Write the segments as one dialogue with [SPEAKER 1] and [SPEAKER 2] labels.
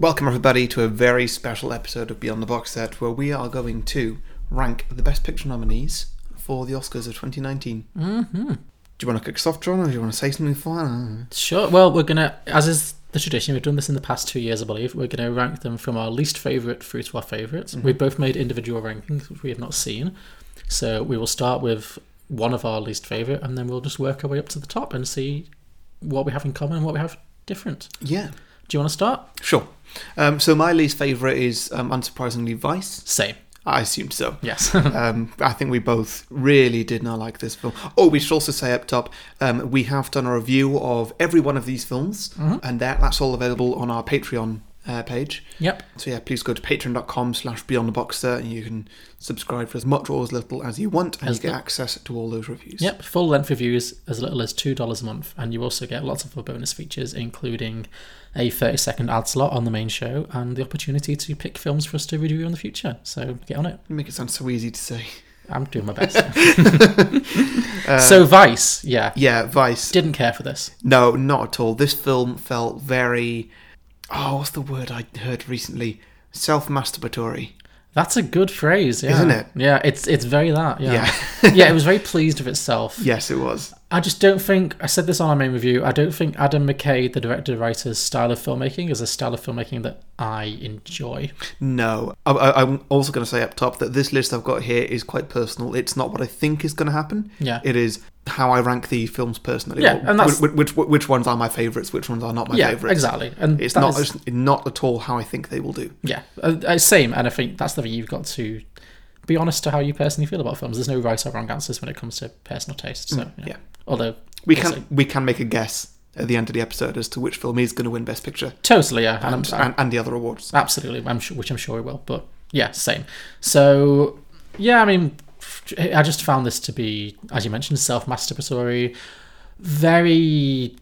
[SPEAKER 1] Welcome, everybody, to a very special episode of Beyond the Box Set where we are going to rank the Best Picture nominees for the Oscars of 2019. Mm-hmm. Do you want to kick us off, John, or do you want to say something uh, fun?
[SPEAKER 2] Sure. Well, we're gonna, as is the tradition, we've done this in the past two years, I believe. We're gonna rank them from our least favorite through to our favorites. We've both made individual rankings, which we have not seen. So we will start with one of our least favorite, and then we'll just work our way up to the top and see what we have in common and what we have different.
[SPEAKER 1] Yeah,
[SPEAKER 2] Do you want to start?
[SPEAKER 1] sure. Um, so, my least favourite is, um, unsurprisingly, Vice.
[SPEAKER 2] Same.
[SPEAKER 1] I assumed so.
[SPEAKER 2] Yes.
[SPEAKER 1] Um, I think we both really did not like this film. Oh, we should also say up top, um, we have done a review of every one of these films, and that, that's all available on our Patreon uh, page.
[SPEAKER 2] yep.
[SPEAKER 1] So yeah, please go to patreon.com slash beyondtheboxer and you can subscribe for as much or as little as you want and
[SPEAKER 2] As
[SPEAKER 1] you get
[SPEAKER 2] li-
[SPEAKER 1] access to all those reviews.
[SPEAKER 2] Yep, full length reviews as little as two dollars a month, and you also get lots of other bonus features, including a thirty second ad slot on the main show and the opportunity to pick films for us to review in the future. So get on it.
[SPEAKER 1] You make it sound so easy to say.
[SPEAKER 2] I'm doing my best.
[SPEAKER 1] Uh,
[SPEAKER 2] so Vice, yeah,
[SPEAKER 1] Yeah, Vice.
[SPEAKER 2] didn't care for this.
[SPEAKER 1] No, not at all. This film felt very oh, what's the word I heard recently? Self masturbatory.
[SPEAKER 2] That's a good phrase, yeah.
[SPEAKER 1] Isn't it?
[SPEAKER 2] Yeah, it's it's very that. Yeah, yeah. it was very pleased with itself.
[SPEAKER 1] Yes, it was.
[SPEAKER 2] I just don't think I said this on our main review. I don't think Adam McKay, the director writer's style of filmmaking, is a style of filmmaking that I enjoy.
[SPEAKER 1] No. I, I, I'm also going to say up top that this list I've got here is quite personal. It's not what I think is going to happen.
[SPEAKER 2] Yeah.
[SPEAKER 1] It is how I rank the films personally.
[SPEAKER 2] Yeah,
[SPEAKER 1] Wh-
[SPEAKER 2] and that's-
[SPEAKER 1] wh- which, which, ones are my favourites, which ones are not my
[SPEAKER 2] yeah,
[SPEAKER 1] favourites.
[SPEAKER 2] exactly. And
[SPEAKER 1] It's
[SPEAKER 2] that
[SPEAKER 1] not
[SPEAKER 2] is-
[SPEAKER 1] it's not at all how I think they will do.
[SPEAKER 2] yeah, uh, uh, same. And I think that's the thing you've got to be honest to how you personally feel about films. There's no right or wrong answers when it comes to personal taste. So
[SPEAKER 1] Mm, yeah.
[SPEAKER 2] although
[SPEAKER 1] We
[SPEAKER 2] we'll
[SPEAKER 1] can
[SPEAKER 2] see.
[SPEAKER 1] we can make a guess at the end of the episode as to which film is going to win Best Picture
[SPEAKER 2] totally yeah, and I'm,
[SPEAKER 1] and, uh, and, and the other awards.
[SPEAKER 2] absolutely. I'm sure, which I'm sure we will. But yeah, same. So yeah, I mean, I just found this to be, as you mentioned, self-masturbatory, very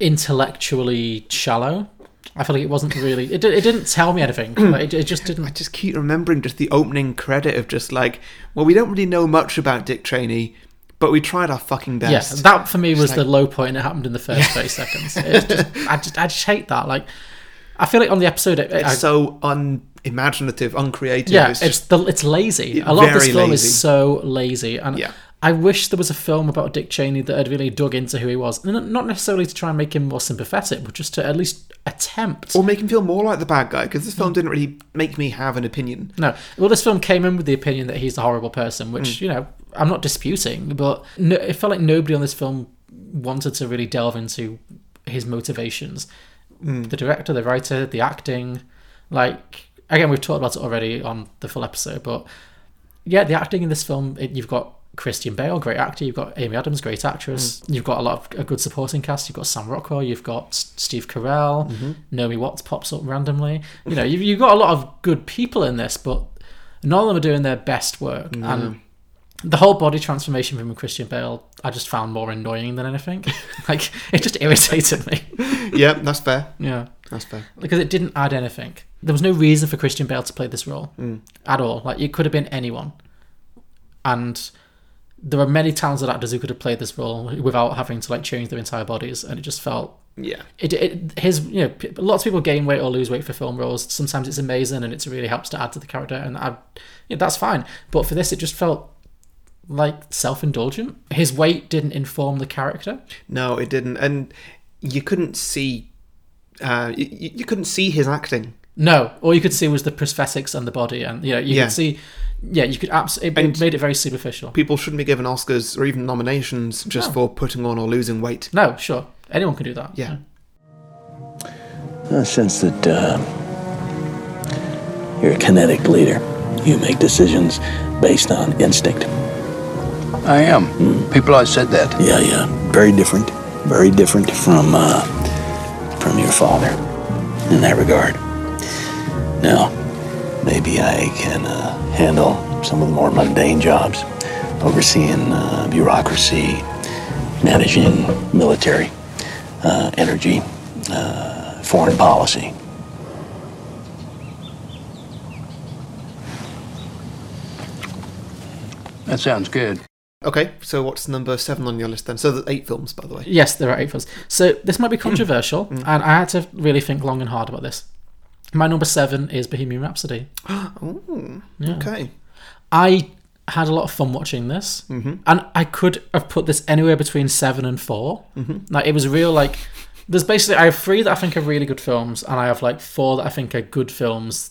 [SPEAKER 2] intellectually shallow. I feel like it wasn't really. It, di- it didn't tell me anything. Like, it, it just didn't.
[SPEAKER 1] I just keep remembering just the opening credit of just like, well, we don't really know much about Dick Cheney, but we tried our fucking
[SPEAKER 2] Yes,
[SPEAKER 1] best.
[SPEAKER 2] Uh, that for me was the low point. and It happened in the first thirty seconds. It's just, I just, I just hate that. Like, I feel like on the episode, it,
[SPEAKER 1] it's
[SPEAKER 2] I,
[SPEAKER 1] so unimaginative, uncreative.
[SPEAKER 2] yeah,
[SPEAKER 1] it's
[SPEAKER 2] it's,
[SPEAKER 1] just,
[SPEAKER 2] the, it's lazy. A lot of this
[SPEAKER 1] very
[SPEAKER 2] film
[SPEAKER 1] lazy.
[SPEAKER 2] is so lazy, and
[SPEAKER 1] Yeah.
[SPEAKER 2] I wish there was a film about Dick Cheney that had really dug into who he was, N- not necessarily to try and make him more sympathetic, but just to at least attempt.
[SPEAKER 1] or make him feel more like the bad guy because this film didn't really make me have an opinion.
[SPEAKER 2] No. Well, this film came in with the opinion that he's a horrible person, which, you know, I'm not disputing, but no, it felt like nobody on this film wanted to really delve into his motivations. The director, the writer, the acting. Like, again, we've talked about it already on the full episode, but yeah, the acting in this film, it, you've got. Christian Bale, great actor. You've got Amy Adams, great actress. You've got a lot of a good supporting cast. You've got Sam Rockwell. You've got S- Steve Carell. Naomi Watts pops up randomly. You know, you've, you've got a lot of good people in this, but none of them are doing their best work. And the whole body transformation from Christian Bale, I just found more annoying than anything. like it just irritated me.
[SPEAKER 1] yeah, that's fair.
[SPEAKER 2] Yeah,
[SPEAKER 1] That's fair.
[SPEAKER 2] because it didn't add anything. There was no reason for Christian Bale to play this role at all. Like it could have been anyone, and there are many talented actors who could have played this role without having to like change their entire bodies, and it just felt
[SPEAKER 1] Yeah.
[SPEAKER 2] it, it his you know p- lots of people gain weight or lose weight for film roles sometimes it's amazing and it really helps to add to the character and I, yeah, that's fine but for this it just felt like self-indulgent his weight didn't inform the character
[SPEAKER 1] No, it didn't, and you couldn't see. Uh, you, you couldn't see his acting,
[SPEAKER 2] no all you could see was the prosthetics and the body and you know you
[SPEAKER 1] Yeah.
[SPEAKER 2] could see yeah you could absolutely it,
[SPEAKER 1] And-
[SPEAKER 2] it made it very superficial
[SPEAKER 1] people shouldn't be given Oscars or even nominations just for putting on or losing weight.
[SPEAKER 2] no sure anyone can do that
[SPEAKER 1] Yeah.
[SPEAKER 3] I sense that uh, you're a kinetic leader. You make decisions based on instinct.
[SPEAKER 4] I am. People always said that.
[SPEAKER 3] Yeah, yeah. Very different. Very different from uh, from your father in that regard. Now, maybe I can uh, handle some of the more mundane jobs, overseeing uh, bureaucracy, managing military, uh, energy, uh, foreign policy.
[SPEAKER 4] That sounds good.
[SPEAKER 1] Okay, so what's number seven on your list then? So there's eight films, by the way. Mm.
[SPEAKER 2] Yes, there are eight films. So this might be controversial, and I had to really think long and hard about this. My number seven is Bohemian Rhapsody.
[SPEAKER 1] Ooh,
[SPEAKER 2] Yeah.
[SPEAKER 1] Okay.
[SPEAKER 2] I had a lot of fun watching this, mm-hmm. and I could have put this anywhere between seven and 4 Mm-hmm. Like it was real. Like there's basically I have three that I think are really good films, and I have like four that I think are good films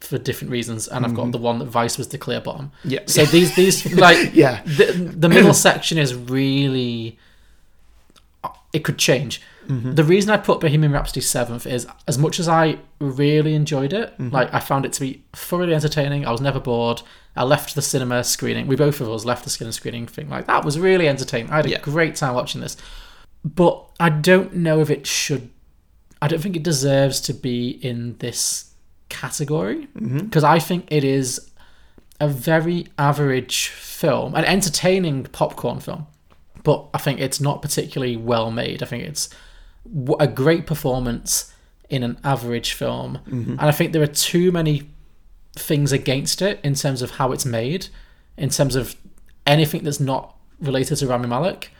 [SPEAKER 2] for different reasons, and I've got the one that Vice was the clear bottom.
[SPEAKER 1] Yeah.
[SPEAKER 2] So these these like
[SPEAKER 1] Yeah.
[SPEAKER 2] the, the middle section is really it could change.
[SPEAKER 1] Mm-hmm.
[SPEAKER 2] The reason I put Bohemian Rhapsody seventh is as much as I really enjoyed it,
[SPEAKER 1] Mm-hmm.
[SPEAKER 2] like I found it to be thoroughly entertaining. I was never bored. I left the cinema screening. We both of us left the cinema screening thing like that was really entertaining. I had a
[SPEAKER 1] Yeah.
[SPEAKER 2] great time watching this, but I don't know if it should. I don't think it deserves to be in this category because
[SPEAKER 1] Mm-hmm.
[SPEAKER 2] I think it is a very average film, an entertaining popcorn film, but I think it's not particularly well made. I think it's w- a great performance in an average film, and I think there are too many things against it in terms of how it's made, in terms of anything that's not related to Rami Malek.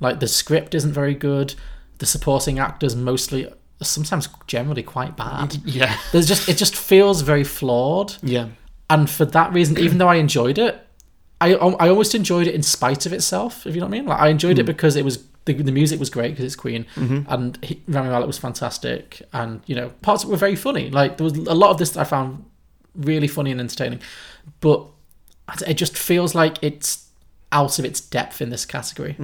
[SPEAKER 2] Like the script isn't very good, the supporting actors mostly, sometimes generally quite bad.
[SPEAKER 1] Yeah.
[SPEAKER 2] There's just it just feels very flawed
[SPEAKER 1] Yeah.
[SPEAKER 2] and for that reason, even though I enjoyed it, I I almost enjoyed it in spite of itself. If you know what I mean, like I enjoyed it because it was the, the music was great because it's Queen, and he, Rami Malek was fantastic, and you know parts were very funny. Like there was a lot of this that I found really funny and entertaining, but it just feels like it's out of its depth in this category.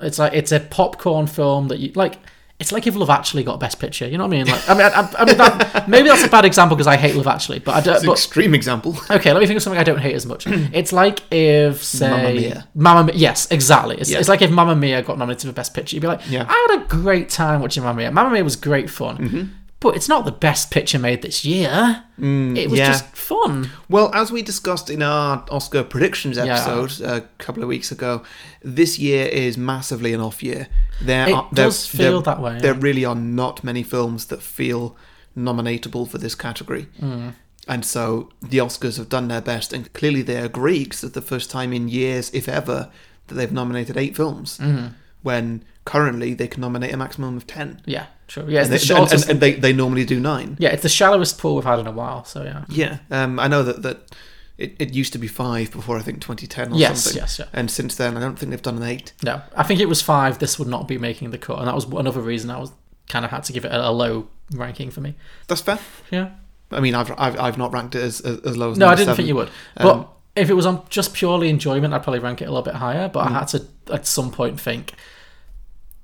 [SPEAKER 2] It's like it's a popcorn film that you like. It's like if Love Actually got Best Picture. You know what I mean? Like I mean, I, I- I mean that, maybe that's a bad example because I hate Love Actually, but I don't.
[SPEAKER 1] It's an
[SPEAKER 2] but,
[SPEAKER 1] extreme example.
[SPEAKER 2] Okay, let me think of something I don't hate as much. it's like if, say,
[SPEAKER 1] Mamma Mia.
[SPEAKER 2] Mamma Mia. Yes, exactly. It's,
[SPEAKER 1] Yeah.
[SPEAKER 2] it's like if Mamma Mia got nominated for Best Picture. You'd be like,
[SPEAKER 1] Yeah. Mm-hmm.
[SPEAKER 2] I had a great time watching Mamma Mia. Mamma Mia was great fun, but it's not the best picture made this year. it was
[SPEAKER 1] Mm, yeah.
[SPEAKER 2] just fun.
[SPEAKER 1] Well, as we discussed in our Oscar predictions episode uh, a couple of weeks ago, this year is massively an off year. There
[SPEAKER 2] It
[SPEAKER 1] are, there-
[SPEAKER 2] does feel
[SPEAKER 1] there-
[SPEAKER 2] that way,
[SPEAKER 1] There
[SPEAKER 2] yeah.
[SPEAKER 1] really are not many films that feel nominatable for this category.
[SPEAKER 2] Mm.
[SPEAKER 1] And so the Oscars have done their best, and clearly they agree because it's the first time in years, if ever, that they've nominated eight films.
[SPEAKER 2] Mm.
[SPEAKER 1] When currently they can nominate a maximum of ten.
[SPEAKER 2] Yeah, true. Yeah,
[SPEAKER 1] And,
[SPEAKER 2] it's the
[SPEAKER 1] they, and-
[SPEAKER 2] shortest.
[SPEAKER 1] and- and they, they normally do nine.
[SPEAKER 2] yeah, it's the shallowest pool we've had in a while. So yeah,
[SPEAKER 1] Yeah, um, I know that that it, it used to be five before I think 2010 or
[SPEAKER 2] Yes,
[SPEAKER 1] something.
[SPEAKER 2] yes, yeah.
[SPEAKER 1] And since then, I don't think they've done an eight.
[SPEAKER 2] no, I think it was five. This would not be making the cut, and that was another reason I was kind of had to give it a, a low ranking for me.
[SPEAKER 1] That's fair.
[SPEAKER 2] Yeah.
[SPEAKER 1] I mean, I've I've, I've not ranked it as as, as low as
[SPEAKER 2] No, I
[SPEAKER 1] number
[SPEAKER 2] didn't
[SPEAKER 1] seven.
[SPEAKER 2] think you would. But
[SPEAKER 1] Um,
[SPEAKER 2] if it was on just purely enjoyment, I'd probably rank it a little bit higher. But I
[SPEAKER 1] Mm.
[SPEAKER 2] had to at some point think.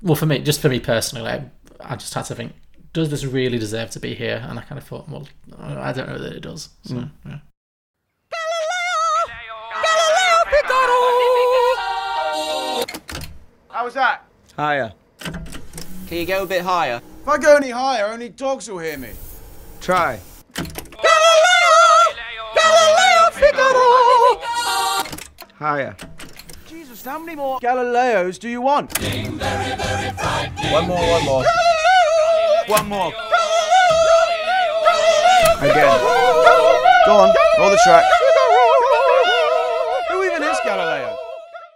[SPEAKER 2] Well, for me, just for me personally, like, I just had to think: Does this really deserve to be here? And I kind of thought, well, I don't know that it does. So,
[SPEAKER 1] Mm.
[SPEAKER 2] yeah.
[SPEAKER 5] How was that?
[SPEAKER 6] Higher. Can you go a bit higher?
[SPEAKER 5] If I go any higher, only dogs will hear me.
[SPEAKER 6] Try. Higher.
[SPEAKER 5] Jesus, how many more Galileos do you want?
[SPEAKER 6] One more, one more.
[SPEAKER 5] One more.
[SPEAKER 6] Again.
[SPEAKER 5] Go on, roll the track. Who even is Galileo?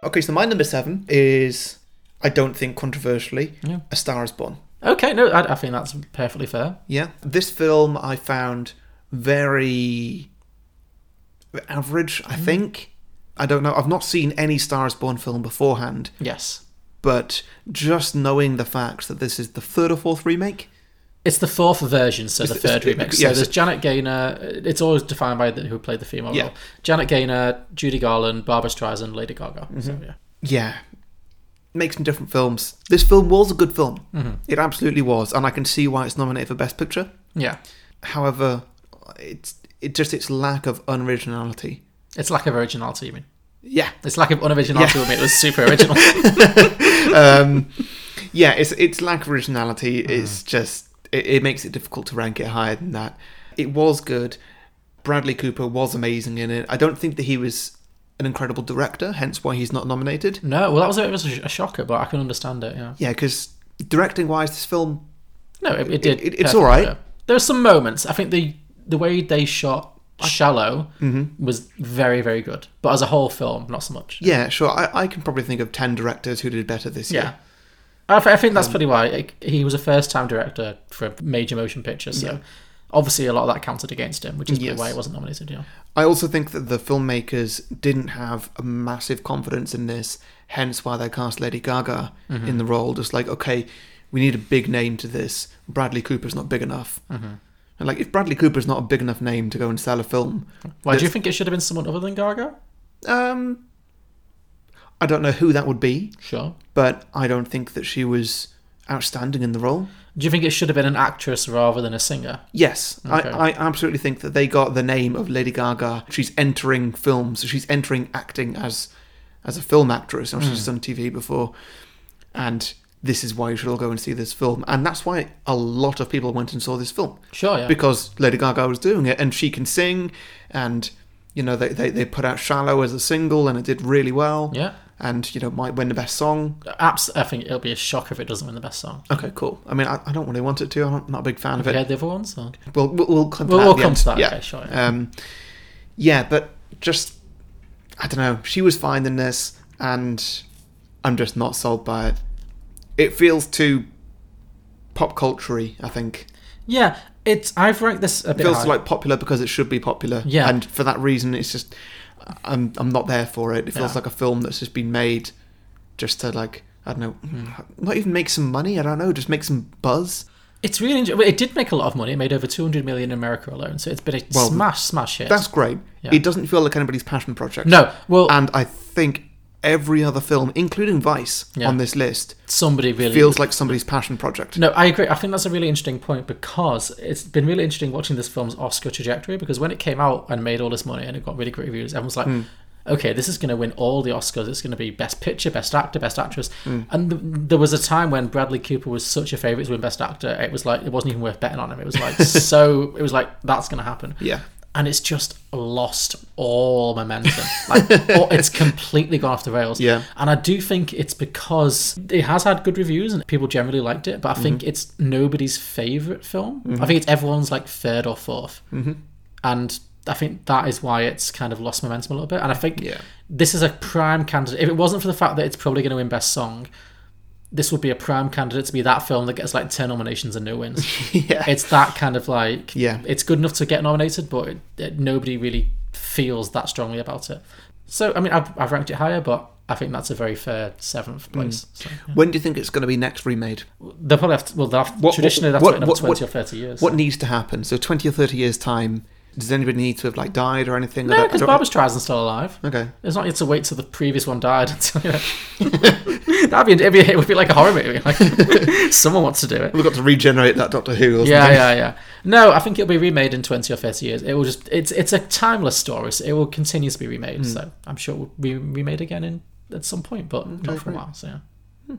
[SPEAKER 1] Okay, so my number seven is I don't think controversially
[SPEAKER 2] Yeah.
[SPEAKER 1] a Star is Born.
[SPEAKER 2] Okay, no, I, I think that's perfectly fair.
[SPEAKER 1] Yeah, this film I found very average.
[SPEAKER 2] Mm.
[SPEAKER 1] I think I don't know. I've not seen any Star is Born film beforehand,
[SPEAKER 2] Yes,
[SPEAKER 1] but just knowing the facts that this is the third or fourth remake.
[SPEAKER 2] it's the fourth version, so the
[SPEAKER 1] it's-
[SPEAKER 2] third remix. So
[SPEAKER 1] yes.
[SPEAKER 2] there's Janet Gaynor. uh, It's always defined by the, who played the female
[SPEAKER 1] Yeah.
[SPEAKER 2] role: Janet Gaynor, Judy Garland, Barbara Streisand, Lady Gaga.
[SPEAKER 1] Mm-hmm.
[SPEAKER 2] So yeah.
[SPEAKER 1] yeah, make some different films. This film was a good film. It absolutely was, and I can see why it's nominated for Best Picture.
[SPEAKER 2] Yeah,
[SPEAKER 1] However, it's it just its lack of unoriginality.
[SPEAKER 2] it's lack of originality. You mean?
[SPEAKER 1] Yeah,
[SPEAKER 2] It's lack of unoriginality would make this super original.
[SPEAKER 1] yeah, it's its lack of originality is just it, it makes it difficult to rank it higher than that. It was good. Bradley Cooper was amazing in it. I don't think that he was an incredible director, hence why he's not nominated.
[SPEAKER 2] no, well, that was a, it was a, sh- a shocker, but I can understand it. Yeah,
[SPEAKER 1] Yeah, because directing wise, this film
[SPEAKER 2] no, it, it did.
[SPEAKER 1] It- it- it's
[SPEAKER 2] perfectly,
[SPEAKER 1] all right.
[SPEAKER 2] yeah. There are some moments. I think the the way they shot shallow was very very good, but as a whole film, not so much.
[SPEAKER 1] Mm-hmm. Yeah, sure. I, I can probably think of 10 directors who did better this year.
[SPEAKER 2] Yeah.
[SPEAKER 1] Um,
[SPEAKER 2] I, th- I think that's pretty why like, he was a first time director for a major motion picture. So Obviously, a lot of that counted against him, which is
[SPEAKER 1] Yes.
[SPEAKER 2] probably why he wasn't nominated. Yeah.
[SPEAKER 1] I also think that the filmmakers didn't have a massive confidence in this, hence why they cast Lady Gaga in the role. Just like, okay, we need a big name to this. Bradley Cooper's not big enough. And like, if Bradley Cooper's not a big enough name to go and sell a film,
[SPEAKER 2] Why do you
[SPEAKER 1] that's-
[SPEAKER 2] think it should have been someone other than Gaga?
[SPEAKER 1] um, I don't know who that would be,
[SPEAKER 2] Sure.
[SPEAKER 1] but I don't think that she was outstanding in the role.
[SPEAKER 2] Do you think it should have been an actress rather than a singer?
[SPEAKER 1] Yes,
[SPEAKER 2] Okay.
[SPEAKER 1] I, I absolutely think that they got the name of Lady Gaga. She's entering films. So she's entering acting as as a film actress. Now,
[SPEAKER 2] Hmm.
[SPEAKER 1] She's done TV before, and this is why you should all go and see this film. And that's why a lot of people went and saw this film
[SPEAKER 2] Sure, yeah.
[SPEAKER 1] because Lady Gaga was doing it, and she can sing. And you know they, they, they put out "Shallow" as a single, and it did really well.
[SPEAKER 2] Yeah.
[SPEAKER 1] and you know might win the best song.
[SPEAKER 2] Abs- I think it'll be a shock if it doesn't win the best song.
[SPEAKER 1] Okay, cool. I mean, I, I don't really want it to. I'm not- not a big fan of it.
[SPEAKER 2] Yeah, the other ones. Or?
[SPEAKER 1] We'll we'll, we'll come to
[SPEAKER 2] We'll-
[SPEAKER 1] that. at
[SPEAKER 2] we'll
[SPEAKER 1] the
[SPEAKER 2] come
[SPEAKER 1] end.
[SPEAKER 2] to that,
[SPEAKER 1] Yeah.
[SPEAKER 2] okay, sure,
[SPEAKER 1] Um, yeah, but just I don't know. She was fine in this, and I'm just not sold by it. It feels too pop culturey. I think
[SPEAKER 2] Yeah, it's. I've ranked this a
[SPEAKER 1] it
[SPEAKER 2] bit.
[SPEAKER 1] feels
[SPEAKER 2] high.
[SPEAKER 1] like popular because it should be popular.
[SPEAKER 2] Yeah.
[SPEAKER 1] and for that reason, it's just I'm I'm not there for it. It feels
[SPEAKER 2] Yeah.
[SPEAKER 1] like a film that's just been made just to like I don't know, hmm, not even make some money. I don't know, just make some buzz.
[SPEAKER 2] It's really enjoy- well, It did make a lot of money. It made over 200 million in America alone. So it's been a
[SPEAKER 1] Well,
[SPEAKER 2] smash, smash hit.
[SPEAKER 1] That's great.
[SPEAKER 2] Yeah.
[SPEAKER 1] It doesn't feel like anybody's passion project.
[SPEAKER 2] No, well,
[SPEAKER 1] and I think every other film, including Vice,
[SPEAKER 2] Yeah.
[SPEAKER 1] on this list
[SPEAKER 2] somebody really
[SPEAKER 1] feels like somebody's passion project.
[SPEAKER 2] No, I agree. I think that's a really interesting point because it's been really interesting watching this film's Oscar trajectory because when it came out and made all this money and it got really great reviews, everyone was like, okay, this is going to win all the Oscars. It's going to be Best Picture, Best Actor, Best Actress. And th- there was a time when Bradley Cooper was such a favourite to win Best Actor, it was like, it wasn't even worth betting on him. It was like, so, it was like, that's going to happen.
[SPEAKER 1] Yeah.
[SPEAKER 2] And it's just lost all momentum. Like, all- it's completely gone off the rails.
[SPEAKER 1] Yeah.
[SPEAKER 2] And I do think it's because it has had good reviews and people generally liked
[SPEAKER 1] Mm-hmm.
[SPEAKER 2] it, but I think it's nobody's favorite film. I think it's everyone's like third or 4th Mm-hmm. And I think that is why it's kind of lost momentum a little bit. And I think
[SPEAKER 1] Yeah.
[SPEAKER 2] this is a prime candidate. If it wasn't for the fact that it's probably going to win Best Song, this would be a prime candidate to be that film that gets like 10 nominations and no wins.
[SPEAKER 1] Yeah.
[SPEAKER 2] It's that kind of like,
[SPEAKER 1] Yeah.
[SPEAKER 2] it's good enough to get nominated, but it, it, nobody really feels that strongly about it. So, I mean, I've, I've ranked it higher, but I think that's a very fair
[SPEAKER 1] Hmm.
[SPEAKER 2] seventh place. So, yeah.
[SPEAKER 1] When do you think it's going to be next remade?
[SPEAKER 2] They'll probably have to, well, they'll have,
[SPEAKER 1] What-
[SPEAKER 2] traditionally
[SPEAKER 1] what-
[SPEAKER 2] that's what,
[SPEAKER 1] what-
[SPEAKER 2] another 20
[SPEAKER 1] what-
[SPEAKER 2] or 30 years.
[SPEAKER 1] What needs to happen? So twenty or thirty years time, does anybody need to have like died or anything? I
[SPEAKER 2] no,
[SPEAKER 1] don't- I
[SPEAKER 2] because
[SPEAKER 1] don't-
[SPEAKER 2] Barbara Streisand's still alive.
[SPEAKER 1] Okay.
[SPEAKER 2] It's not yet to wait till the previous one died. Until, you know. That'd be, it'd be, it would be like a horror movie. Like, someone wants to do it.
[SPEAKER 1] We've got to regenerate that Doctor Who. Or
[SPEAKER 2] Yeah,
[SPEAKER 1] something.
[SPEAKER 2] yeah, yeah. No, I think it'll be remade in twenty or thirty years. It will just it's it's a timeless story. So it will continue to be
[SPEAKER 1] Hmm.
[SPEAKER 2] remade. So I'm sure it will be remade again in at some point,
[SPEAKER 1] Mm,
[SPEAKER 2] but not for a while. So yeah.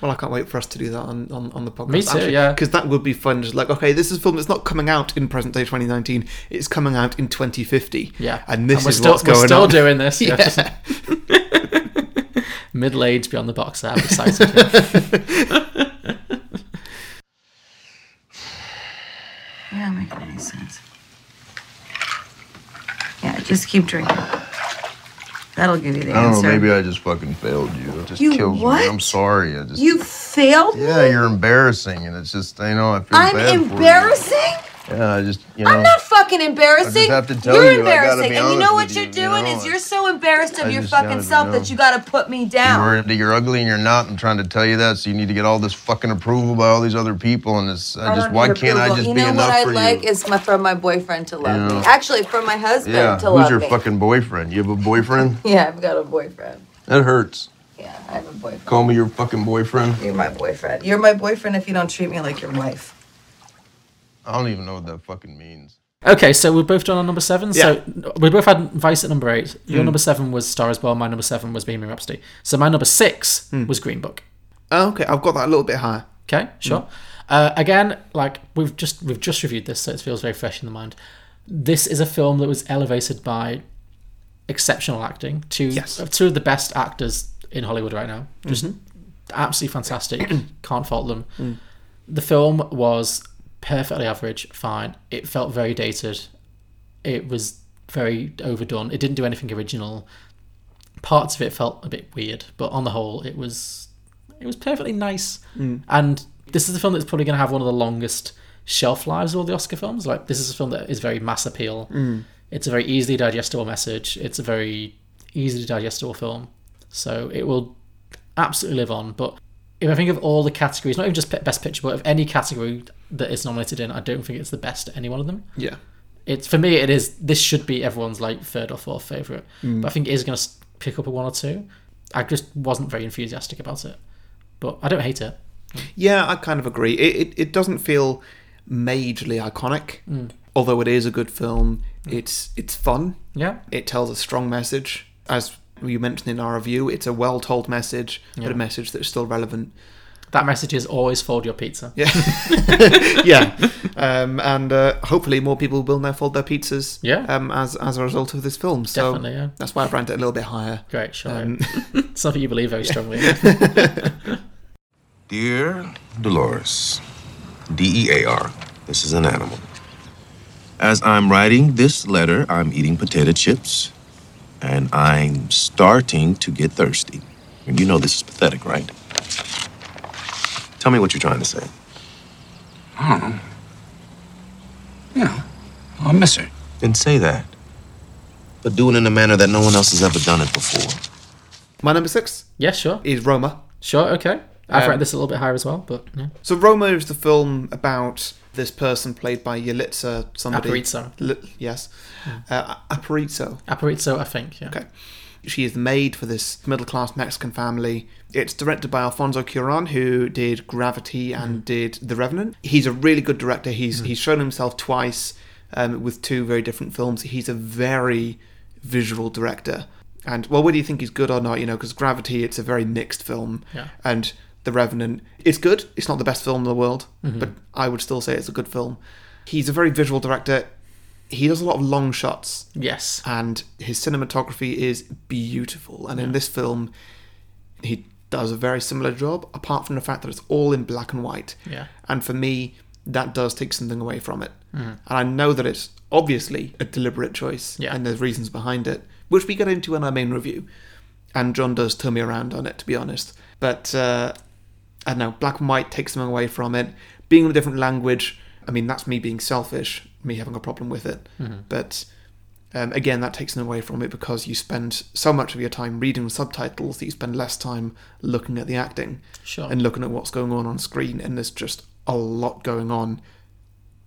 [SPEAKER 1] Well, I can't wait for us to do that on, on, on the podcast.
[SPEAKER 2] Me too, yeah.
[SPEAKER 1] Because that would be fun. Just like, okay, this is a film that's not coming out in present day 2019. It's coming out in 2050.
[SPEAKER 2] yeah.
[SPEAKER 1] And this
[SPEAKER 2] we're
[SPEAKER 1] is
[SPEAKER 2] still,
[SPEAKER 1] what's
[SPEAKER 2] we're
[SPEAKER 1] going
[SPEAKER 2] still
[SPEAKER 1] on.
[SPEAKER 2] doing this. Yeah.
[SPEAKER 1] Yeah.
[SPEAKER 2] just- Middle age beyond the box. I'm excited.
[SPEAKER 7] You're not making any sense. Yeah, just keep drinking. That'll give you the
[SPEAKER 8] I don't
[SPEAKER 7] answer.
[SPEAKER 8] know. Maybe I just fucking failed you. It just
[SPEAKER 7] You
[SPEAKER 8] kills
[SPEAKER 7] what?
[SPEAKER 8] me. I'm sorry. I just.
[SPEAKER 7] you failed. me?
[SPEAKER 8] Yeah, you're embarrassing, and it's just you know I feel
[SPEAKER 7] I'm
[SPEAKER 8] bad
[SPEAKER 7] embarrassing.
[SPEAKER 8] for you. Yeah, I just you know.
[SPEAKER 7] I'm not fucking embarrassing.
[SPEAKER 8] I just have to tell
[SPEAKER 7] you're
[SPEAKER 8] you, I gotta
[SPEAKER 7] embarrassing,
[SPEAKER 8] be
[SPEAKER 7] and you
[SPEAKER 8] honest
[SPEAKER 7] know
[SPEAKER 8] with
[SPEAKER 7] what you're
[SPEAKER 8] you, you
[SPEAKER 7] doing
[SPEAKER 8] know,
[SPEAKER 7] is
[SPEAKER 8] I-
[SPEAKER 7] you're so embarrassed of
[SPEAKER 8] I
[SPEAKER 7] your
[SPEAKER 8] just
[SPEAKER 7] fucking
[SPEAKER 8] gotta be
[SPEAKER 7] self that
[SPEAKER 8] honest.
[SPEAKER 7] you got to put me
[SPEAKER 8] You
[SPEAKER 7] down.
[SPEAKER 8] are, you're ugly and you're not, and trying to tell you that, so you need to get all this fucking approval by all these other people, and it's I,
[SPEAKER 7] I
[SPEAKER 8] just
[SPEAKER 7] don't
[SPEAKER 8] why
[SPEAKER 7] need
[SPEAKER 8] can't I
[SPEAKER 7] approval.
[SPEAKER 8] just
[SPEAKER 7] you
[SPEAKER 8] be
[SPEAKER 7] know
[SPEAKER 8] enough
[SPEAKER 7] what I
[SPEAKER 8] for
[SPEAKER 7] like
[SPEAKER 8] you?
[SPEAKER 7] is my, for my boyfriend to love
[SPEAKER 8] Yeah.
[SPEAKER 7] me. Actually, for my husband
[SPEAKER 8] yeah,
[SPEAKER 7] to
[SPEAKER 8] who's
[SPEAKER 7] love
[SPEAKER 8] your
[SPEAKER 7] me.
[SPEAKER 8] fucking boyfriend? You have a boyfriend?
[SPEAKER 7] yeah, I've got a boyfriend.
[SPEAKER 8] that hurts.
[SPEAKER 7] Yeah, I have a boyfriend.
[SPEAKER 8] Call me your fucking boyfriend.
[SPEAKER 7] You're my boyfriend. You're my boyfriend if you don't treat me like your wife.
[SPEAKER 8] I don't even know what that fucking means.
[SPEAKER 2] okay, so we're both done on number seven.
[SPEAKER 1] Yeah. Hmm.
[SPEAKER 2] So we both had Vice at number eight. Your number seven was Star as Well. My number seven was Bohemian Rhapsody. So my number six
[SPEAKER 1] Hmm.
[SPEAKER 2] was Green Book.
[SPEAKER 1] Oh, okay, I've got that a little bit higher.
[SPEAKER 2] Okay, sure. Uh, again, like we've just we've just reviewed this, so it feels very fresh in the mind. This is a film that was elevated by exceptional acting to
[SPEAKER 1] Yes.
[SPEAKER 2] two of the best actors in Hollywood right now. Just absolutely fantastic. Can't fault them. The film was perfectly average, fine. It felt very dated. It was very overdone. It didn't do anything original. Parts of it felt a bit weird, but on the whole, it was it was perfectly nice. And this is a film that's probably going to have one of the longest shelf lives of all the Oscar films. Like this is a film that is very mass appeal. It's a very easily digestible message. It's a very easily digestible film. So it will absolutely live on. But if I think of all the categories, not even just best picture, but of any category that it's nominated in, I don't think it's the best at any one of them
[SPEAKER 1] Yeah.
[SPEAKER 2] it's for me it is this should be everyone's like third or fourth favorite
[SPEAKER 1] Mm.
[SPEAKER 2] but i think it is going to pick up a one or two i just wasn't very enthusiastic about it but i don't hate it
[SPEAKER 1] Yeah, I kind of agree. It, it, it doesn't feel majorly iconic,
[SPEAKER 2] Mm.
[SPEAKER 1] although it is a good film. It's it's fun.
[SPEAKER 2] yeah
[SPEAKER 1] It tells a strong message, as you mentioned in our review. It's a well told message, but a message that's still relevant.
[SPEAKER 2] that message is always fold your pizza yeah
[SPEAKER 1] yeah, um, and uh, hopefully more people will now fold their pizzas.
[SPEAKER 2] Yeah.
[SPEAKER 1] Um, as as a result of this film, so
[SPEAKER 2] Definitely, yeah.
[SPEAKER 1] that's why I've ranked it a little bit higher.
[SPEAKER 2] great sure
[SPEAKER 1] Um,
[SPEAKER 2] something you believe very strongly
[SPEAKER 9] Dear Dolores, D E A R, this is an animal. As I'm writing this letter, I'm eating potato chips and I'm starting to get thirsty. And you know this is pathetic, right? Tell me what you're trying to say.
[SPEAKER 4] Yeah. I miss her.
[SPEAKER 9] Then say that. But do it in a manner that no one else has ever done it before.
[SPEAKER 1] my number six
[SPEAKER 2] yeah sure
[SPEAKER 1] is Roma.
[SPEAKER 2] sure okay i've
[SPEAKER 1] Um,
[SPEAKER 2] ranked this a little bit higher as well but yeah
[SPEAKER 1] So Roma is the film about this person played by Yelitsa somebody.
[SPEAKER 2] Aparizo.
[SPEAKER 1] Li- yes,
[SPEAKER 2] Mm.
[SPEAKER 1] uh, Aparizo.
[SPEAKER 2] Aparizo, i think yeah
[SPEAKER 1] Okay. She is the maid for this middle class Mexican family. It's directed by Alfonso Cuaron, who did Gravity and
[SPEAKER 2] Mm-hmm.
[SPEAKER 1] did The Revenant. He's a really good director. He's
[SPEAKER 2] Mm.
[SPEAKER 1] he's shown himself twice um, with two very different films. He's a very visual director. And well, whether you think he's good or not, you know, because Gravity, it's a very mixed film.
[SPEAKER 2] Yeah.
[SPEAKER 1] And The Revenant, it's good. It's not the best film in the world,
[SPEAKER 2] Mm-hmm.
[SPEAKER 1] but I would still say it's a good film. He's a very visual director. He does a lot of long shots
[SPEAKER 2] yes
[SPEAKER 1] and his cinematography is beautiful. And in this film, he does a very similar job, apart from the fact that it's all in black and white.
[SPEAKER 2] Yeah.
[SPEAKER 1] And for me, that does take something away from it. And I know that it's obviously a deliberate choice,
[SPEAKER 2] Mm-hmm. Yeah.
[SPEAKER 1] and there's reasons behind it, which we get into in our main review. And John does turn me around on it, to be honest. But uh, I don't know, black and white takes something away from it. Being in a different language, I mean, that's me being selfish, me having a problem with it. But um, again, that takes them away from it because you spend so much of your time reading subtitles that you spend less time looking at the acting
[SPEAKER 2] Sure.
[SPEAKER 1] and looking at what's going on on screen. And there's just a lot going on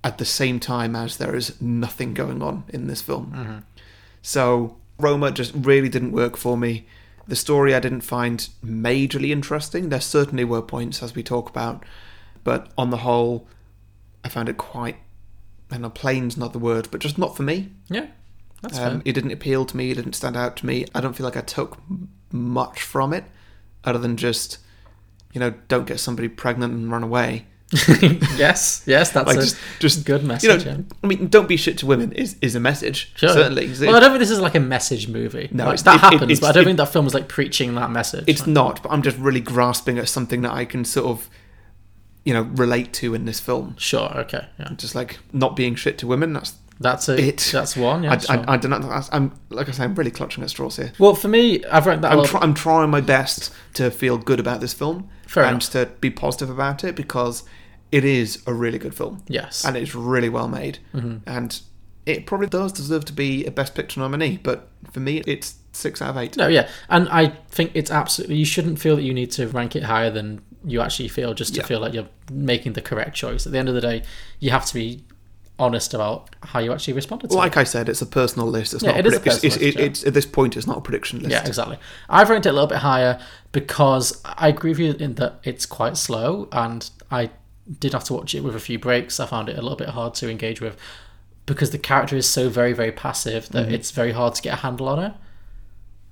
[SPEAKER 1] at the same time as there is nothing going on in this film. So Roma just really didn't work for me. The story I didn't find majorly interesting. There certainly were points as we talk about, but on the whole, I found it quite. And a plain's not the word, but just not for me.
[SPEAKER 2] yeah that's
[SPEAKER 1] Um,
[SPEAKER 2] fair
[SPEAKER 1] it didn't appeal to me. It didn't stand out to me. I don't feel like I took m- much from it, other than just, you know, don't get somebody pregnant and run away.
[SPEAKER 2] yes yes that's
[SPEAKER 1] Like
[SPEAKER 2] a
[SPEAKER 1] just, just
[SPEAKER 2] good
[SPEAKER 1] you know,
[SPEAKER 2] message yeah.
[SPEAKER 1] I mean, don't be shit to women is is a message.
[SPEAKER 2] Sure.
[SPEAKER 1] Certainly.
[SPEAKER 2] Well, I don't think this is like a message movie.
[SPEAKER 1] No,
[SPEAKER 2] Like,
[SPEAKER 1] it's-
[SPEAKER 2] that
[SPEAKER 1] it- it-
[SPEAKER 2] happens,
[SPEAKER 1] it's-
[SPEAKER 2] but I don't
[SPEAKER 1] it-
[SPEAKER 2] think that film is like preaching that message.
[SPEAKER 1] It's
[SPEAKER 2] Like,
[SPEAKER 1] not, but I'm just really grasping at something that I can sort of, you know, relate to in this film.
[SPEAKER 2] sure, okay, yeah,
[SPEAKER 1] Just like not being shit to women. That's
[SPEAKER 2] that's a,
[SPEAKER 1] it.
[SPEAKER 2] That's one. Yeah,
[SPEAKER 1] I,
[SPEAKER 2] sure.
[SPEAKER 1] I, I don't know. that's- I'm like I say, I'm really clutching at straws here.
[SPEAKER 2] well, for me, I've ranked that. a
[SPEAKER 1] I'm,
[SPEAKER 2] lot-
[SPEAKER 1] try I'm trying my best to feel good about this film
[SPEAKER 2] Fair
[SPEAKER 1] and
[SPEAKER 2] enough.
[SPEAKER 1] to be positive about it because it is a really good film.
[SPEAKER 2] Yes. Mm-hmm.
[SPEAKER 1] And it's really well made. And it probably does deserve to be a Best Picture nominee, but for me, it's six out of eight.
[SPEAKER 2] no, yeah, and I think it's absolutely. You shouldn't feel that you need to rank it higher than you actually feel, just to
[SPEAKER 1] Yeah.
[SPEAKER 2] feel like you're making the correct choice. At the end of the day, you have to be honest about how you actually responded to it.
[SPEAKER 1] Like I said, it's a personal list. It's
[SPEAKER 2] Yeah,
[SPEAKER 1] not
[SPEAKER 2] it is a
[SPEAKER 1] predict- it's-
[SPEAKER 2] personal
[SPEAKER 1] it's-
[SPEAKER 2] list,
[SPEAKER 1] it's-
[SPEAKER 2] yeah.
[SPEAKER 1] At this point, it's not a prediction list.
[SPEAKER 2] Yeah, exactly. I've ranked it a little bit higher because I agree with you in that it's quite slow, and I did have to watch it with a few breaks. I found it a little bit hard to engage with because the character is so very, very passive that it's very hard to get a handle on her.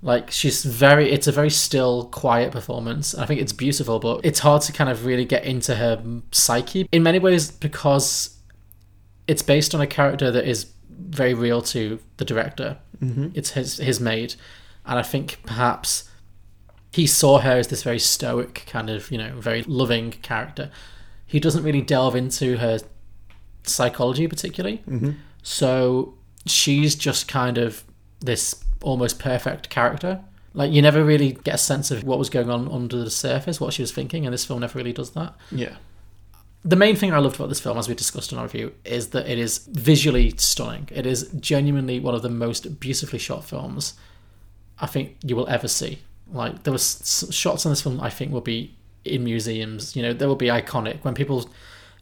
[SPEAKER 2] Like she's very, it's a very still, quiet performance. I think it's beautiful, but it's hard to kind of really get into her psyche in many ways because it's based on a character that is very real to the director. Mm-hmm. It's his his maid, and I think perhaps he saw her as this very stoic kind of you know very loving character. He doesn't really delve into her psychology particularly, so she's just kind of this almost perfect character. Like you never really get a sense of what was going on under the surface, what she was thinking, and this film never really does that
[SPEAKER 1] Yeah.
[SPEAKER 2] The main thing I loved about this film, as we discussed in our review, is that it is visually stunning. It is genuinely one of the most beautifully shot films I think you will ever see. Like there was s- shots in this film I think will be in museums. You know, they will be iconic when people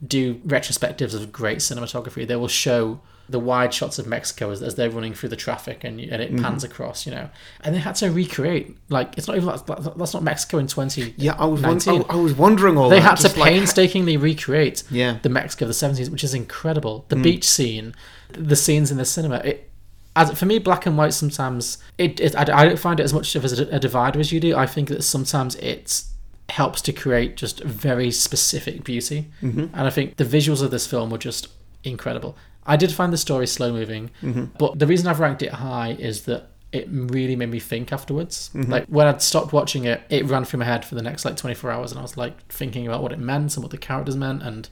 [SPEAKER 2] do retrospectives of great cinematography. They will show the wide shots of Mexico as, as they're running through the traffic and and
[SPEAKER 1] Mm-hmm.
[SPEAKER 2] it pans across. You know, and they had to recreate like it's not even that, that's not Mexico in twenty.
[SPEAKER 1] Yeah, I was won-
[SPEAKER 2] 19.
[SPEAKER 1] I, I was wondering all
[SPEAKER 2] They
[SPEAKER 1] that,
[SPEAKER 2] had to
[SPEAKER 1] just like-
[SPEAKER 2] painstakingly recreate
[SPEAKER 1] Yeah. Hmm.
[SPEAKER 2] the Mexico of the seventies, which is incredible. The beach scene, the scenes in the cinema. It, as for me, black and white sometimes it. it I, I don't find it as much of a, a divider as you do. I think that sometimes it helps to create just very specific beauty, and I think the visuals of this film were just incredible. I did find the story slow moving, but the reason I've ranked it high is that it really made me think afterwards. Like when I'd stopped watching it, it ran through my head for the next like 24 hours, and I was like thinking about what it meant and what the characters meant and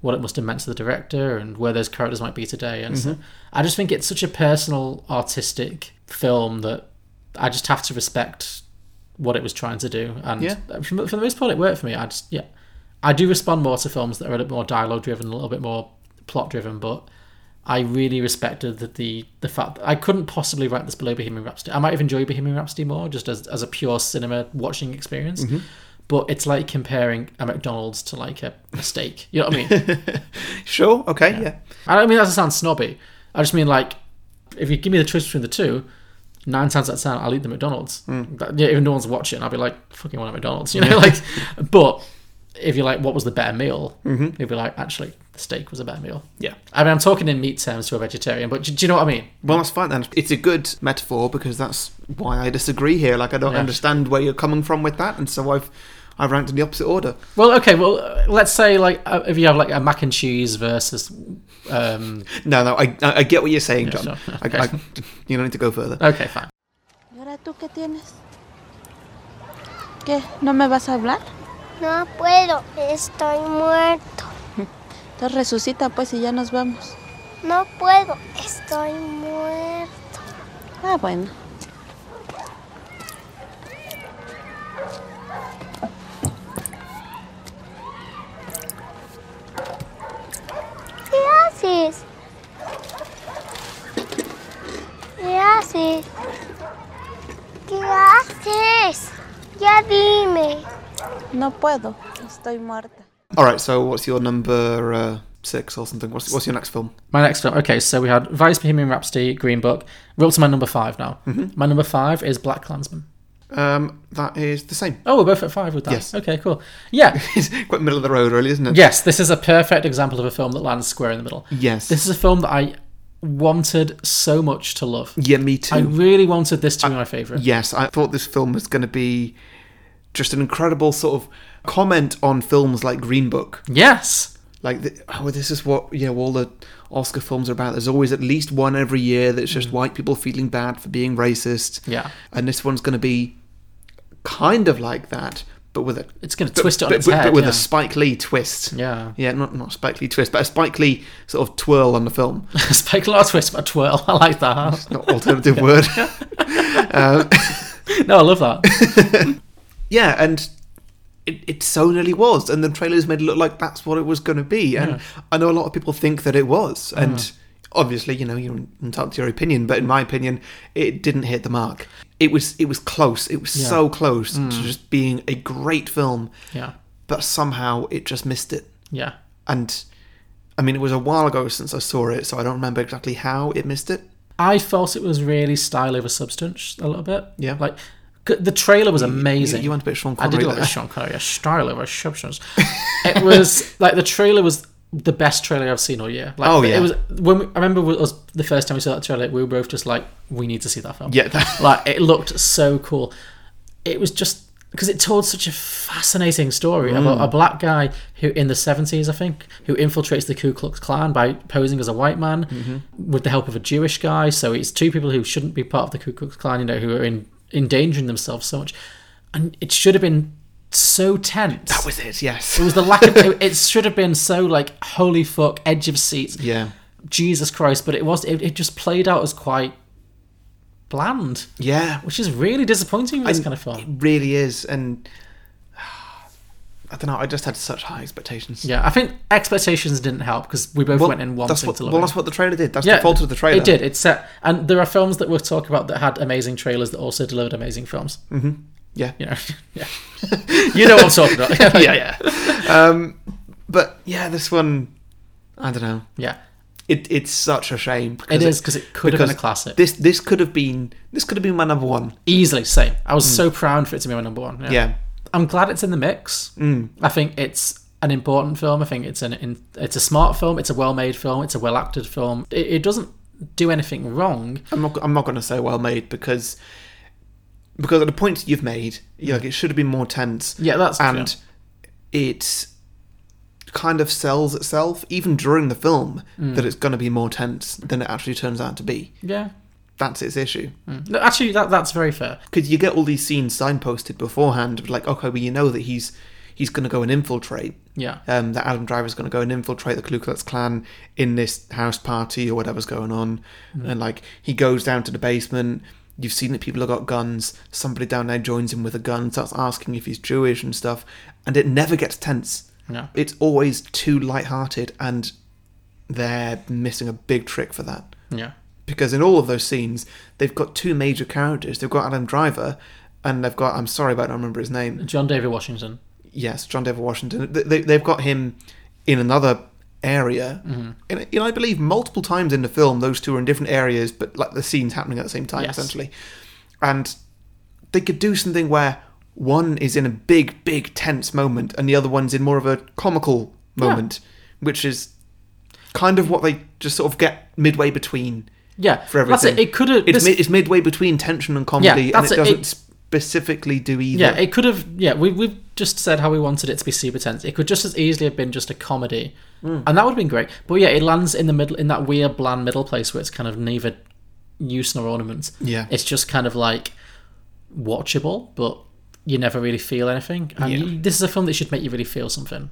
[SPEAKER 2] what it must have meant to the director and where those characters might be today. And so I just think it's such a personal, artistic film that I just have to respect what it was trying to do. And
[SPEAKER 1] Yeah.
[SPEAKER 2] for for the most part, it worked for me. I just, yeah. I do respond more to films that are a bit more dialogue driven, a little bit more plot driven, but I really respected the, the the fact that I couldn't possibly rank this below Bohemian Rhapsody. I might have enjoyed Bohemian Rhapsody more, just as, as a pure cinema watching experience. But it's like comparing a McDonald's to like a, a steak. You know what I mean?
[SPEAKER 1] Sure. Okay. Yeah.
[SPEAKER 2] I don't mean that to sound snobby. I just mean like, if you give me the choice between the two, nine times out of ten I'll eat the McDonald's. That- yeah, if no one's watching, I'll be like, fucking want a McDonald's, you know? Like, but if you're like, what was the better meal? Mm-hmm. You'll be like, actually, the steak was a better meal.
[SPEAKER 1] Yeah.
[SPEAKER 2] I mean, I'm talking in meat terms to a vegetarian, but do, do you know what I mean?
[SPEAKER 1] Well, that's fine then. It's a good metaphor because that's why I disagree here. Like I don't
[SPEAKER 2] Yeah.
[SPEAKER 1] understand where you're coming from with that, and so I've I ranked in the opposite order.
[SPEAKER 2] Well, okay, well, uh, let's say like uh, if you have like a mac and cheese versus, um,
[SPEAKER 1] No, no, I I I get what you're saying, John.
[SPEAKER 2] sure.
[SPEAKER 1] I,
[SPEAKER 2] Okay.
[SPEAKER 1] I, you don't need to go further.
[SPEAKER 2] okay, fine.
[SPEAKER 7] ¿Y ahora tú qué tienes? ¿Qué? ¿No me vas a hablar?
[SPEAKER 10] No puedo, estoy muerto.
[SPEAKER 7] Entonces resucita pues y ya nos vamos.
[SPEAKER 10] No puedo, estoy muerto.
[SPEAKER 7] Ah, bueno.
[SPEAKER 10] ¿Qué haces? ¿Qué haces? ¿Qué haces? Ya dime.
[SPEAKER 7] No puedo. Estoy muerta.
[SPEAKER 1] All right. So what's your number uh, six or something? What's what's your next film?
[SPEAKER 2] My next film. Okay, so we had Vice, Bohemian Rhapsody, Green Book. We're up to my number five now.
[SPEAKER 1] Mm-hmm.
[SPEAKER 2] My number five is Black Klansman.
[SPEAKER 1] Um, that is the same.
[SPEAKER 2] Oh, we're both at five with that.
[SPEAKER 1] Yes.
[SPEAKER 2] Okay, cool. Yeah.
[SPEAKER 1] It's quite middle of the road, really, isn't it?
[SPEAKER 2] yes, this is a perfect example of a film that lands square in the middle.
[SPEAKER 1] Yes.
[SPEAKER 2] This is a film that I wanted so much to love.
[SPEAKER 1] Yeah, me too.
[SPEAKER 2] I really wanted this to be my favourite.
[SPEAKER 1] Yes, I thought this film was going to be just an incredible sort of comment on films like Green Book.
[SPEAKER 2] Yes.
[SPEAKER 1] Like, the, oh, this is what you know all the Oscar films are about. There's always at least one every year that's just white people feeling bad for being racist.
[SPEAKER 2] Mm. Yeah.
[SPEAKER 1] and this one's going to be kind of like that, but with a
[SPEAKER 2] It's going to
[SPEAKER 1] but-
[SPEAKER 2] twist it on
[SPEAKER 1] but,
[SPEAKER 2] its
[SPEAKER 1] but-
[SPEAKER 2] head.
[SPEAKER 1] but with
[SPEAKER 2] yeah.
[SPEAKER 1] a Spike Lee twist.
[SPEAKER 2] Yeah.
[SPEAKER 1] yeah, not not Spike Lee twist, but a Spike Lee sort of twirl on the film.
[SPEAKER 2] Spike Lee twist, but twirl. I like that.
[SPEAKER 1] Not alternative word.
[SPEAKER 2] No, I love that.
[SPEAKER 1] yeah, and it, it so nearly was, and the trailers made it look like that's what it was going to be, and I know a lot of people think that it was,
[SPEAKER 2] Uh-huh.
[SPEAKER 1] and obviously, you know, you're entitled to your opinion, but in my opinion, it didn't hit the mark. It was it was close. It was so close
[SPEAKER 2] Mm.
[SPEAKER 1] to just being a great film,
[SPEAKER 2] Yeah.
[SPEAKER 1] but somehow it just missed it,
[SPEAKER 2] Yeah.
[SPEAKER 1] and. I mean, it was a while ago since I saw it, so I don't remember exactly how it missed it.
[SPEAKER 2] I felt it was really style over substance a little bit.
[SPEAKER 1] Yeah.
[SPEAKER 2] Like, c- the trailer was amazing.
[SPEAKER 1] You, you went a bit Sean
[SPEAKER 2] I
[SPEAKER 1] Connery
[SPEAKER 2] did
[SPEAKER 1] there.
[SPEAKER 2] like a Sean Connery, a style of receptions. It was like the trailer was the best trailer I've seen all year. Like,
[SPEAKER 1] Oh, yeah.
[SPEAKER 2] it was when we, I remember it was the first time we saw that trailer. We were both just like, we need to see that film.
[SPEAKER 1] Yeah, that-
[SPEAKER 2] like it looked so cool. It was just because it told such a fascinating story
[SPEAKER 1] Mm.
[SPEAKER 2] about a black guy who, in the seventies, I think, who infiltrates the Ku Klux Klan by posing as a white man
[SPEAKER 1] Mm-hmm.
[SPEAKER 2] with the help of a Jewish guy. So it's two people who shouldn't be part of the Ku Klux Klan, you know, who are in, endangering themselves so much, and it should have been so tense.
[SPEAKER 1] That was it, yes.
[SPEAKER 2] It was the lack of. it- It should have been so like holy fuck, edge of seat.
[SPEAKER 1] yeah.
[SPEAKER 2] Jesus Christ! But it was. It, it just played out as quite bland,
[SPEAKER 1] Yeah.
[SPEAKER 2] which is really disappointing with this kind of
[SPEAKER 1] It
[SPEAKER 2] film.
[SPEAKER 1] really is, and I don't know. I just had such high expectations.
[SPEAKER 2] Yeah, I think expectations didn't help because we both
[SPEAKER 1] Well,
[SPEAKER 2] went in wanting
[SPEAKER 1] that's what,
[SPEAKER 2] to love
[SPEAKER 1] well,
[SPEAKER 2] it.
[SPEAKER 1] that's what the trailer did. That's the fault of the trailer.
[SPEAKER 2] It did. It set, and there are films that we'll talk about that had amazing trailers that also delivered amazing films.
[SPEAKER 1] hmm Yeah.
[SPEAKER 2] You know, yeah. you know what I'm talking about.
[SPEAKER 1] yeah, yeah. Um, but yeah, this one, I don't know.
[SPEAKER 2] Yeah.
[SPEAKER 1] It, it's such a shame.
[SPEAKER 2] It is, 'cause it could have been a
[SPEAKER 1] because
[SPEAKER 2] classic.
[SPEAKER 1] This this could have been this could have been my number one.
[SPEAKER 2] Easily, same. I was
[SPEAKER 1] Mm.
[SPEAKER 2] so proud for it to be my number one.
[SPEAKER 1] Yeah.
[SPEAKER 2] I'm glad it's in the mix.
[SPEAKER 1] Mm.
[SPEAKER 2] I think it's an important film. I think it's an in, it's a smart film. It's a well made film. It's a well acted film. It, it doesn't do anything wrong.
[SPEAKER 1] I'm not I'm not going to say well made because because at the points you've made, you like it should have been more tense.
[SPEAKER 2] Yeah, that's
[SPEAKER 1] and it kind of sells itself even during the film
[SPEAKER 2] Mm.
[SPEAKER 1] that it's going to be more tense than it actually turns out to be.
[SPEAKER 2] Yeah.
[SPEAKER 1] That's its issue.
[SPEAKER 2] Mm. No, actually, that that's very fair.
[SPEAKER 1] because you get all these scenes signposted beforehand of like okay well you know that he's he's going to go and infiltrate
[SPEAKER 2] Yeah.
[SPEAKER 1] um, that adam driver's going to go and infiltrate the ku klux klan in this house party or whatever's going on
[SPEAKER 2] Mm.
[SPEAKER 1] and like he goes down to the basement you've seen that people have got guns somebody down there joins him with a gun starts asking if he's jewish and stuff and it never gets tense
[SPEAKER 2] No.
[SPEAKER 1] it's always too light-hearted and they're missing a big trick for that
[SPEAKER 2] Yeah.
[SPEAKER 1] because in all of those scenes they've got two major characters they've got adam driver and they've got i'm sorry but i don't remember his name
[SPEAKER 2] John David Washington.
[SPEAKER 1] yes john david washington They- they, they've got him in another area
[SPEAKER 2] Mhm.
[SPEAKER 1] and you know, i believe multiple times in the film those two are in different areas but like the scenes happening at the same time
[SPEAKER 2] Yes.
[SPEAKER 1] essentially and they could do something where one is in a big big tense moment and the other one's in more of a comical moment which is kind of what they just sort of get midway between
[SPEAKER 2] Yeah.
[SPEAKER 1] for everything.
[SPEAKER 2] That's it. It could have.
[SPEAKER 1] It's, mid, it's midway between tension and comedy, and
[SPEAKER 2] that's
[SPEAKER 1] it
[SPEAKER 2] it.
[SPEAKER 1] doesn't
[SPEAKER 2] It-
[SPEAKER 1] specifically do either.
[SPEAKER 2] Yeah, it could have. Yeah, we we've just said how we wanted it to be super tense. It could just as easily have been just a comedy,
[SPEAKER 1] Mm.
[SPEAKER 2] and that would have been great. But yeah, it lands in the middle in that weird bland middle place where it's kind of neither use nor ornament.
[SPEAKER 1] Yeah.
[SPEAKER 2] it's just kind of like watchable, but you never really feel anything. And
[SPEAKER 1] Yeah.
[SPEAKER 2] you- this is a film that should make you really feel something.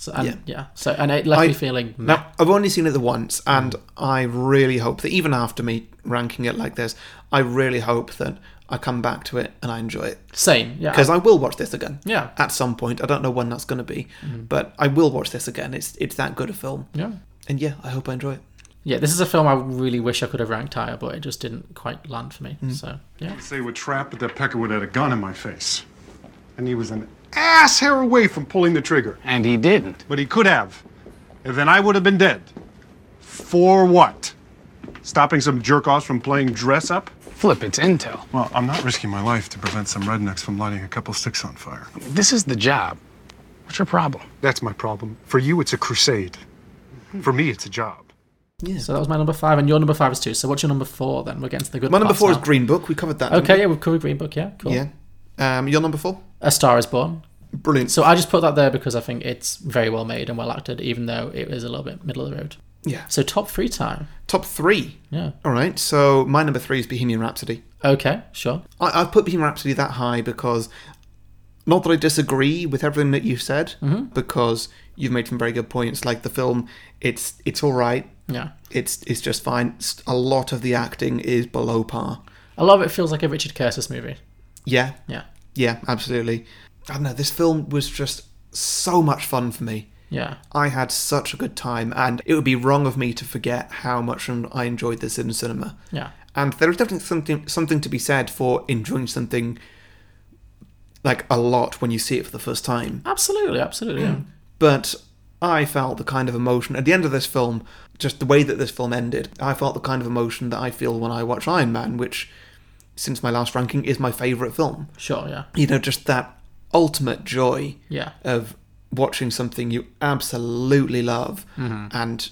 [SPEAKER 2] So and,
[SPEAKER 1] Yeah.
[SPEAKER 2] yeah. So and it left
[SPEAKER 1] I-
[SPEAKER 2] me feeling. meh.
[SPEAKER 1] Now, I've only seen it the once, and I really hope that even after me ranking it like this, I really hope that I come back to it and I enjoy it.
[SPEAKER 2] Same. Yeah.
[SPEAKER 1] Because I will watch this again.
[SPEAKER 2] Yeah. Mm-hmm.
[SPEAKER 1] At some point. I don't know when that's going to be, but I will watch this again. It's it's that good a film.
[SPEAKER 2] yeah.
[SPEAKER 1] And yeah, I hope I enjoy it.
[SPEAKER 2] Yeah, this is a film I really wish I could have ranked higher, but it just didn't quite land for
[SPEAKER 1] Hmm.
[SPEAKER 2] me. So yeah.
[SPEAKER 11] They were trapped, but that Peckerwood had a gun in my face. And he was an ass hair away from pulling the trigger. And he didn't. But he could have. And then I would have been dead. For what? Stopping some jerk offs from playing dress up? Flip, it's intel. Well, I'm not risking my life to prevent some rednecks from lighting a couple sticks on fire. This is the job. What's your problem? That's my problem. For you, it's a crusade. For me, it's a job.
[SPEAKER 1] Yeah.
[SPEAKER 2] So that was my number five, and your number five is two. So what's your number four then? We're getting to the good.
[SPEAKER 1] My number
[SPEAKER 2] parts
[SPEAKER 1] four is
[SPEAKER 2] now.
[SPEAKER 1] Green Book. We covered that.
[SPEAKER 2] Okay, yeah, we've covered Green Book. Yeah, cool.
[SPEAKER 1] Yeah. Um, your number four?
[SPEAKER 2] A Star is Born.
[SPEAKER 1] Brilliant.
[SPEAKER 2] So I just put that there because I think it's very well made and well acted, even though it was a little bit middle of the road.
[SPEAKER 1] Yeah.
[SPEAKER 2] So top three time.
[SPEAKER 1] Top three.
[SPEAKER 2] Yeah.
[SPEAKER 1] All right. So my number three is Bohemian Rhapsody.
[SPEAKER 2] Okay, sure.
[SPEAKER 1] I, I've put Bohemian Rhapsody that high because, not that I disagree with everything that you've said,
[SPEAKER 2] Mhm.
[SPEAKER 1] because you've made some very good points. Like the film, it's it's all right.
[SPEAKER 2] Yeah.
[SPEAKER 1] It's it's just fine. S- A lot of the acting is below par.
[SPEAKER 2] A lot of it feels like a Richard Curtis movie.
[SPEAKER 1] Yeah,
[SPEAKER 2] Yeah.
[SPEAKER 1] yeah, absolutely. I don't know. This film was just so much fun for me.
[SPEAKER 2] Yeah.
[SPEAKER 1] I had such a good time, and it would be wrong of me to forget how much I enjoyed this in cinema.
[SPEAKER 2] Yeah.
[SPEAKER 1] And there is definitely something something to be said for enjoying something like a lot when you see it for the first time.
[SPEAKER 2] Absolutely, absolutely. Yeah.
[SPEAKER 1] Hmm. But I felt the kind of emotion at the end of this film, just the way that this film ended. I felt the kind of emotion that I feel when I watch Iron Man, which, since my last ranking, is my favorite film.
[SPEAKER 2] Sure, yeah.
[SPEAKER 1] You know, just that ultimate joy
[SPEAKER 2] Yeah.
[SPEAKER 1] of watching something you absolutely love and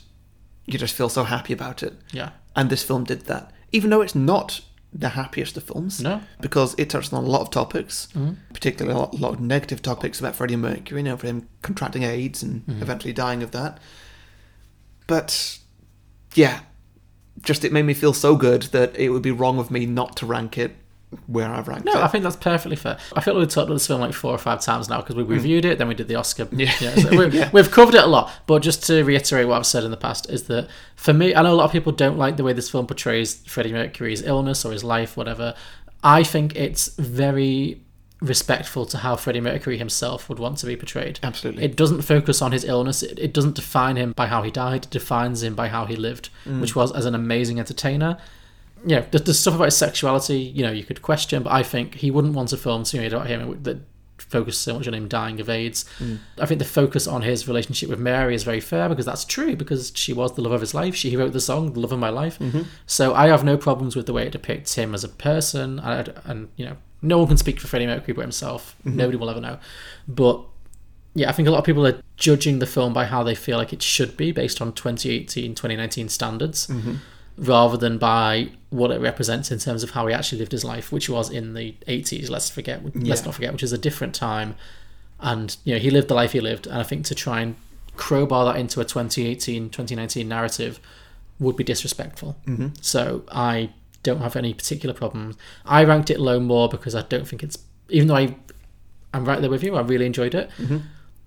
[SPEAKER 1] you just feel so happy about it.
[SPEAKER 2] Mm-hmm. Yeah.
[SPEAKER 1] And this film did that. Even though it's not the happiest of films.
[SPEAKER 2] No.
[SPEAKER 1] Because it touched on a lot of topics,
[SPEAKER 2] Mhm.
[SPEAKER 1] particularly a lot, lot of negative topics about Freddie Mercury, you know, for him contracting AIDS and
[SPEAKER 2] Mm-hmm.
[SPEAKER 1] eventually dying of that. But yeah, just it made me feel so good that it would be wrong of me not to rank it where I've ranked
[SPEAKER 2] No,
[SPEAKER 1] it.
[SPEAKER 2] I think that's perfectly fair. I feel like we've talked about this film like four or five times now because we reviewed it, then we did the Oscar. Yeah. so we've,
[SPEAKER 1] Hmm. Yeah.
[SPEAKER 2] we've covered it a lot. But just to reiterate what I've said in the past is that for me, I know a lot of people don't like the way this film portrays Freddie Mercury's illness or his life, whatever. I think it's very respectful to how Freddie Mercury himself would want to be portrayed.
[SPEAKER 1] Absolutely.
[SPEAKER 2] It doesn't focus on his illness, it, it doesn't define him by how he died, it defines him by how he lived,
[SPEAKER 1] Mm.
[SPEAKER 2] which was as an amazing entertainer. Yeah, there's, there's stuff about his sexuality, you know, you could question, but I think he wouldn't want a film to be made about him that focused so much on him dying of AIDS.
[SPEAKER 12] Mm.
[SPEAKER 2] I think the focus on his relationship with Mary is very fair because that's true, because she was the love of his life. She wrote the song, The Love of My Life.
[SPEAKER 12] Mhm.
[SPEAKER 2] So I have no problems with the way it depicts him as a person, and, and you know, no one can speak for Freddie Mercury but himself.
[SPEAKER 12] Mhm.
[SPEAKER 2] Nobody will ever know. But yeah, I think a lot of people are judging the film by how they feel like it should be based on 2018, 2019 standards,
[SPEAKER 12] Mhm.
[SPEAKER 2] rather than by what it represents in terms of how he actually lived his life, which was in the 80s. Let's forget. Let's
[SPEAKER 12] Yeah.
[SPEAKER 2] not forget, which is a different time. And you know, he lived the life he lived, and I think to try and crowbar that into a 2018, 2019 narrative would be disrespectful.
[SPEAKER 1] Mm-hmm.
[SPEAKER 12] Mhm.
[SPEAKER 2] So I don't have any particular problems. I ranked it low more because I don't think it's even though I I'm right there with you. I really enjoyed it.
[SPEAKER 1] Mm-hmm.
[SPEAKER 12] Mhm.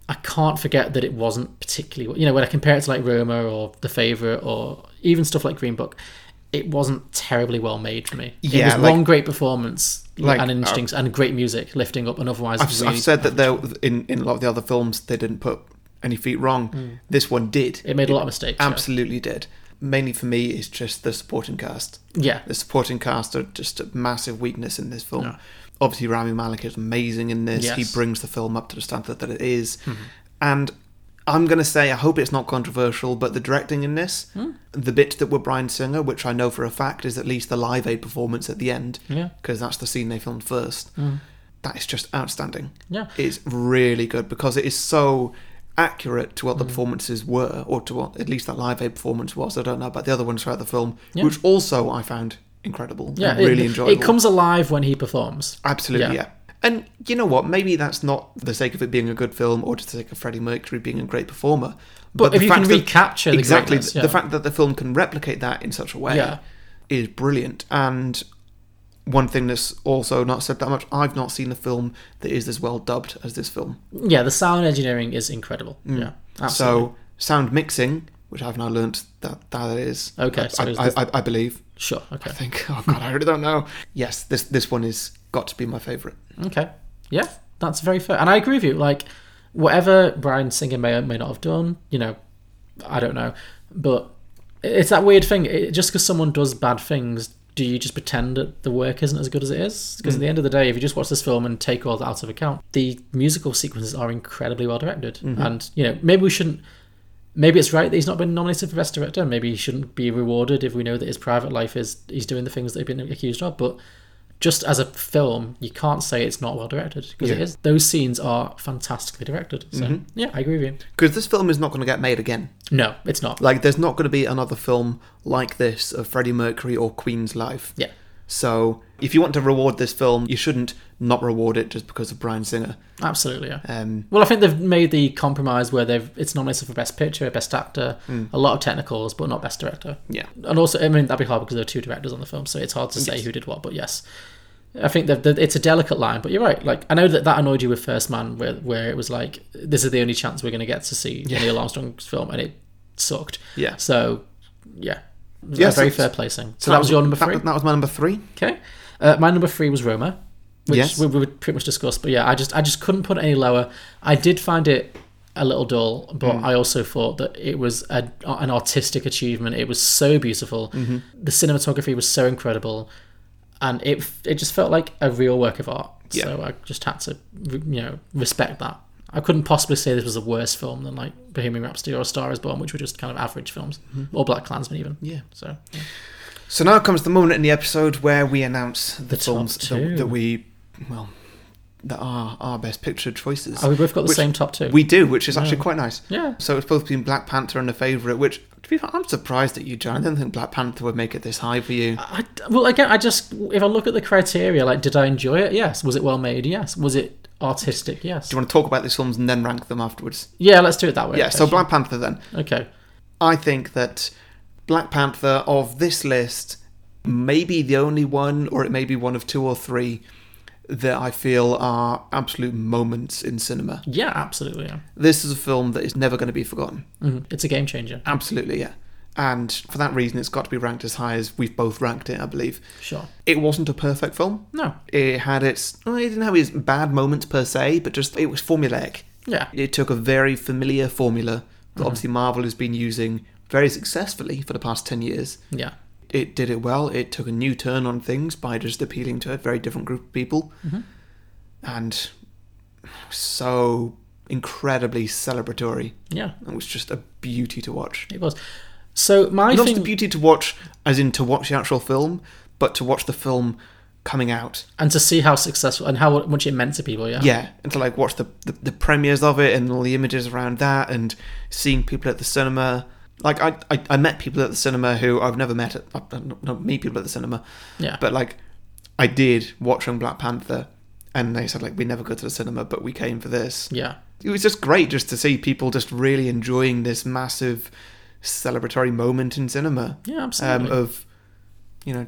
[SPEAKER 2] I can't forget that it wasn't particularly you know when I compare it to like Roma or The Favorite or even stuff like Green Book, it wasn't terribly well made for me.
[SPEAKER 1] Yeah,
[SPEAKER 2] it was
[SPEAKER 1] like-
[SPEAKER 2] one great performance
[SPEAKER 1] like,
[SPEAKER 2] and interesting
[SPEAKER 1] uh,
[SPEAKER 2] and great music lifting up and otherwise
[SPEAKER 1] I've,
[SPEAKER 2] really
[SPEAKER 1] I've said that there in in a lot of the other films they didn't put any feet wrong.
[SPEAKER 2] Mm.
[SPEAKER 1] This one did.
[SPEAKER 2] It made a lot of mistakes, yeah.
[SPEAKER 1] Absolutely did. Mainly for me, it's just the supporting cast.
[SPEAKER 2] Yeah.
[SPEAKER 1] the supporting cast are just a massive weakness in this film.
[SPEAKER 2] Yeah.
[SPEAKER 1] Obviously, Rami Malek is amazing in this. He
[SPEAKER 2] Yes.
[SPEAKER 1] brings the film up to the standard that it is.
[SPEAKER 2] Mhm.
[SPEAKER 1] and. I'm gonna say I hope it's not controversial, but the directing in this,
[SPEAKER 2] Mm.
[SPEAKER 1] the bits that were Brian Singer, which I know for a fact is at least the Live Aid performance at the end,
[SPEAKER 2] Yeah.
[SPEAKER 1] because that's the scene they filmed first
[SPEAKER 2] Mm.
[SPEAKER 1] that is just outstanding.
[SPEAKER 2] Yeah.
[SPEAKER 1] It's really good because it is so accurate to what the
[SPEAKER 2] Mm.
[SPEAKER 1] performances were, or to what at least that Live Aid performance was. I don't know about the other ones throughout the film,
[SPEAKER 2] Yeah.
[SPEAKER 1] which also I found incredible.
[SPEAKER 2] yeah,
[SPEAKER 1] and really
[SPEAKER 2] it,
[SPEAKER 1] enjoyable.
[SPEAKER 2] It comes alive when he performs.
[SPEAKER 1] Absolutely,
[SPEAKER 2] Yeah.
[SPEAKER 1] yeah. And you know what? Maybe that's not the sake of it being a good film or just the sake of Freddie Mercury being a great performer.
[SPEAKER 2] But if
[SPEAKER 1] the
[SPEAKER 2] you can
[SPEAKER 1] fact that-
[SPEAKER 2] recapture the
[SPEAKER 1] exactly
[SPEAKER 2] greatness,
[SPEAKER 1] the
[SPEAKER 2] yeah.
[SPEAKER 1] fact that the film can replicate that in such a way
[SPEAKER 2] Yeah.
[SPEAKER 1] is brilliant. And one thing that's also not said that much: I've not seen a film that is as well dubbed as this film.
[SPEAKER 2] Yeah, the sound engineering is incredible.
[SPEAKER 1] Mm.
[SPEAKER 2] Yeah, absolutely.
[SPEAKER 1] So sound mixing, which I've now learnt that that is
[SPEAKER 2] Okay,
[SPEAKER 1] I,
[SPEAKER 2] so is
[SPEAKER 1] I,
[SPEAKER 2] this-
[SPEAKER 1] I, I believe.
[SPEAKER 2] Sure. Okay.
[SPEAKER 1] I think. Oh God, I really don't know. Yes, this this one is got to be my favourite.
[SPEAKER 2] Okay. Yeah, that's very fair. And I agree with you. Like, whatever Brian Singer may or may not have done, you know, I don't know. But it's that weird thing. It, just because someone does bad things, do you just pretend that the work isn't as good as it is? Because at
[SPEAKER 12] Mm.
[SPEAKER 2] the end of the day, if you just watch this film and take all that out of account, the musical sequences are incredibly well directed.
[SPEAKER 12] Mhm.
[SPEAKER 2] And, you know, maybe we shouldn't. Maybe it's right that he's not been nominated for Best Director. Maybe he shouldn't be rewarded if we know that his private life is he's doing the things that he's been accused of. But just as a film, you can't say it's not well directed because it
[SPEAKER 1] Yeah.
[SPEAKER 2] is. Those scenes are fantastically directed. So
[SPEAKER 1] Mhm.
[SPEAKER 2] yeah, I agree with you.
[SPEAKER 1] Because this film is not going to get made again.
[SPEAKER 2] No, it's not.
[SPEAKER 1] Like, there's not going to be another film like this of Freddie Mercury or Queen's life.
[SPEAKER 2] Yeah.
[SPEAKER 1] So, if you want to reward this film, you shouldn't not reward it just because of Brian Singer.
[SPEAKER 2] Absolutely, yeah.
[SPEAKER 1] Um,
[SPEAKER 2] Well, I think they've made the compromise where they've it's nominated for best picture, best actor,
[SPEAKER 1] Mm.
[SPEAKER 2] a lot of technicals, but not best director.
[SPEAKER 1] Yeah.
[SPEAKER 2] and also I mean that'd be hard because there are two directors on the film, so it's hard to say
[SPEAKER 1] Yes.
[SPEAKER 2] who did what. But yes, I think that, that it's a delicate line. But you're right. Like I know that that annoyed you with First Man, where where it was like this is the only chance we're going to get to see
[SPEAKER 1] Yeah.
[SPEAKER 2] Neil Armstrong's film, and it sucked.
[SPEAKER 1] Yeah.
[SPEAKER 2] So yeah, yeah,
[SPEAKER 1] Yeah,
[SPEAKER 2] very
[SPEAKER 1] so-
[SPEAKER 2] fair placing.
[SPEAKER 1] so
[SPEAKER 2] So that,
[SPEAKER 1] that
[SPEAKER 2] was
[SPEAKER 1] was-
[SPEAKER 2] your number
[SPEAKER 1] that
[SPEAKER 2] three.
[SPEAKER 1] was- that was my number three.
[SPEAKER 2] Okay, uh, my number three was Roma, which
[SPEAKER 1] Yes.
[SPEAKER 2] we, we would pretty much discussed. But yeah, I just I just couldn't put it any lower. I did find it a little dull, but
[SPEAKER 12] Mm.
[SPEAKER 2] I also thought that it was a, an artistic achievement. It was so beautiful.
[SPEAKER 1] Mm-hmm.
[SPEAKER 12] Mhm.
[SPEAKER 2] The cinematography was so incredible, and it it just felt like a real work of art.
[SPEAKER 12] Yeah.
[SPEAKER 2] So I just had to you know respect that. I couldn't possibly say this was a worse film than like Bohemian Rhapsody or A Star Is Born, which were just kind of average films,
[SPEAKER 1] Mhm.
[SPEAKER 2] or Black Klansman even.
[SPEAKER 1] Yeah.
[SPEAKER 2] So yeah.
[SPEAKER 1] So, now comes the moment in the episode where we announce the,
[SPEAKER 2] The top
[SPEAKER 1] films
[SPEAKER 2] two.
[SPEAKER 1] that, that we, well, that are our best picture choices.
[SPEAKER 2] Oh, we both got the
[SPEAKER 1] which
[SPEAKER 2] same top two.
[SPEAKER 1] We do, which is
[SPEAKER 2] Yeah.
[SPEAKER 1] actually quite nice.
[SPEAKER 2] Yeah.
[SPEAKER 1] So, it's both been Black Panther and The Favourite, which, to be fair, I'm surprised at you, John. I didn't think Black Panther would make it this high for you.
[SPEAKER 2] I, well, again, I just if I look at the criteria, like, did I enjoy it? Yes. Was it well made? Yes. Was it artistic? Yes.
[SPEAKER 1] Do you want to talk about these films and then rank them afterwards?
[SPEAKER 2] Yeah, let's do it that way.
[SPEAKER 1] Yeah, so
[SPEAKER 2] actually.
[SPEAKER 1] Black Panther then.
[SPEAKER 2] Okay.
[SPEAKER 1] I think that Black Panther of this list may be the only one, or it may be one of two or three that I feel are absolute moments in cinema.
[SPEAKER 2] Yeah, absolutely. Yeah.
[SPEAKER 1] This is a film that is never going to be forgotten.
[SPEAKER 2] Mhm. It's a game changer.
[SPEAKER 1] Absolutely, yeah. And for that reason, it's got to be ranked as high as we've both ranked it, I believe.
[SPEAKER 2] Sure.
[SPEAKER 1] It wasn't a perfect film.
[SPEAKER 2] No.
[SPEAKER 1] It had its. well, It didn't have its bad moments per se, but just it was formulaic.
[SPEAKER 2] Yeah.
[SPEAKER 1] It took a very familiar formula that
[SPEAKER 2] Mhm.
[SPEAKER 1] obviously Marvel has been using very successfully for the past 10 years.
[SPEAKER 2] Yeah.
[SPEAKER 1] It did it well. It took a new turn on things by just appealing to a very different group of people.
[SPEAKER 2] Mhm.
[SPEAKER 1] And so incredibly celebratory.
[SPEAKER 2] Yeah.
[SPEAKER 1] It was just a beauty to watch.
[SPEAKER 2] It was. So my
[SPEAKER 1] Not
[SPEAKER 2] thing.
[SPEAKER 1] just a beauty to watch, as in to watch the actual film, but to watch the film coming out.
[SPEAKER 2] and to see how successful and how much it meant to people. Yeah.
[SPEAKER 1] Yeah, and to like watch the, the the premieres of it and all the images around that, and seeing people at the cinema. Like I, I, I met people at the cinema who I've never met at I- I- not, not meet people at the cinema.
[SPEAKER 2] Yeah.
[SPEAKER 1] But like, I did watching Black Panther, and they said like we never go to the cinema, but we came for this.
[SPEAKER 2] Yeah.
[SPEAKER 1] It was just great just to see people just really enjoying this massive celebratory moment in cinema.
[SPEAKER 2] Yeah, absolutely.
[SPEAKER 1] Um, of you know,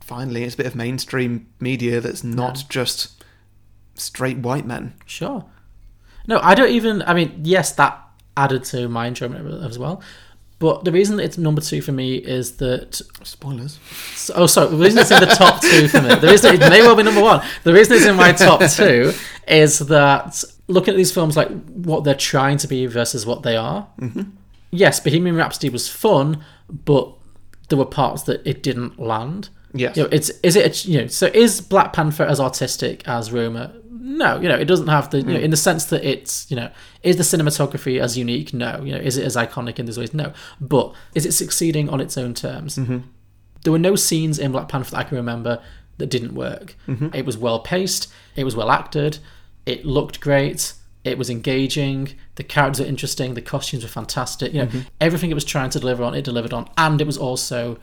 [SPEAKER 1] finally it's a bit of mainstream media that's not just straight white men.
[SPEAKER 2] Sure. No, I don't even. I mean, yes, that added to my enjoyment of it as well. But the reason it's number two for me is that
[SPEAKER 1] spoilers.
[SPEAKER 2] oh, sorry. The reason it's in the top two for me. The reason it may well be number one. The reason it's in my top two is that looking at these films, like what they're trying to be versus what they are.
[SPEAKER 1] Mhm.
[SPEAKER 2] Yes, Bohemian Rhapsody was fun, but there were parts that it didn't land.
[SPEAKER 1] Yes.
[SPEAKER 2] You know, it's is it a, you know so is Black Panther as artistic as Roma? No, you know it doesn't have the you know,
[SPEAKER 1] Mm.
[SPEAKER 2] in the sense that it's you know is the cinematography as unique? No, you know is it as iconic in those ways? No, but is it succeeding on its own terms?
[SPEAKER 1] Mhm.
[SPEAKER 2] There were no scenes in Black Panther that I can remember that didn't work.
[SPEAKER 1] Mhm.
[SPEAKER 2] It was well paced, it was well acted, it looked great, it was engaging, the characters were interesting, the costumes were fantastic. You know,
[SPEAKER 1] Mhm.
[SPEAKER 2] everything it was trying to deliver on, it delivered on, and it was also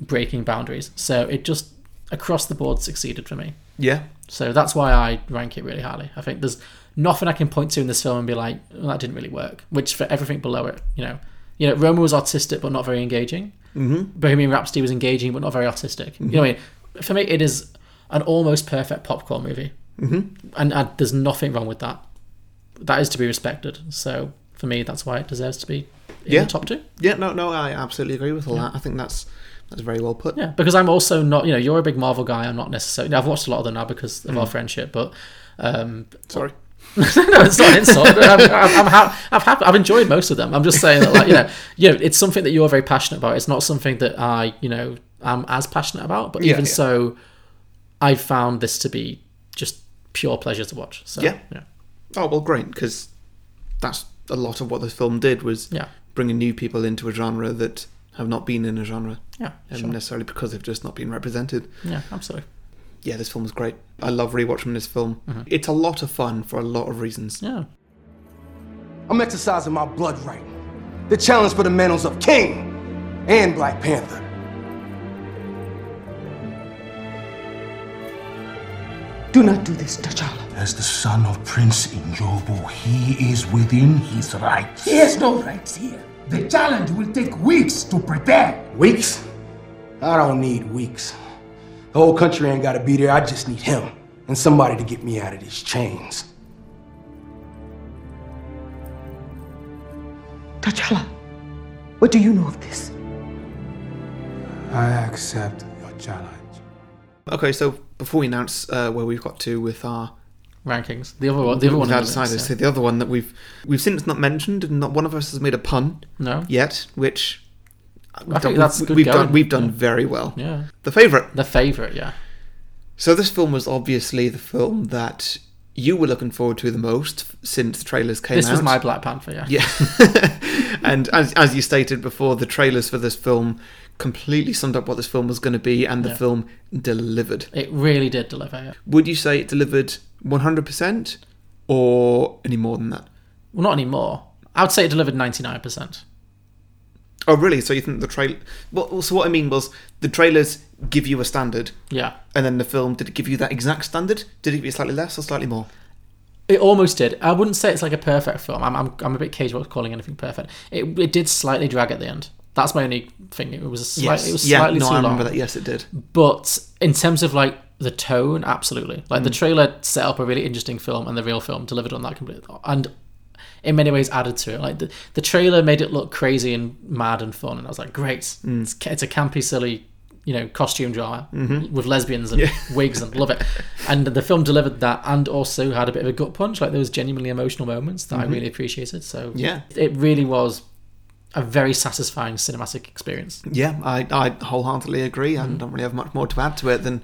[SPEAKER 2] breaking boundaries. So it just across the board succeeded for me.
[SPEAKER 1] Yeah.
[SPEAKER 2] So that's why I rank it really highly. I think there's nothing I can point to in this film and be like, well, that didn't really work. Which for everything below it, you know, you know, Roma was artistic but not very engaging.
[SPEAKER 1] Mhm.
[SPEAKER 2] Bohemian Rhapsody was engaging but not very artistic. You know what I mean? For me, it is an almost perfect popcorn movie,
[SPEAKER 1] Mhm.
[SPEAKER 2] and, and there's nothing wrong with that. That is to be respected. So for me, that's why it deserves to be in
[SPEAKER 1] Yeah.
[SPEAKER 2] the top two.
[SPEAKER 1] Yeah, no, no, I absolutely agree with all
[SPEAKER 2] Yeah.
[SPEAKER 1] that. I think that's that's very well put.
[SPEAKER 2] Yeah, because I'm also not, you know, you're a big Marvel guy. I'm not necessarily. I've watched a lot of them now because of our
[SPEAKER 1] Mm.
[SPEAKER 2] friendship, but um,
[SPEAKER 1] sorry.
[SPEAKER 2] no, it's not an insult. I'm, I'm, I'm ha- I've, hap- I've enjoyed most of them. I'm just saying that, like, you know, you know, it's something that you're very passionate about. It's not something that I, you know, am as passionate about. But
[SPEAKER 1] Yeah,
[SPEAKER 2] even
[SPEAKER 1] yeah.
[SPEAKER 2] so, I found this to be just pure pleasure to watch. So
[SPEAKER 1] Yeah. Oh well, great because that's a lot of what this film did was
[SPEAKER 2] Yeah.
[SPEAKER 1] bringing new people into a genre that have not been in a genre.
[SPEAKER 2] Yeah,
[SPEAKER 1] um,
[SPEAKER 2] sure.
[SPEAKER 1] necessarily because they've just not been represented.
[SPEAKER 2] yeah, absolutely.
[SPEAKER 1] Yeah, this film was great. I love rewatching this film.
[SPEAKER 2] Mhm.
[SPEAKER 1] It's a lot of fun for a lot of reasons.
[SPEAKER 2] Yeah.
[SPEAKER 12] I'm exercising my blood right. The challenge for the mantles of King and Black Panther. Do not do this, T'Challa.
[SPEAKER 13] As the son of Prince Injobu, he is within his rights.
[SPEAKER 12] He has no rights here. The challenge will take weeks to prepare. Weeks? I don't need weeks. The whole country ain't gotta be there. I just need him and somebody to get me out of these chains.
[SPEAKER 7] T'Challa, what do you know of this?
[SPEAKER 12] I accept your challenge.
[SPEAKER 1] Okay, so before we announce uh, where we've got to with our
[SPEAKER 2] Rankings. The other one- the other
[SPEAKER 1] I
[SPEAKER 2] one in the
[SPEAKER 1] decided
[SPEAKER 2] mix,
[SPEAKER 1] to say
[SPEAKER 2] yeah.
[SPEAKER 1] the other one that we've we've since not mentioned, and not one of us has made a pun.
[SPEAKER 2] No.
[SPEAKER 1] Yet, which we've
[SPEAKER 2] think
[SPEAKER 1] done-
[SPEAKER 2] that's
[SPEAKER 1] we've,
[SPEAKER 2] good
[SPEAKER 1] we've
[SPEAKER 2] going.
[SPEAKER 1] done. We've done
[SPEAKER 2] Yeah.
[SPEAKER 1] very well.
[SPEAKER 2] Yeah.
[SPEAKER 1] The favorite.
[SPEAKER 2] The favorite. Yeah.
[SPEAKER 1] So this film was obviously the film that you were looking forward to the most since trailers came
[SPEAKER 2] This
[SPEAKER 1] out.
[SPEAKER 2] was my Black Panther, yeah.
[SPEAKER 1] Yeah. and as as you stated before, the trailers for this film completely summed up what this film was going to be, and the
[SPEAKER 2] Yeah.
[SPEAKER 1] film delivered.
[SPEAKER 2] It really did deliver. Yeah.
[SPEAKER 1] Would you say it delivered one hundred percent, or any more than that?
[SPEAKER 2] Well, not anymore. I would say it delivered 99%.
[SPEAKER 1] Oh, really? So you think the trailer? Well, so what I mean was the trailers give you a standard.
[SPEAKER 2] Yeah.
[SPEAKER 1] And then the film did it give you that exact standard? Did it give you slightly less or slightly more?
[SPEAKER 2] It almost did. I wouldn't say it's like a perfect film. I'm, I'm, I'm a bit cagey about calling anything perfect. It, it did slightly drag at the end. That's my only thing. It was a slightly,
[SPEAKER 1] Yes.
[SPEAKER 2] it was
[SPEAKER 1] Yeah,
[SPEAKER 2] slightly
[SPEAKER 1] no,
[SPEAKER 2] too
[SPEAKER 1] I remember
[SPEAKER 2] long.
[SPEAKER 1] that. Yes, it did.
[SPEAKER 2] But in terms of like the tone, absolutely. Like the
[SPEAKER 1] Mm.
[SPEAKER 2] trailer set up a really interesting film, and the real film delivered on that completely. And in many ways added to it. Like the, the trailer made it look crazy and mad and fun, and I was like, great,
[SPEAKER 1] Mm.
[SPEAKER 2] it's, ca- it's a campy, silly, you know, costume drama
[SPEAKER 1] Mhm.
[SPEAKER 2] with lesbians and
[SPEAKER 1] Yeah.
[SPEAKER 2] wigs and love it. And the film delivered that, and also had a bit of a gut punch. Like there was genuinely emotional moments that I
[SPEAKER 1] Mhm.
[SPEAKER 2] really appreciated. So
[SPEAKER 1] Yeah.
[SPEAKER 2] it really was a very satisfying cinematic experience.
[SPEAKER 1] Yeah, I, I wholeheartedly agree.
[SPEAKER 2] Mm-hmm.
[SPEAKER 1] I don't really have much more to add to it than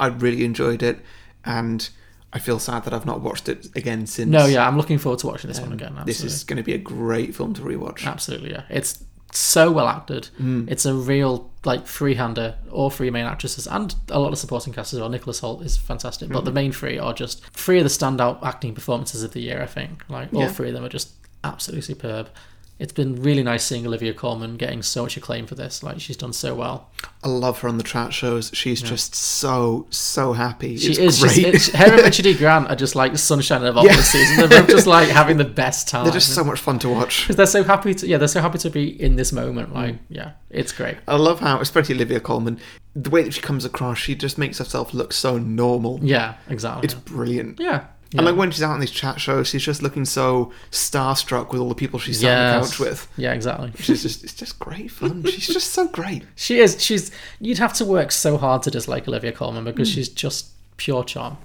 [SPEAKER 1] I really enjoyed it, and I feel sad that I've not watched it again since.
[SPEAKER 2] No, yeah, I'm looking forward to watching this one
[SPEAKER 1] Um,
[SPEAKER 2] again.
[SPEAKER 1] This
[SPEAKER 2] absolutely.
[SPEAKER 1] is going to be a great film to rewatch.
[SPEAKER 2] Absolutely, yeah. It's so well acted.
[SPEAKER 1] Mm.
[SPEAKER 2] It's a real like three-hander. All three main actresses and a lot of supporting cast as well. Nicholas Holt is fantastic, but
[SPEAKER 1] Mhm.
[SPEAKER 2] the main three are just three of the standout acting performances of the year. I think like all
[SPEAKER 1] Yeah.
[SPEAKER 2] three of them are just absolutely superb. It's been really nice seeing Olivia Colman getting so much acclaim for this. Like she's done so well.
[SPEAKER 1] I love her on the chat shows. She's
[SPEAKER 2] Yeah.
[SPEAKER 1] just so so happy.
[SPEAKER 2] She
[SPEAKER 1] It's
[SPEAKER 2] is
[SPEAKER 1] great.
[SPEAKER 2] just it's, her and Richard E. Grant are just like the sunshine of all
[SPEAKER 1] Yeah.
[SPEAKER 2] this season. They're both just like having the best time.
[SPEAKER 1] They're just so much fun to watch.
[SPEAKER 2] because they're so happy to yeah they're so happy to be in this moment. Like
[SPEAKER 1] Mm.
[SPEAKER 2] yeah, it's great.
[SPEAKER 1] I love how, especially Olivia Colman, the way that she comes across, she just makes herself look so normal.
[SPEAKER 2] Yeah, exactly.
[SPEAKER 1] It's brilliant.
[SPEAKER 2] Yeah.
[SPEAKER 1] And
[SPEAKER 2] Yeah.
[SPEAKER 1] like when she's out on these chat shows, she's just looking so starstruck with all the people she's sat on the
[SPEAKER 2] Yes.
[SPEAKER 1] couch with.
[SPEAKER 2] Yeah, exactly.
[SPEAKER 1] She's just it's just great fun. She's just so great.
[SPEAKER 2] She is. She's. You'd have to work so hard to dislike Olivia Colman because
[SPEAKER 1] Hmm.
[SPEAKER 2] she's just pure charm.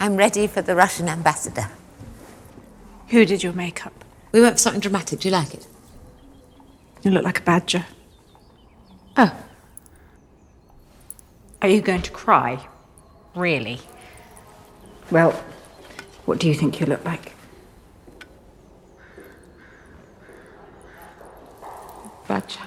[SPEAKER 14] I'm ready for the Russian ambassador. Who did your makeup? We went for something dramatic. Do you like it?
[SPEAKER 15] You look like a badger.
[SPEAKER 14] Oh.
[SPEAKER 16] Are you going to cry? Really?
[SPEAKER 15] Well, what do you think you look like?
[SPEAKER 1] Badger.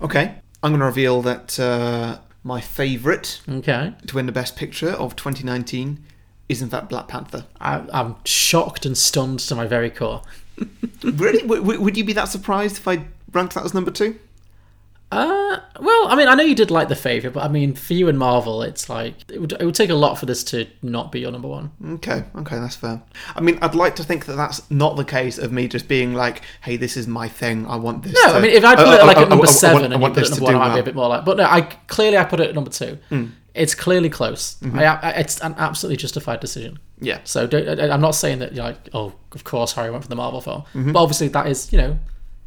[SPEAKER 1] Okay, I'm going to reveal that uh, my favourite
[SPEAKER 2] okay.
[SPEAKER 1] to win the Best Picture of 2019 is in fact Black Panther.
[SPEAKER 2] I, I'm shocked and stunned to my very core.
[SPEAKER 1] really? W- w- would you be that surprised if I ranked that as number two?
[SPEAKER 2] Uh, well, I mean, I know you did like the favorite, but I mean, for you and Marvel, it's like it would, it would take a lot for this to not be your number one.
[SPEAKER 1] Okay, okay, that's fair. I mean, I'd like to think that that's not the case of me just being like, "Hey, this is my thing. I want this."
[SPEAKER 2] No,
[SPEAKER 1] to-
[SPEAKER 2] I mean, if I put
[SPEAKER 1] I-
[SPEAKER 2] it
[SPEAKER 1] I-
[SPEAKER 2] like
[SPEAKER 1] I-
[SPEAKER 2] at number
[SPEAKER 1] I- I- I
[SPEAKER 2] seven
[SPEAKER 1] want- I
[SPEAKER 2] and you
[SPEAKER 1] want
[SPEAKER 2] put it at
[SPEAKER 1] this
[SPEAKER 2] number
[SPEAKER 1] to
[SPEAKER 2] one,
[SPEAKER 1] do
[SPEAKER 2] I might be a
[SPEAKER 1] well.
[SPEAKER 2] bit more like. But no, I clearly I put it at number two.
[SPEAKER 1] Mm.
[SPEAKER 2] It's clearly close.
[SPEAKER 1] Mhm.
[SPEAKER 2] I, I, it's an absolutely justified decision.
[SPEAKER 1] Yeah.
[SPEAKER 2] So don't, I, I'm not saying that you're like, oh, of course Harry went for the Marvel film,
[SPEAKER 1] Mhm.
[SPEAKER 2] but obviously that is you know,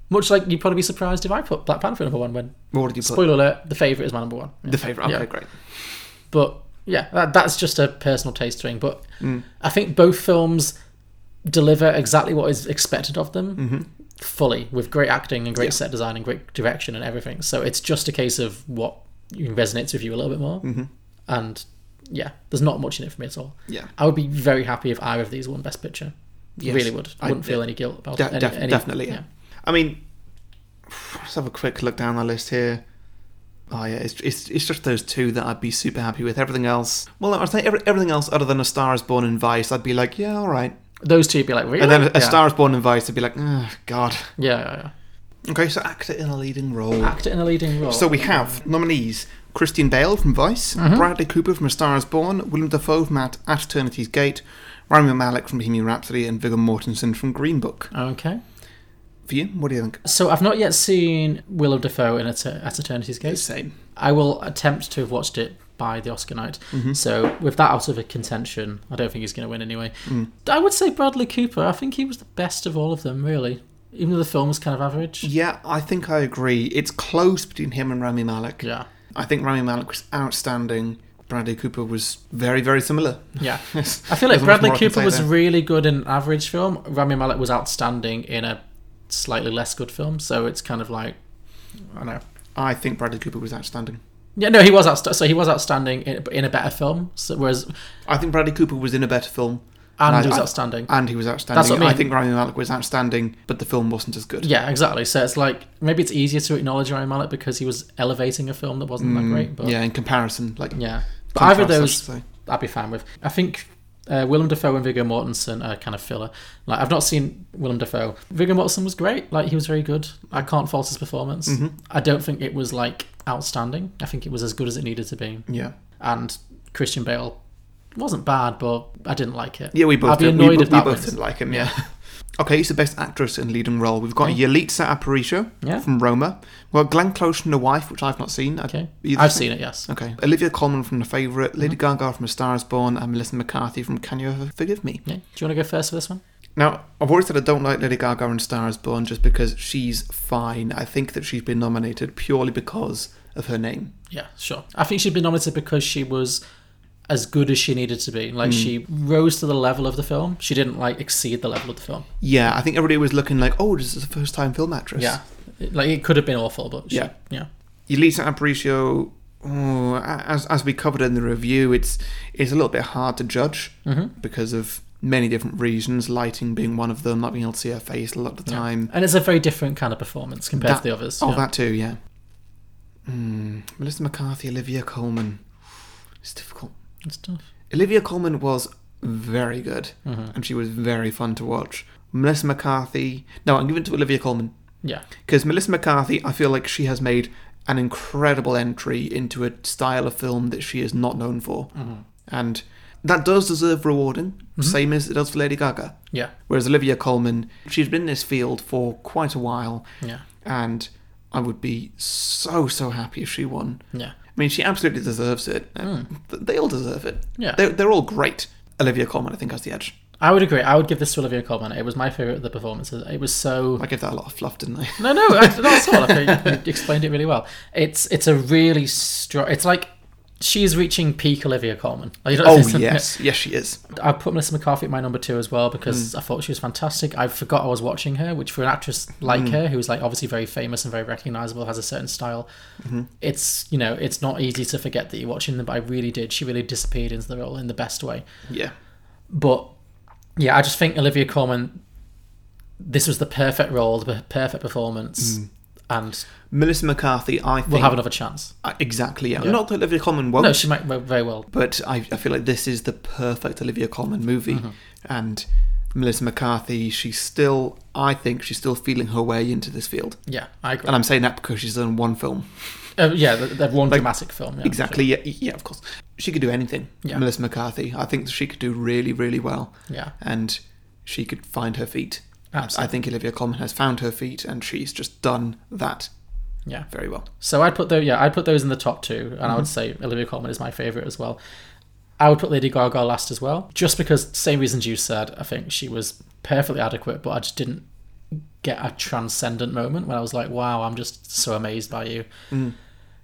[SPEAKER 2] much like you'd probably be surprised if I put Black Panther number one when.
[SPEAKER 1] What did you put?
[SPEAKER 2] Spoiler alert: the favorite is my number one.
[SPEAKER 1] The favourite, okay, great.
[SPEAKER 2] But yeah, that, that's just a personal taste thing. But
[SPEAKER 1] Mm.
[SPEAKER 2] I think both films deliver exactly what is expected of them
[SPEAKER 1] Mhm.
[SPEAKER 2] fully with great acting and great
[SPEAKER 1] Yeah.
[SPEAKER 2] set design and great direction and everything. So it's just a case of what resonates with you a little bit more.
[SPEAKER 1] Mhm.
[SPEAKER 2] And yeah, there's not much in it for me at all.
[SPEAKER 1] Yeah.
[SPEAKER 2] I would be very happy if either of these won Best Picture.
[SPEAKER 1] Yes.
[SPEAKER 2] Really would. I wouldn't feel any guilt about
[SPEAKER 1] De-
[SPEAKER 2] it. Any-
[SPEAKER 1] def-
[SPEAKER 2] any-
[SPEAKER 1] definitely, yeah. I mean, let's have a quick look down the list here. Oh yeah, it's, it's it's just those two that I'd be super happy with. Everything else, well, I'd say every, everything else other than A Star Is Born and Vice, I'd be like, yeah, all right.
[SPEAKER 2] Those two would be like, really?
[SPEAKER 1] And then A
[SPEAKER 2] Yeah.
[SPEAKER 1] Star Is Born and Vice, I'd be like, oh, God.
[SPEAKER 2] Yeah, yeah,
[SPEAKER 1] Okay, so actor in a leading role.
[SPEAKER 2] Actor in a leading role.
[SPEAKER 1] So we have nominees: Christian Bale from Vice,
[SPEAKER 2] Mhm.
[SPEAKER 1] Bradley Cooper from A Star Is Born, William Dafoe from At, At Eternity's Gate, Rami Malek from Bohemian Rhapsody, and Viggo Mortensen from Green Book.
[SPEAKER 2] yeah. Okay.
[SPEAKER 1] For you, what do you think?
[SPEAKER 2] So I've not yet seen Willow Defoe in At, At Eternity's Gate.
[SPEAKER 1] Same.
[SPEAKER 2] I will attempt to have watched it by the Oscar night.
[SPEAKER 1] Mhm.
[SPEAKER 2] So with that out of a contention, I don't think he's going to win anyway.
[SPEAKER 1] Mm.
[SPEAKER 2] I would say Bradley Cooper. I think he was the best of all of them, really. Even though the film was kind of average.
[SPEAKER 1] Yeah, I think I agree. It's close between him and Rami Malek.
[SPEAKER 2] Yeah.
[SPEAKER 1] I think Rami Malek was outstanding. Bradley Cooper was very, very similar.
[SPEAKER 2] Yeah. I
[SPEAKER 1] Yes.
[SPEAKER 2] feel like
[SPEAKER 1] There's much
[SPEAKER 2] Bradley
[SPEAKER 1] more I can
[SPEAKER 2] Cooper
[SPEAKER 1] say
[SPEAKER 2] was
[SPEAKER 1] there.
[SPEAKER 2] really good in an average film. Rami Malek was outstanding in a slightly less good film. So it's kind of like, I don't know.
[SPEAKER 1] I think Bradley Cooper was outstanding.
[SPEAKER 2] Yeah, no, he was outst- so he was outstanding in, in a better film. So, whereas
[SPEAKER 1] I think Bradley Cooper was in a better film.
[SPEAKER 2] And
[SPEAKER 1] I-
[SPEAKER 2] he was
[SPEAKER 1] I-
[SPEAKER 2] outstanding.
[SPEAKER 1] And he was outstanding.
[SPEAKER 2] That's what I mean.
[SPEAKER 1] think Rami Malek was outstanding, but the film wasn't as good.
[SPEAKER 2] Yeah, exactly. So it's like maybe it's easier to acknowledge Ryan Malek because he was elevating a film that wasn't that
[SPEAKER 1] Mm,
[SPEAKER 2] great. But
[SPEAKER 1] yeah, in comparison, like
[SPEAKER 2] yeah, but either
[SPEAKER 1] contrast,
[SPEAKER 2] of those,
[SPEAKER 1] I should say.
[SPEAKER 2] I'd be fine with. I think uh, Willem Dafoe and Viggo Mortensen are kind of filler. Like I've not seen Willem Dafoe. Viggo Mortensen was great. Like he was very good. I can't fault his performance.
[SPEAKER 1] Mhm.
[SPEAKER 2] I don't think it was like outstanding. I think it was as good as it needed to be.
[SPEAKER 1] Yeah.
[SPEAKER 2] And Christian Bale wasn't bad, but I didn't like it.
[SPEAKER 1] Yeah, we both
[SPEAKER 2] I'd be
[SPEAKER 1] did-
[SPEAKER 2] annoyed
[SPEAKER 1] we, bo-
[SPEAKER 2] if that
[SPEAKER 1] we both
[SPEAKER 2] wins.
[SPEAKER 1] didn't like him. Yeah. okay, he's the best actress in leading role. We've got
[SPEAKER 2] Yeah.
[SPEAKER 1] Yalitza Aparicio
[SPEAKER 2] Yeah.
[SPEAKER 1] from Roma. We've got Glenn Close from The Wife, which I've not seen.
[SPEAKER 2] Okay.
[SPEAKER 1] Either
[SPEAKER 2] I've
[SPEAKER 1] seen.
[SPEAKER 2] seen it. Yes.
[SPEAKER 1] Okay. Olivia Colman from The Favourite, Lady
[SPEAKER 2] Mhm.
[SPEAKER 1] Gaga from A Star Is Born, and Melissa McCarthy from Can You Ever Forgive Me?
[SPEAKER 2] Yeah. Do you want to go first for this one?
[SPEAKER 1] Now, I've already said I don't like Lady Gaga in Star is Born just because she's fine. I think that she's been nominated purely because of her name.
[SPEAKER 2] Yeah, sure. I think she'd been nominated because she was as good as she needed to be. Like
[SPEAKER 1] Mm.
[SPEAKER 2] she rose to the level of the film. She didn't like exceed the level of the film.
[SPEAKER 1] Yeah, I think everybody was looking like, oh, this is a first time film actress.
[SPEAKER 2] Yeah, It- like it could have been awful, but she,
[SPEAKER 1] Yeah.
[SPEAKER 2] yeah, yeah.
[SPEAKER 1] Elisa Aparicio, oh, as, as we covered in the review, it's it's a little bit hard to judge
[SPEAKER 2] Mhm.
[SPEAKER 1] because of many different reasons, lighting being one of them, not being able to see her face a lot of the time.
[SPEAKER 2] And it's a very different kind of performance compared
[SPEAKER 1] That-
[SPEAKER 2] to the others.
[SPEAKER 1] Oh,
[SPEAKER 2] yeah.
[SPEAKER 1] that too, yeah. Hmm. Melissa McCarthy, Olivia Coleman. It's difficult.
[SPEAKER 2] It's tough.
[SPEAKER 1] Olivia Coleman was very good,
[SPEAKER 2] Mhm.
[SPEAKER 1] and she was very fun to watch. Melissa McCarthy. No, I'm giving it to Olivia Coleman.
[SPEAKER 2] Yeah.
[SPEAKER 1] Because Melissa McCarthy, I feel like she has made an incredible entry into a style of film that she is not known for.
[SPEAKER 2] Mhm.
[SPEAKER 1] And that does deserve rewarding,
[SPEAKER 2] Mhm.
[SPEAKER 1] same as it does for Lady Gaga.
[SPEAKER 2] Yeah.
[SPEAKER 1] Whereas Olivia Coleman, she's been in this field for quite a while.
[SPEAKER 2] Yeah.
[SPEAKER 1] And I would be so, so happy if she won.
[SPEAKER 2] Yeah.
[SPEAKER 1] I mean, she absolutely deserves it. Uh,
[SPEAKER 2] Mm.
[SPEAKER 1] Th- They all deserve it.
[SPEAKER 2] Yeah.
[SPEAKER 1] They're, they're all great. Olivia Coleman, I think, has the edge.
[SPEAKER 2] I would agree. I would give this to Olivia Colman. It was my favorite of the performances. It was so.
[SPEAKER 1] I gave that a lot of fluff, didn't I?
[SPEAKER 2] No, no, I- not at all. I think you explained it really well. It's it's a really strong. It's like she's reaching peak Olivia Colman. Like, you know,
[SPEAKER 1] Oh,
[SPEAKER 2] it's-
[SPEAKER 1] yes. Yes, she is.
[SPEAKER 2] I put Melissa McCarthy at my number two as well
[SPEAKER 1] Hmm.
[SPEAKER 2] because I thought she was fantastic. I forgot I was watching her, which for an actress like
[SPEAKER 1] Mm.
[SPEAKER 2] her, who's like obviously very famous and very recognizable, has a certain style.
[SPEAKER 1] Mhm.
[SPEAKER 2] It's you know it's not easy to forget that you're watching them, but I really did. She really disappeared into the role in the best way.
[SPEAKER 1] Yeah.
[SPEAKER 2] But yeah, I just think Olivia Colman. This was the perfect role, the per- perfect performance,
[SPEAKER 1] Mm.
[SPEAKER 2] and
[SPEAKER 1] Melissa McCarthy, I think.
[SPEAKER 2] we'll have another chance.
[SPEAKER 1] Uh, Exactly, yeah.
[SPEAKER 2] Yeah.
[SPEAKER 1] Not that Olivia Colman won't.
[SPEAKER 2] No, she might w- very well.
[SPEAKER 1] But I, I feel like this is the perfect Olivia Colman movie.
[SPEAKER 2] Mhm.
[SPEAKER 1] And Melissa McCarthy, she's still, I think, she's still feeling her way into this field.
[SPEAKER 2] Yeah, I agree.
[SPEAKER 1] And I'm saying that because she's done one film.
[SPEAKER 2] Uh, yeah, th- that one
[SPEAKER 1] Like,
[SPEAKER 2] dramatic film. Yeah,
[SPEAKER 1] exactly, yeah, yeah, of course. She could do anything,
[SPEAKER 2] Yeah.
[SPEAKER 1] Melissa McCarthy. I think that she could do really, really well.
[SPEAKER 2] Yeah.
[SPEAKER 1] And she could find her feet.
[SPEAKER 2] Absolutely.
[SPEAKER 1] I think Olivia Colman has found her feet and she's just done that
[SPEAKER 2] Yeah.
[SPEAKER 1] very well.
[SPEAKER 2] So I'd put those. Yeah, I'd put those in the top two, and I
[SPEAKER 1] Mhm.
[SPEAKER 2] would say Olivia Colman is my favorite as well. I would put Lady Gaga last as well, just because same reasons you said. I think she was perfectly adequate, but I just didn't get a transcendent moment when I was like, "Wow, I'm just so amazed by you."
[SPEAKER 1] Mm.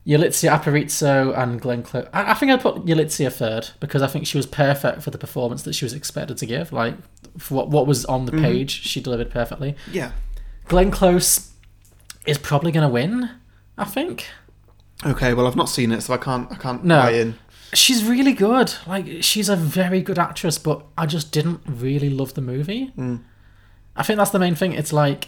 [SPEAKER 2] Yulitsia Aparicio and Glenn Close. I, I think I'd put Yulitsia third because I think she was perfect for the performance that she was expected to give. Like for what what was on the
[SPEAKER 1] Mhm.
[SPEAKER 2] page, she delivered perfectly.
[SPEAKER 1] Yeah.
[SPEAKER 2] Glenn Close is probably going to win. I think.
[SPEAKER 1] Okay, well, I've not seen it, so I can't, I can't
[SPEAKER 2] No.
[SPEAKER 1] buy in.
[SPEAKER 2] She's really good. Like she's a very good actress, but I just didn't really love the movie.
[SPEAKER 1] Mm.
[SPEAKER 2] I think that's the main thing. It's like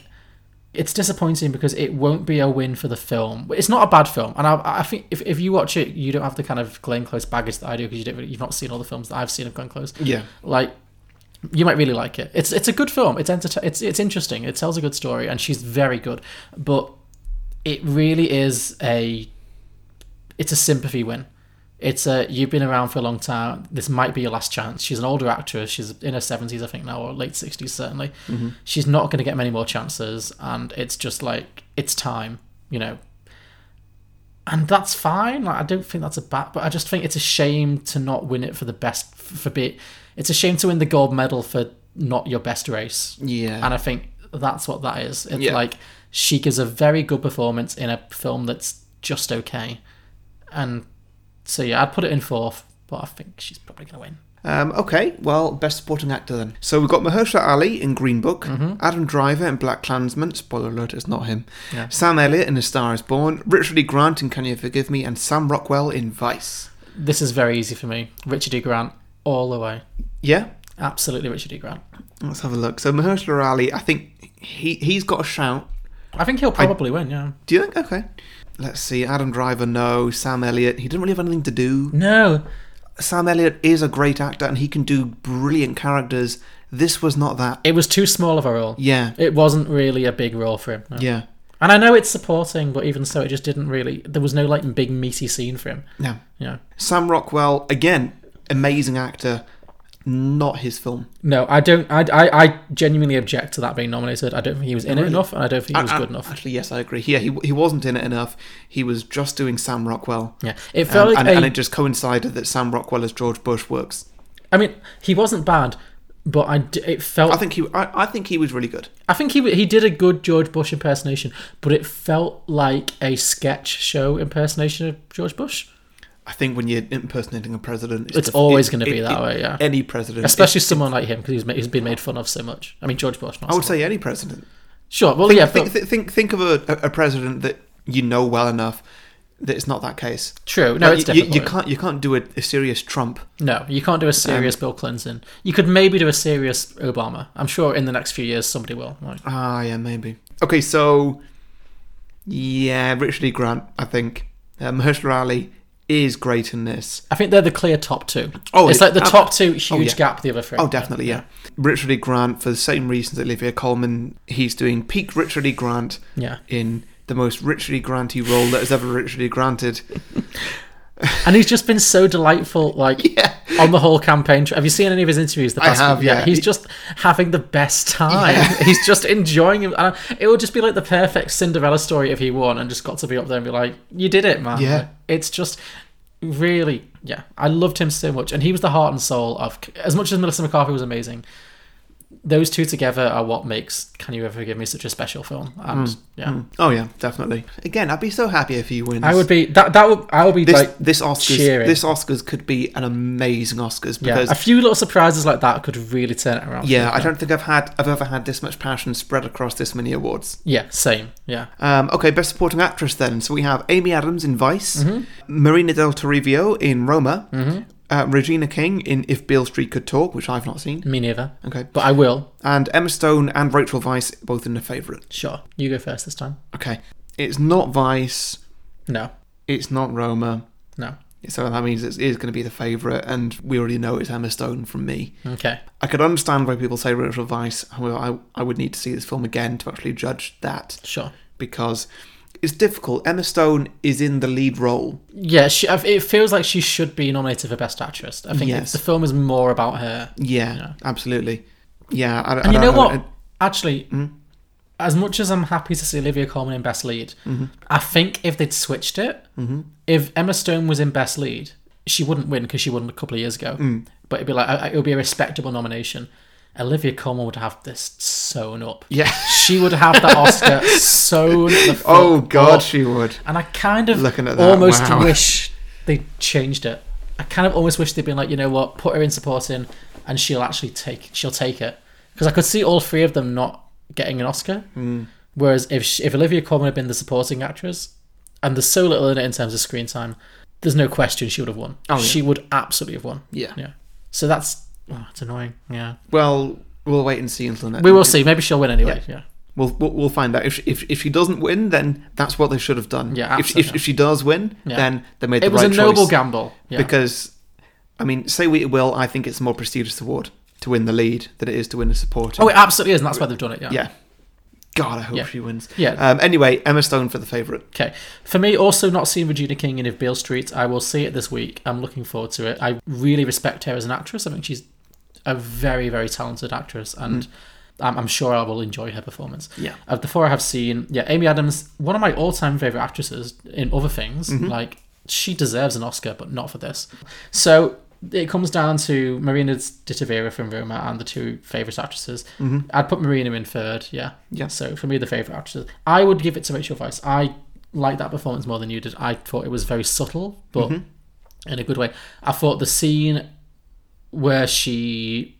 [SPEAKER 2] it's disappointing because it won't be a win for the film. It's not a bad film, and I, I think if, if you watch it, you don't have the kind of Glenn Close baggage that I do because you don't really, you've not seen all the films that I've seen of Glenn Close.
[SPEAKER 1] Yeah.
[SPEAKER 2] like you might really like it. It's it's a good film. It's enter- it's it's interesting. It tells a good story, and she's very good. But it really is a it's a sympathy win. It's a you've been around for a long time. This might be your last chance. She's an older actress. She's in her seventies, I think now, or late sixties certainly.
[SPEAKER 1] Mhm.
[SPEAKER 2] She's not going to get many more chances, and it's just like it's time, you know. And that's fine. Like I don't think that's a bad, but I just think it's a shame to not win it for the best for be. It's a shame to win the gold medal for not your best race.
[SPEAKER 1] Yeah.
[SPEAKER 2] And I think that's what that is. It's
[SPEAKER 1] Yeah.
[SPEAKER 2] like she gives a very good performance in a film that's just okay. And so yeah, I'd put it in fourth, but I think she's probably gonna win.
[SPEAKER 1] Um, okay, well, best supporting actor then. So we've got Mahershala Ali in Green Book,
[SPEAKER 2] Mm-hmm.
[SPEAKER 1] Adam Driver in Black Klansman. Spoiler alert, it's not him.
[SPEAKER 2] Yeah.
[SPEAKER 1] Sam Elliott in A Star Is Born, Richard E. Grant in Can You Forgive Me, and Sam Rockwell in Vice.
[SPEAKER 2] This is very easy for me. Richard E. Grant, all the way.
[SPEAKER 1] Yeah,
[SPEAKER 2] Absolutely Richard E. Grant.
[SPEAKER 1] let's have a look. So Mahershala Ali, I think he he's got a shout.
[SPEAKER 2] I think he'll probably win, yeah.
[SPEAKER 1] Do you think? Okay, let's see. Adam Driver, no. Sam Elliott, he didn't really have anything to do.
[SPEAKER 2] No.
[SPEAKER 1] Sam Elliott is a great actor, and he can do brilliant characters. This was not that.
[SPEAKER 2] It was too small of a role.
[SPEAKER 1] Yeah.
[SPEAKER 2] It wasn't really a big role for him. no.
[SPEAKER 1] Yeah.
[SPEAKER 2] And I know it's supporting, but even so it just didn't really there was no like big meaty scene for him.
[SPEAKER 1] No.
[SPEAKER 2] Yeah.
[SPEAKER 1] Sam Rockwell, again, amazing actor, not his film.
[SPEAKER 2] No, I don't. I, I, I genuinely object to that being nominated. I don't think he was in it
[SPEAKER 1] Really?
[SPEAKER 2] enough, and I don't think he was
[SPEAKER 1] I- I-
[SPEAKER 2] good enough.
[SPEAKER 1] Actually, yes, I agree. Yeah, he, he wasn't in it enough. He was just doing Sam Rockwell. Um,
[SPEAKER 2] Yeah. It felt like
[SPEAKER 1] and,
[SPEAKER 2] a-
[SPEAKER 1] and it just coincided that Sam Rockwell as George Bush works.
[SPEAKER 2] I mean, he wasn't bad, But I d- it felt.
[SPEAKER 1] I think he. I, I think he was really good.
[SPEAKER 2] I think he he did a good George Bush impersonation, but it felt like a sketch show impersonation of George Bush.
[SPEAKER 1] I think when you're impersonating a president,
[SPEAKER 2] It's, always going to be that way, yeah.
[SPEAKER 1] Any president,
[SPEAKER 2] especially
[SPEAKER 1] It-
[SPEAKER 2] someone like him, because he's, ma- he's been made fun of so much. I mean, George Bush. Not
[SPEAKER 1] I would
[SPEAKER 2] so much.
[SPEAKER 1] say any president.
[SPEAKER 2] Sure. Well,
[SPEAKER 1] think,
[SPEAKER 2] yeah.
[SPEAKER 1] Think,
[SPEAKER 2] but-
[SPEAKER 1] thi- think think of a, a a president that you know well enough that it's not that case.
[SPEAKER 2] True. No,
[SPEAKER 1] Like,
[SPEAKER 2] it's
[SPEAKER 1] you- you, you
[SPEAKER 2] difficult.
[SPEAKER 1] can't you can't do a, a serious Trump.
[SPEAKER 2] no, you can't do a serious
[SPEAKER 1] Um,
[SPEAKER 2] Bill Clinton. You could maybe do a serious Obama. I'm sure in the next few years somebody will. Right.
[SPEAKER 1] Ah, yeah, maybe. Okay, so yeah, Richard E. Grant, I think uh, Mahershala Ali is great in this.
[SPEAKER 2] I think they're the clear top two.
[SPEAKER 1] Oh,
[SPEAKER 2] it's
[SPEAKER 1] it-
[SPEAKER 2] like the
[SPEAKER 1] uh,
[SPEAKER 2] top two, huge
[SPEAKER 1] oh, yeah.
[SPEAKER 2] gap. The other three.
[SPEAKER 1] Oh, definitely, yeah. Richard E. Grant, for the same reasons that Olivia Colman, he's doing peak Richard E. Grant
[SPEAKER 2] Yeah.
[SPEAKER 1] in the most Richard E. Granty role that has ever Richard E. Granted.
[SPEAKER 2] And he's just been so delightful, like on the whole campaign. tra- Have you seen any of his interviews? The
[SPEAKER 1] I
[SPEAKER 2] past
[SPEAKER 1] have,
[SPEAKER 2] couple-
[SPEAKER 1] yeah.
[SPEAKER 2] He's just having the best time. He's just enjoying him. And I- it would just be like the perfect Cinderella story if he won and just got to be up there and be like, "You did it, man."
[SPEAKER 1] Yeah.
[SPEAKER 2] It's just really, yeah. I loved him so much, and he was the heart and soul of. As much as Melissa McCarthy was amazing, those two together are what makes "Can You Ever Give Me" such a special film. And
[SPEAKER 1] Mm,
[SPEAKER 2] yeah.
[SPEAKER 1] mm. Oh yeah, definitely. Again, I'd be so happy if he wins.
[SPEAKER 2] I would be that. That would I would be
[SPEAKER 1] This
[SPEAKER 2] like
[SPEAKER 1] this Oscars
[SPEAKER 2] cheering.
[SPEAKER 1] this Oscars could be an amazing Oscars
[SPEAKER 2] Yeah,
[SPEAKER 1] because
[SPEAKER 2] a few little surprises like that could really turn it around.
[SPEAKER 1] yeah, I don't think I've had I've ever had this much passion spread across this many awards.
[SPEAKER 2] Yeah, same. Yeah.
[SPEAKER 1] Um, okay, best supporting actress then. So we have Amy Adams in Vice,
[SPEAKER 2] Mhm.
[SPEAKER 1] Marina del Torrevio in Roma,
[SPEAKER 2] Mhm.
[SPEAKER 1] uh, Regina King in If Beale Street Could Talk, which I've not seen.
[SPEAKER 2] Me neither.
[SPEAKER 1] Okay,
[SPEAKER 2] but I will.
[SPEAKER 1] And Emma Stone and Rachel Vice both in the favourite.
[SPEAKER 2] Sure, you go first this time.
[SPEAKER 1] Okay, it's not Vice.
[SPEAKER 2] No.
[SPEAKER 1] It's not Roma.
[SPEAKER 2] No.
[SPEAKER 1] So that means it's, it is going to be the favourite, and we already know it's Emma Stone from me.
[SPEAKER 2] Okay.
[SPEAKER 1] I could understand why people say Rachel Vice. However, I, I would need to see this film again to actually judge that.
[SPEAKER 2] Sure.
[SPEAKER 1] Because it's difficult. Emma Stone is in the lead role.
[SPEAKER 2] Yeah, she, I- it feels like she should be nominated for best actress. I think
[SPEAKER 1] Yes.
[SPEAKER 2] the film is more about her.
[SPEAKER 1] Yeah, absolutely. Yeah, I, I
[SPEAKER 2] And you
[SPEAKER 1] don't
[SPEAKER 2] know
[SPEAKER 1] know.
[SPEAKER 2] what?
[SPEAKER 1] It-
[SPEAKER 2] Actually,
[SPEAKER 1] Hmm?
[SPEAKER 2] as much as I'm happy to see Olivia Colman in best lead,
[SPEAKER 1] Mhm.
[SPEAKER 2] I think if they'd switched it,
[SPEAKER 1] Mhm.
[SPEAKER 2] if Emma Stone was in best lead, she wouldn't win because she won a couple of years ago.
[SPEAKER 1] Mm.
[SPEAKER 2] But it'd be like I- I- it would be a respectable nomination. Olivia Colman would have this sewn up.
[SPEAKER 1] Yeah.
[SPEAKER 2] she would have that Oscar sewn. The fuck
[SPEAKER 1] Oh, God,
[SPEAKER 2] up.
[SPEAKER 1] she would.
[SPEAKER 2] And I kind of
[SPEAKER 1] Looking at that,
[SPEAKER 2] almost
[SPEAKER 1] wow.
[SPEAKER 2] wish they changed it. I kind of almost wish they'd been like, you know what, put her in supporting, and she'll actually take she'll take it because I could see all three of them not getting an Oscar.
[SPEAKER 1] Mm.
[SPEAKER 2] Whereas if she, if Olivia Colman had been the supporting actress, and there's so little in it in terms of screen time, there's no question she would have won.
[SPEAKER 1] Oh, yeah.
[SPEAKER 2] She would absolutely have won.
[SPEAKER 1] Yeah.
[SPEAKER 2] yeah. So that's oh, it's annoying. Yeah,
[SPEAKER 1] Well, we'll wait and see until next.
[SPEAKER 2] we will see. Maybe she'll win anyway. Yeah.
[SPEAKER 1] We'll, we'll, we'll find out. If she, if, if she doesn't win, then that's what they should have done.
[SPEAKER 2] Yeah,
[SPEAKER 1] If, if,
[SPEAKER 2] absolutely.
[SPEAKER 1] if she does win,
[SPEAKER 2] Yeah.
[SPEAKER 1] then they made the
[SPEAKER 2] It was a
[SPEAKER 1] right
[SPEAKER 2] noble
[SPEAKER 1] choice.
[SPEAKER 2] gamble, yeah.
[SPEAKER 1] Because, I mean, say we will, I think it's a more prestigious award to win the lead than it is to win a supporting.
[SPEAKER 2] Oh, it absolutely is, and that's why they've done it. Yeah.
[SPEAKER 1] Yeah. God, I hope
[SPEAKER 2] Yeah.
[SPEAKER 1] she wins.
[SPEAKER 2] Yeah.
[SPEAKER 1] Um, anyway, Emma Stone for the favourite.
[SPEAKER 2] Okay. For me, also not seeing Regina King in If Beale Street, I will see it this week. I'm looking forward to it. I really respect her as an actress. I think she's a very, very talented actress, and I'm, I'm sure I will enjoy her performance.
[SPEAKER 1] Hmm. Yeah.
[SPEAKER 2] Of the four I have seen, yeah, Amy Adams, one of my all-time favorite actresses in other things.
[SPEAKER 1] Mhm.
[SPEAKER 2] Like she deserves an Oscar, but not for this. So it comes down to Marina Ditavera from Roma and the two favorite actresses.
[SPEAKER 1] Mhm.
[SPEAKER 2] I'd put Marina in third. Yeah.
[SPEAKER 1] Yeah.
[SPEAKER 2] So for me, the favorite actress. I would give it to Rachel Weisz. I liked that performance more than you did. I thought it was very subtle, but
[SPEAKER 1] Mhm.
[SPEAKER 2] in a good way. I thought the scene where she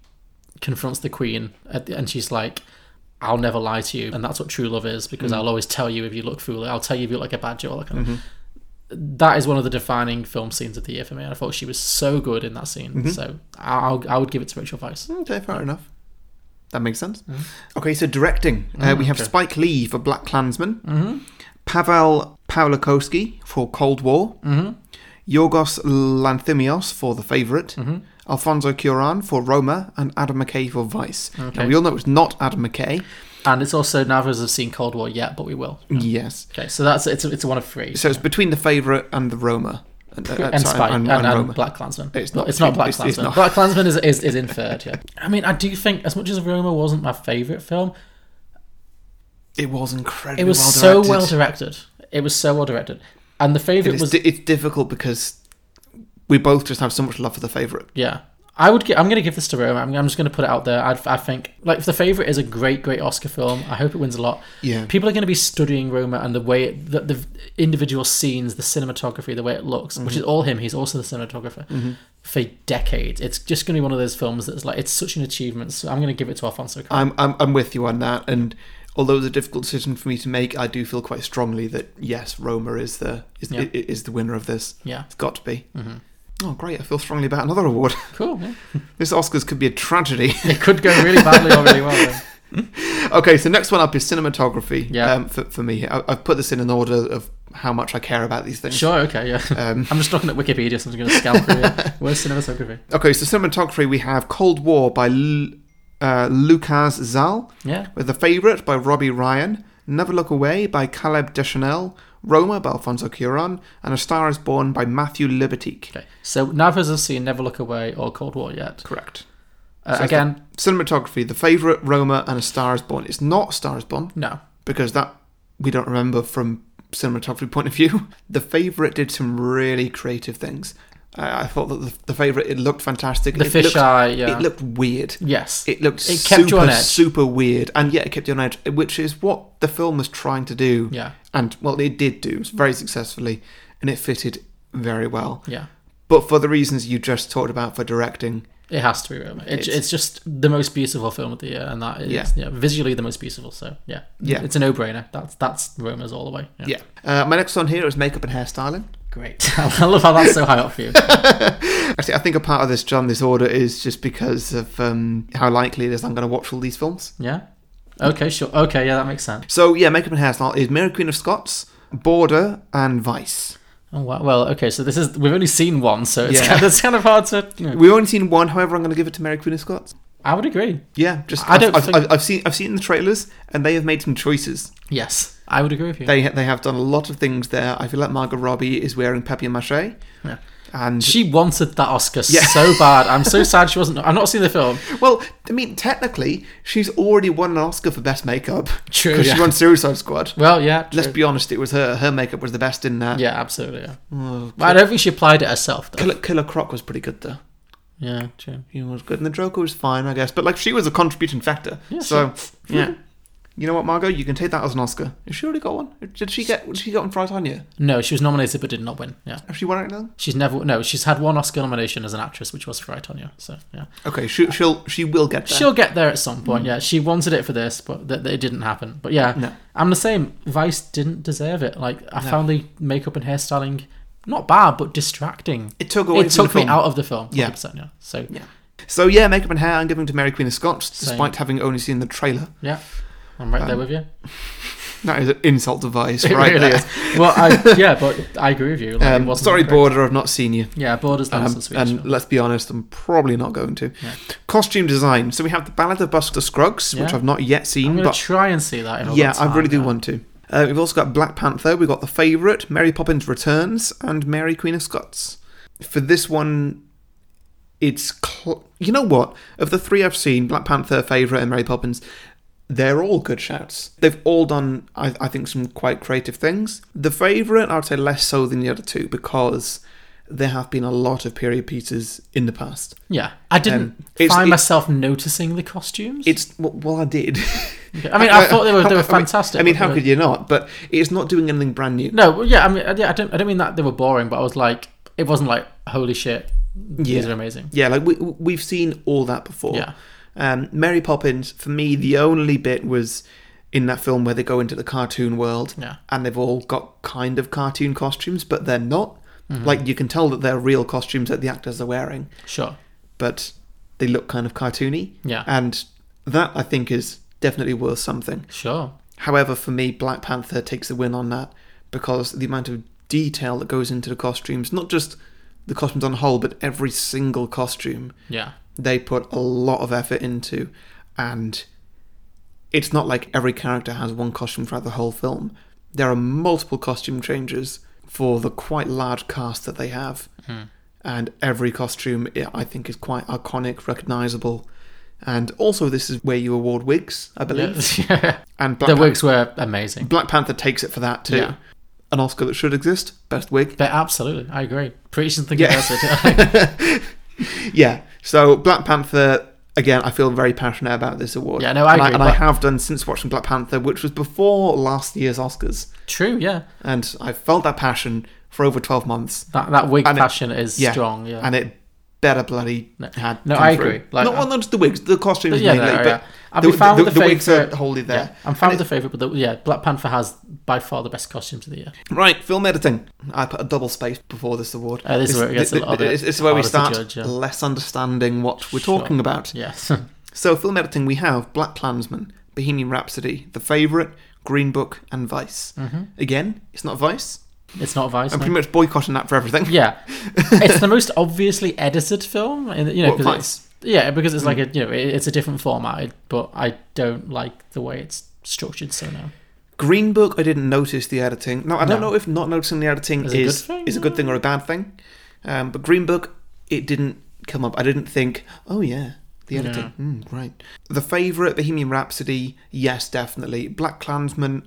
[SPEAKER 2] confronts the queen at the, and she's like, "I'll never lie to you," and that's what true love is because
[SPEAKER 1] Mhm.
[SPEAKER 2] I'll always tell you if you look foolish. I'll tell you if you look like a badger. All that kind
[SPEAKER 1] Mhm.
[SPEAKER 2] of. That is one of the defining film scenes of the year for me. And I thought she was so good in that scene.
[SPEAKER 1] Mhm.
[SPEAKER 2] So I- I'll, I would give it to Rachel Weisz.
[SPEAKER 1] Okay, fair enough. That makes sense. Okay, so directing. Uh,
[SPEAKER 2] Mm,
[SPEAKER 1] we have
[SPEAKER 2] Mm-hmm. okay.
[SPEAKER 1] Spike Lee for Black Klansman,
[SPEAKER 2] Mhm.
[SPEAKER 1] Pavel Pawlikowski for Cold War,
[SPEAKER 2] Mhm.
[SPEAKER 1] Yorgos Lanthimos for The Favourite,
[SPEAKER 2] Mhm.
[SPEAKER 1] Alfonso Cuaron for Roma, and Adam McKay for Vice.
[SPEAKER 2] Okay.
[SPEAKER 1] Now, we all know it's not Adam McKay.
[SPEAKER 2] And it's also neither of us have seen Cold War yet, but we will.
[SPEAKER 1] Yes.
[SPEAKER 2] Okay, so that's it's a, it's a one of three.
[SPEAKER 1] So it's between The Favourite and The Roma. Uh,
[SPEAKER 2] and Spike and, and Black Klansman.
[SPEAKER 1] It's not,
[SPEAKER 2] It's not Black
[SPEAKER 1] it's- it's
[SPEAKER 2] Klansman.
[SPEAKER 1] not.
[SPEAKER 2] Black Klansman is, is is in third. Yeah. I mean, I do think as much as Roma wasn't my favorite film,
[SPEAKER 1] It was incredibly
[SPEAKER 2] it was
[SPEAKER 1] well
[SPEAKER 2] so
[SPEAKER 1] directed.
[SPEAKER 2] well directed. It was so well directed, and the favorite
[SPEAKER 1] it's,
[SPEAKER 2] was
[SPEAKER 1] di- it's difficult because we both just have so much love for The Favourite.
[SPEAKER 2] yeah. I would. Gi- I'm going to give this to Roma. I'm, I'm just going to put it out there. I, I think like the favorite is a great, great Oscar film. I hope it wins a lot.
[SPEAKER 1] Yeah.
[SPEAKER 2] People are going to be studying Roma and the way it, the, the individual scenes, the cinematography, the way it looks, which
[SPEAKER 1] Mhm.
[SPEAKER 2] is all him. He's also the cinematographer
[SPEAKER 1] Mhm.
[SPEAKER 2] for decades. It's just going to be one of those films that's like it's such an achievement. So I'm going to give it to Alfonso. Cuarón.
[SPEAKER 1] I'm, I'm I'm with you on that. And although it's a difficult decision for me to make, I do feel quite strongly that yes, Roma is the is,
[SPEAKER 2] Yeah.
[SPEAKER 1] i- i- is the winner of this.
[SPEAKER 2] Yeah.
[SPEAKER 1] it's got to be.
[SPEAKER 2] Mhm.
[SPEAKER 1] Oh, great! I feel strongly about another award.
[SPEAKER 2] Cool. yeah.
[SPEAKER 1] this Oscars could be a tragedy.
[SPEAKER 2] It could go really badly or really well,
[SPEAKER 1] okay, so next one up is cinematography.
[SPEAKER 2] Yeah.
[SPEAKER 1] Um, for, for me, I, I've put this in an order of how much I care about these things.
[SPEAKER 2] Sure. Okay. Yeah.
[SPEAKER 1] Um,
[SPEAKER 2] I'm just looking at Wikipedia, so I'm going to scout through it. Where's cinematography?
[SPEAKER 1] Okay, so cinematography we have Cold War by L- uh, Lucas Zal.
[SPEAKER 2] Yeah.
[SPEAKER 1] With The Favourite by Robbie Ryan. Never Look Away by Caleb Deschanel. Roma by Alfonso Cuaron. And A Star is Born by Matthew Libertique.
[SPEAKER 2] Okay. So neither of us have seen Never Look Away or Cold War yet.
[SPEAKER 1] Correct.
[SPEAKER 2] Uh, again,
[SPEAKER 1] cinematography, The Favourite, Roma, and A Star is Born. It's not Star is Born.
[SPEAKER 2] No.
[SPEAKER 1] Because that we don't remember from cinematography point of view. The Favourite did some really creative things. I I thought that the, the favorite it looked fantastic.
[SPEAKER 2] The
[SPEAKER 1] It looked-
[SPEAKER 2] fisheye, yeah.
[SPEAKER 1] It looked weird.
[SPEAKER 2] Yes.
[SPEAKER 1] It looked
[SPEAKER 2] It kept
[SPEAKER 1] super,
[SPEAKER 2] you on edge.
[SPEAKER 1] super weird. And yet it kept you on edge, which is what the film was trying to do.
[SPEAKER 2] Yeah.
[SPEAKER 1] And, well, it did do very successfully, and it fitted very well.
[SPEAKER 2] Yeah.
[SPEAKER 1] But for the reasons you just talked about for directing,
[SPEAKER 2] It has to be Roma. It,
[SPEAKER 1] It's-
[SPEAKER 2] it's, just the most beautiful film of the year, and that is
[SPEAKER 1] Yeah.
[SPEAKER 2] yeah. visually the most beautiful. So yeah,
[SPEAKER 1] Yeah.
[SPEAKER 2] it's a no-brainer. That's that's Roma's all the way. Yeah,
[SPEAKER 1] yeah. Uh, my next one here is makeup and hairstyling.
[SPEAKER 2] great. I love how that's so high up for you.
[SPEAKER 1] Actually, I think a part of this, John, this order is just because of um, how likely it is I'm going to watch all these films.
[SPEAKER 2] Yeah. Okay. Sure. Okay. Yeah, that makes sense.
[SPEAKER 1] So, yeah, makeup and hairstyle is Mary Queen of Scots, Border, and Vice.
[SPEAKER 2] Oh wow. Well, okay. So this is we've only seen one, so it's
[SPEAKER 1] Yeah.
[SPEAKER 2] kind, of, it's kind of hard to. you know.
[SPEAKER 1] We've only seen one. However, I'm going to give it to Mary Queen of Scots.
[SPEAKER 2] I would agree.
[SPEAKER 1] Yeah, just
[SPEAKER 2] I
[SPEAKER 1] I've-
[SPEAKER 2] don't
[SPEAKER 1] I've,
[SPEAKER 2] think-
[SPEAKER 1] I've, I've seen I've seen the trailers, and they have made some choices.
[SPEAKER 2] Yes, I would agree with you.
[SPEAKER 1] They ha- they have done a lot of things there. I feel like Margot Robbie is wearing papier mache.
[SPEAKER 2] Yeah.
[SPEAKER 1] And
[SPEAKER 2] she wanted that Oscar
[SPEAKER 1] Yeah.
[SPEAKER 2] so bad. I'm so sad she wasn't. I've not seen the film.
[SPEAKER 1] Well, I mean, technically, she's already won an Oscar for best makeup.
[SPEAKER 2] True,
[SPEAKER 1] Because she
[SPEAKER 2] yeah.
[SPEAKER 1] won Suicide Squad.
[SPEAKER 2] Well, yeah,
[SPEAKER 1] Let's
[SPEAKER 2] true.
[SPEAKER 1] be honest, it was her. Her makeup was the best in that.
[SPEAKER 2] Yeah, absolutely. Yeah.
[SPEAKER 1] Oh,
[SPEAKER 2] But I don't think she applied it herself. Though.
[SPEAKER 1] Killer, Killer Croc was pretty good though.
[SPEAKER 2] Yeah, true.
[SPEAKER 1] He was good, and the Joker was fine, I guess. But like, she was a contributing factor.
[SPEAKER 2] Yeah,
[SPEAKER 1] so,
[SPEAKER 2] sure.
[SPEAKER 1] yeah. You know what, Margot? You can take that as an Oscar. Has she already got one? Did she get? Did she get one for Titania?
[SPEAKER 2] No, she was nominated but did not win. Yeah.
[SPEAKER 1] Has she won anything?
[SPEAKER 2] She's never no. She's had one Oscar nomination as an actress, which was for I Tonya. So yeah,
[SPEAKER 1] Okay, she, she'll she will get there.
[SPEAKER 2] she'll get there at some point. Yeah, she wanted it for this, but th- th- it didn't happen. But yeah,
[SPEAKER 1] Mm. No.
[SPEAKER 2] I'm the same. Vice didn't deserve it. Like I
[SPEAKER 1] No.
[SPEAKER 2] found the makeup and hairstyling not bad, but distracting.
[SPEAKER 1] It took away.
[SPEAKER 2] It took
[SPEAKER 1] from the
[SPEAKER 2] me
[SPEAKER 1] film.
[SPEAKER 2] out of the film.
[SPEAKER 1] Yeah.
[SPEAKER 2] 100%, yeah. So
[SPEAKER 1] Yeah. So yeah, makeup and hair. I'm giving to Mary Queen of Scots,
[SPEAKER 2] Same.
[SPEAKER 1] despite having only seen the trailer.
[SPEAKER 2] yeah, I'm right there
[SPEAKER 1] Um,
[SPEAKER 2] with you.
[SPEAKER 1] That is an insult to Vice,
[SPEAKER 2] It
[SPEAKER 1] right
[SPEAKER 2] really
[SPEAKER 1] there.
[SPEAKER 2] is. Well, I, yeah, but I agree with you. Like, it
[SPEAKER 1] Um,
[SPEAKER 2] wasn't
[SPEAKER 1] sorry,
[SPEAKER 2] great.
[SPEAKER 1] Border. I've not seen you.
[SPEAKER 2] Yeah, Border's not
[SPEAKER 1] Um,
[SPEAKER 2] so sweet.
[SPEAKER 1] and let's be honest, I'm probably not going to.
[SPEAKER 2] Yeah.
[SPEAKER 1] Costume design. So we have the Ballad of Buster Scruggs, which
[SPEAKER 2] Yeah.
[SPEAKER 1] I've not yet
[SPEAKER 2] I'm
[SPEAKER 1] seen,
[SPEAKER 2] gonna
[SPEAKER 1] but
[SPEAKER 2] try and see that. In all
[SPEAKER 1] yeah,
[SPEAKER 2] that
[SPEAKER 1] I
[SPEAKER 2] time,
[SPEAKER 1] really do
[SPEAKER 2] yeah.
[SPEAKER 1] want to. Uh, we've also got Black Panther, we've got The Favourite, Mary Poppins Returns, and Mary Queen of Scots. For this one, it's. Cl- you know what? Of the three I've seen, Black Panther, Favourite, and Mary Poppins, they're all good shouts. They've all done, I, I think, some quite creative things. The Favourite, I would say less so than the other two because there have been a lot of period pieces in the past.
[SPEAKER 2] Yeah, I didn't
[SPEAKER 1] Um, it's-
[SPEAKER 2] find
[SPEAKER 1] it-
[SPEAKER 2] myself noticing the costumes.
[SPEAKER 1] It's well, well I did.
[SPEAKER 2] I mean, I thought they were- they were fantastic,
[SPEAKER 1] I mean,
[SPEAKER 2] but
[SPEAKER 1] Uh, how
[SPEAKER 2] they
[SPEAKER 1] could
[SPEAKER 2] were-
[SPEAKER 1] you not? But it's not doing anything brand new.
[SPEAKER 2] no, well, yeah, I mean, yeah, I don't, I don't mean that they were boring, but I was like, it wasn't like holy shit, these
[SPEAKER 1] Yeah.
[SPEAKER 2] are amazing.
[SPEAKER 1] Yeah, like we we've seen all that before.
[SPEAKER 2] Yeah.
[SPEAKER 1] Um, Mary Poppins for me, the only bit was in that film where they go into the cartoon world.
[SPEAKER 2] Yeah.
[SPEAKER 1] And they've all got kind of cartoon costumes, but they're not.
[SPEAKER 2] Mm-hmm.
[SPEAKER 1] Like you can tell that they're real costumes that the actors are wearing,
[SPEAKER 2] Sure.
[SPEAKER 1] but they look kind of cartoony.
[SPEAKER 2] Yeah.
[SPEAKER 1] And that I think is definitely worth something.
[SPEAKER 2] Sure.
[SPEAKER 1] However, for me, Black Panther takes the win on that because the amount of detail that goes into the costumes, not just the costumes on the whole, but every single costume,
[SPEAKER 2] Yeah.
[SPEAKER 1] they put a lot of effort into. And it's not like every character has one costume throughout the whole film. There are multiple costume changes for the quite large cast that they have.
[SPEAKER 2] Hmm.
[SPEAKER 1] And every costume, I- I think, is quite iconic, recognizable. And also, this is where you award wigs, I believe.
[SPEAKER 2] Yeah.
[SPEAKER 1] And
[SPEAKER 2] the
[SPEAKER 1] Black Pan-
[SPEAKER 2] wigs were amazing.
[SPEAKER 1] Black Panther takes it for that too.
[SPEAKER 2] Yeah.
[SPEAKER 1] An Oscar that should exist, best wig.
[SPEAKER 2] But absolutely, I agree. Preaching the
[SPEAKER 1] Yeah.
[SPEAKER 2] converted.
[SPEAKER 1] Yeah. So Black Panther again, I feel very passionate about this award.
[SPEAKER 2] Yeah, no, I
[SPEAKER 1] and I,
[SPEAKER 2] agree,
[SPEAKER 1] and I
[SPEAKER 2] but-
[SPEAKER 1] have done since watching Black Panther, which was before last year's Oscars.
[SPEAKER 2] True, yeah.
[SPEAKER 1] And I felt that passion for over twelve months.
[SPEAKER 2] That- that Whig
[SPEAKER 1] And it-
[SPEAKER 2] passion is strong, yeah.
[SPEAKER 1] and it better bloody had.
[SPEAKER 2] no,
[SPEAKER 1] come
[SPEAKER 2] I
[SPEAKER 1] through.
[SPEAKER 2] agree. Like,
[SPEAKER 1] not, well, not just the wigs, the costumes
[SPEAKER 2] yeah,
[SPEAKER 1] mainly,
[SPEAKER 2] no,
[SPEAKER 1] but
[SPEAKER 2] yeah. I'd
[SPEAKER 1] the,
[SPEAKER 2] be fine
[SPEAKER 1] the,
[SPEAKER 2] with the,
[SPEAKER 1] the
[SPEAKER 2] favourite.
[SPEAKER 1] wigs are wholly there.
[SPEAKER 2] Yeah, I'm fine with the favourite, but the, yeah, Black Panther has by far the best costumes of the year.
[SPEAKER 1] Right, film editing. I put a double space before this award.
[SPEAKER 2] Uh, this is where it gets a
[SPEAKER 1] th-
[SPEAKER 2] lot
[SPEAKER 1] th-
[SPEAKER 2] of it.
[SPEAKER 1] This this is where we
[SPEAKER 2] Harder
[SPEAKER 1] start
[SPEAKER 2] to judge, yeah.
[SPEAKER 1] less understanding what we're
[SPEAKER 2] Sure.
[SPEAKER 1] talking about.
[SPEAKER 2] Yes.
[SPEAKER 1] so, film editing, we have Black Klansman, Bohemian Rhapsody, The Favourite, Green Book, and Vice.
[SPEAKER 2] Mhm.
[SPEAKER 1] Again, it's not Vice.
[SPEAKER 2] It's not Vice,
[SPEAKER 1] I'm
[SPEAKER 2] no.
[SPEAKER 1] pretty much boycotting that for everything.
[SPEAKER 2] Yeah, it's the most obviously edited film, and you know,
[SPEAKER 1] What,
[SPEAKER 2] 'cause
[SPEAKER 1] Vice?
[SPEAKER 2] it's, yeah, because it's like a
[SPEAKER 1] Mm.
[SPEAKER 2] you know, it, it's a different format, but I don't like the way it's structured. So now,
[SPEAKER 1] Green Book, I didn't notice the editing. Now, I don't
[SPEAKER 2] No.
[SPEAKER 1] know if not noticing the editing is
[SPEAKER 2] Is it a
[SPEAKER 1] is,
[SPEAKER 2] good thing?
[SPEAKER 1] a good thing or a bad thing. Um, but Green Book, it didn't come up. I didn't think, oh yeah, the
[SPEAKER 2] Yeah.
[SPEAKER 1] editing. Mm, right. The Favourite, Bohemian Rhapsody, yes, definitely. Black Klansman,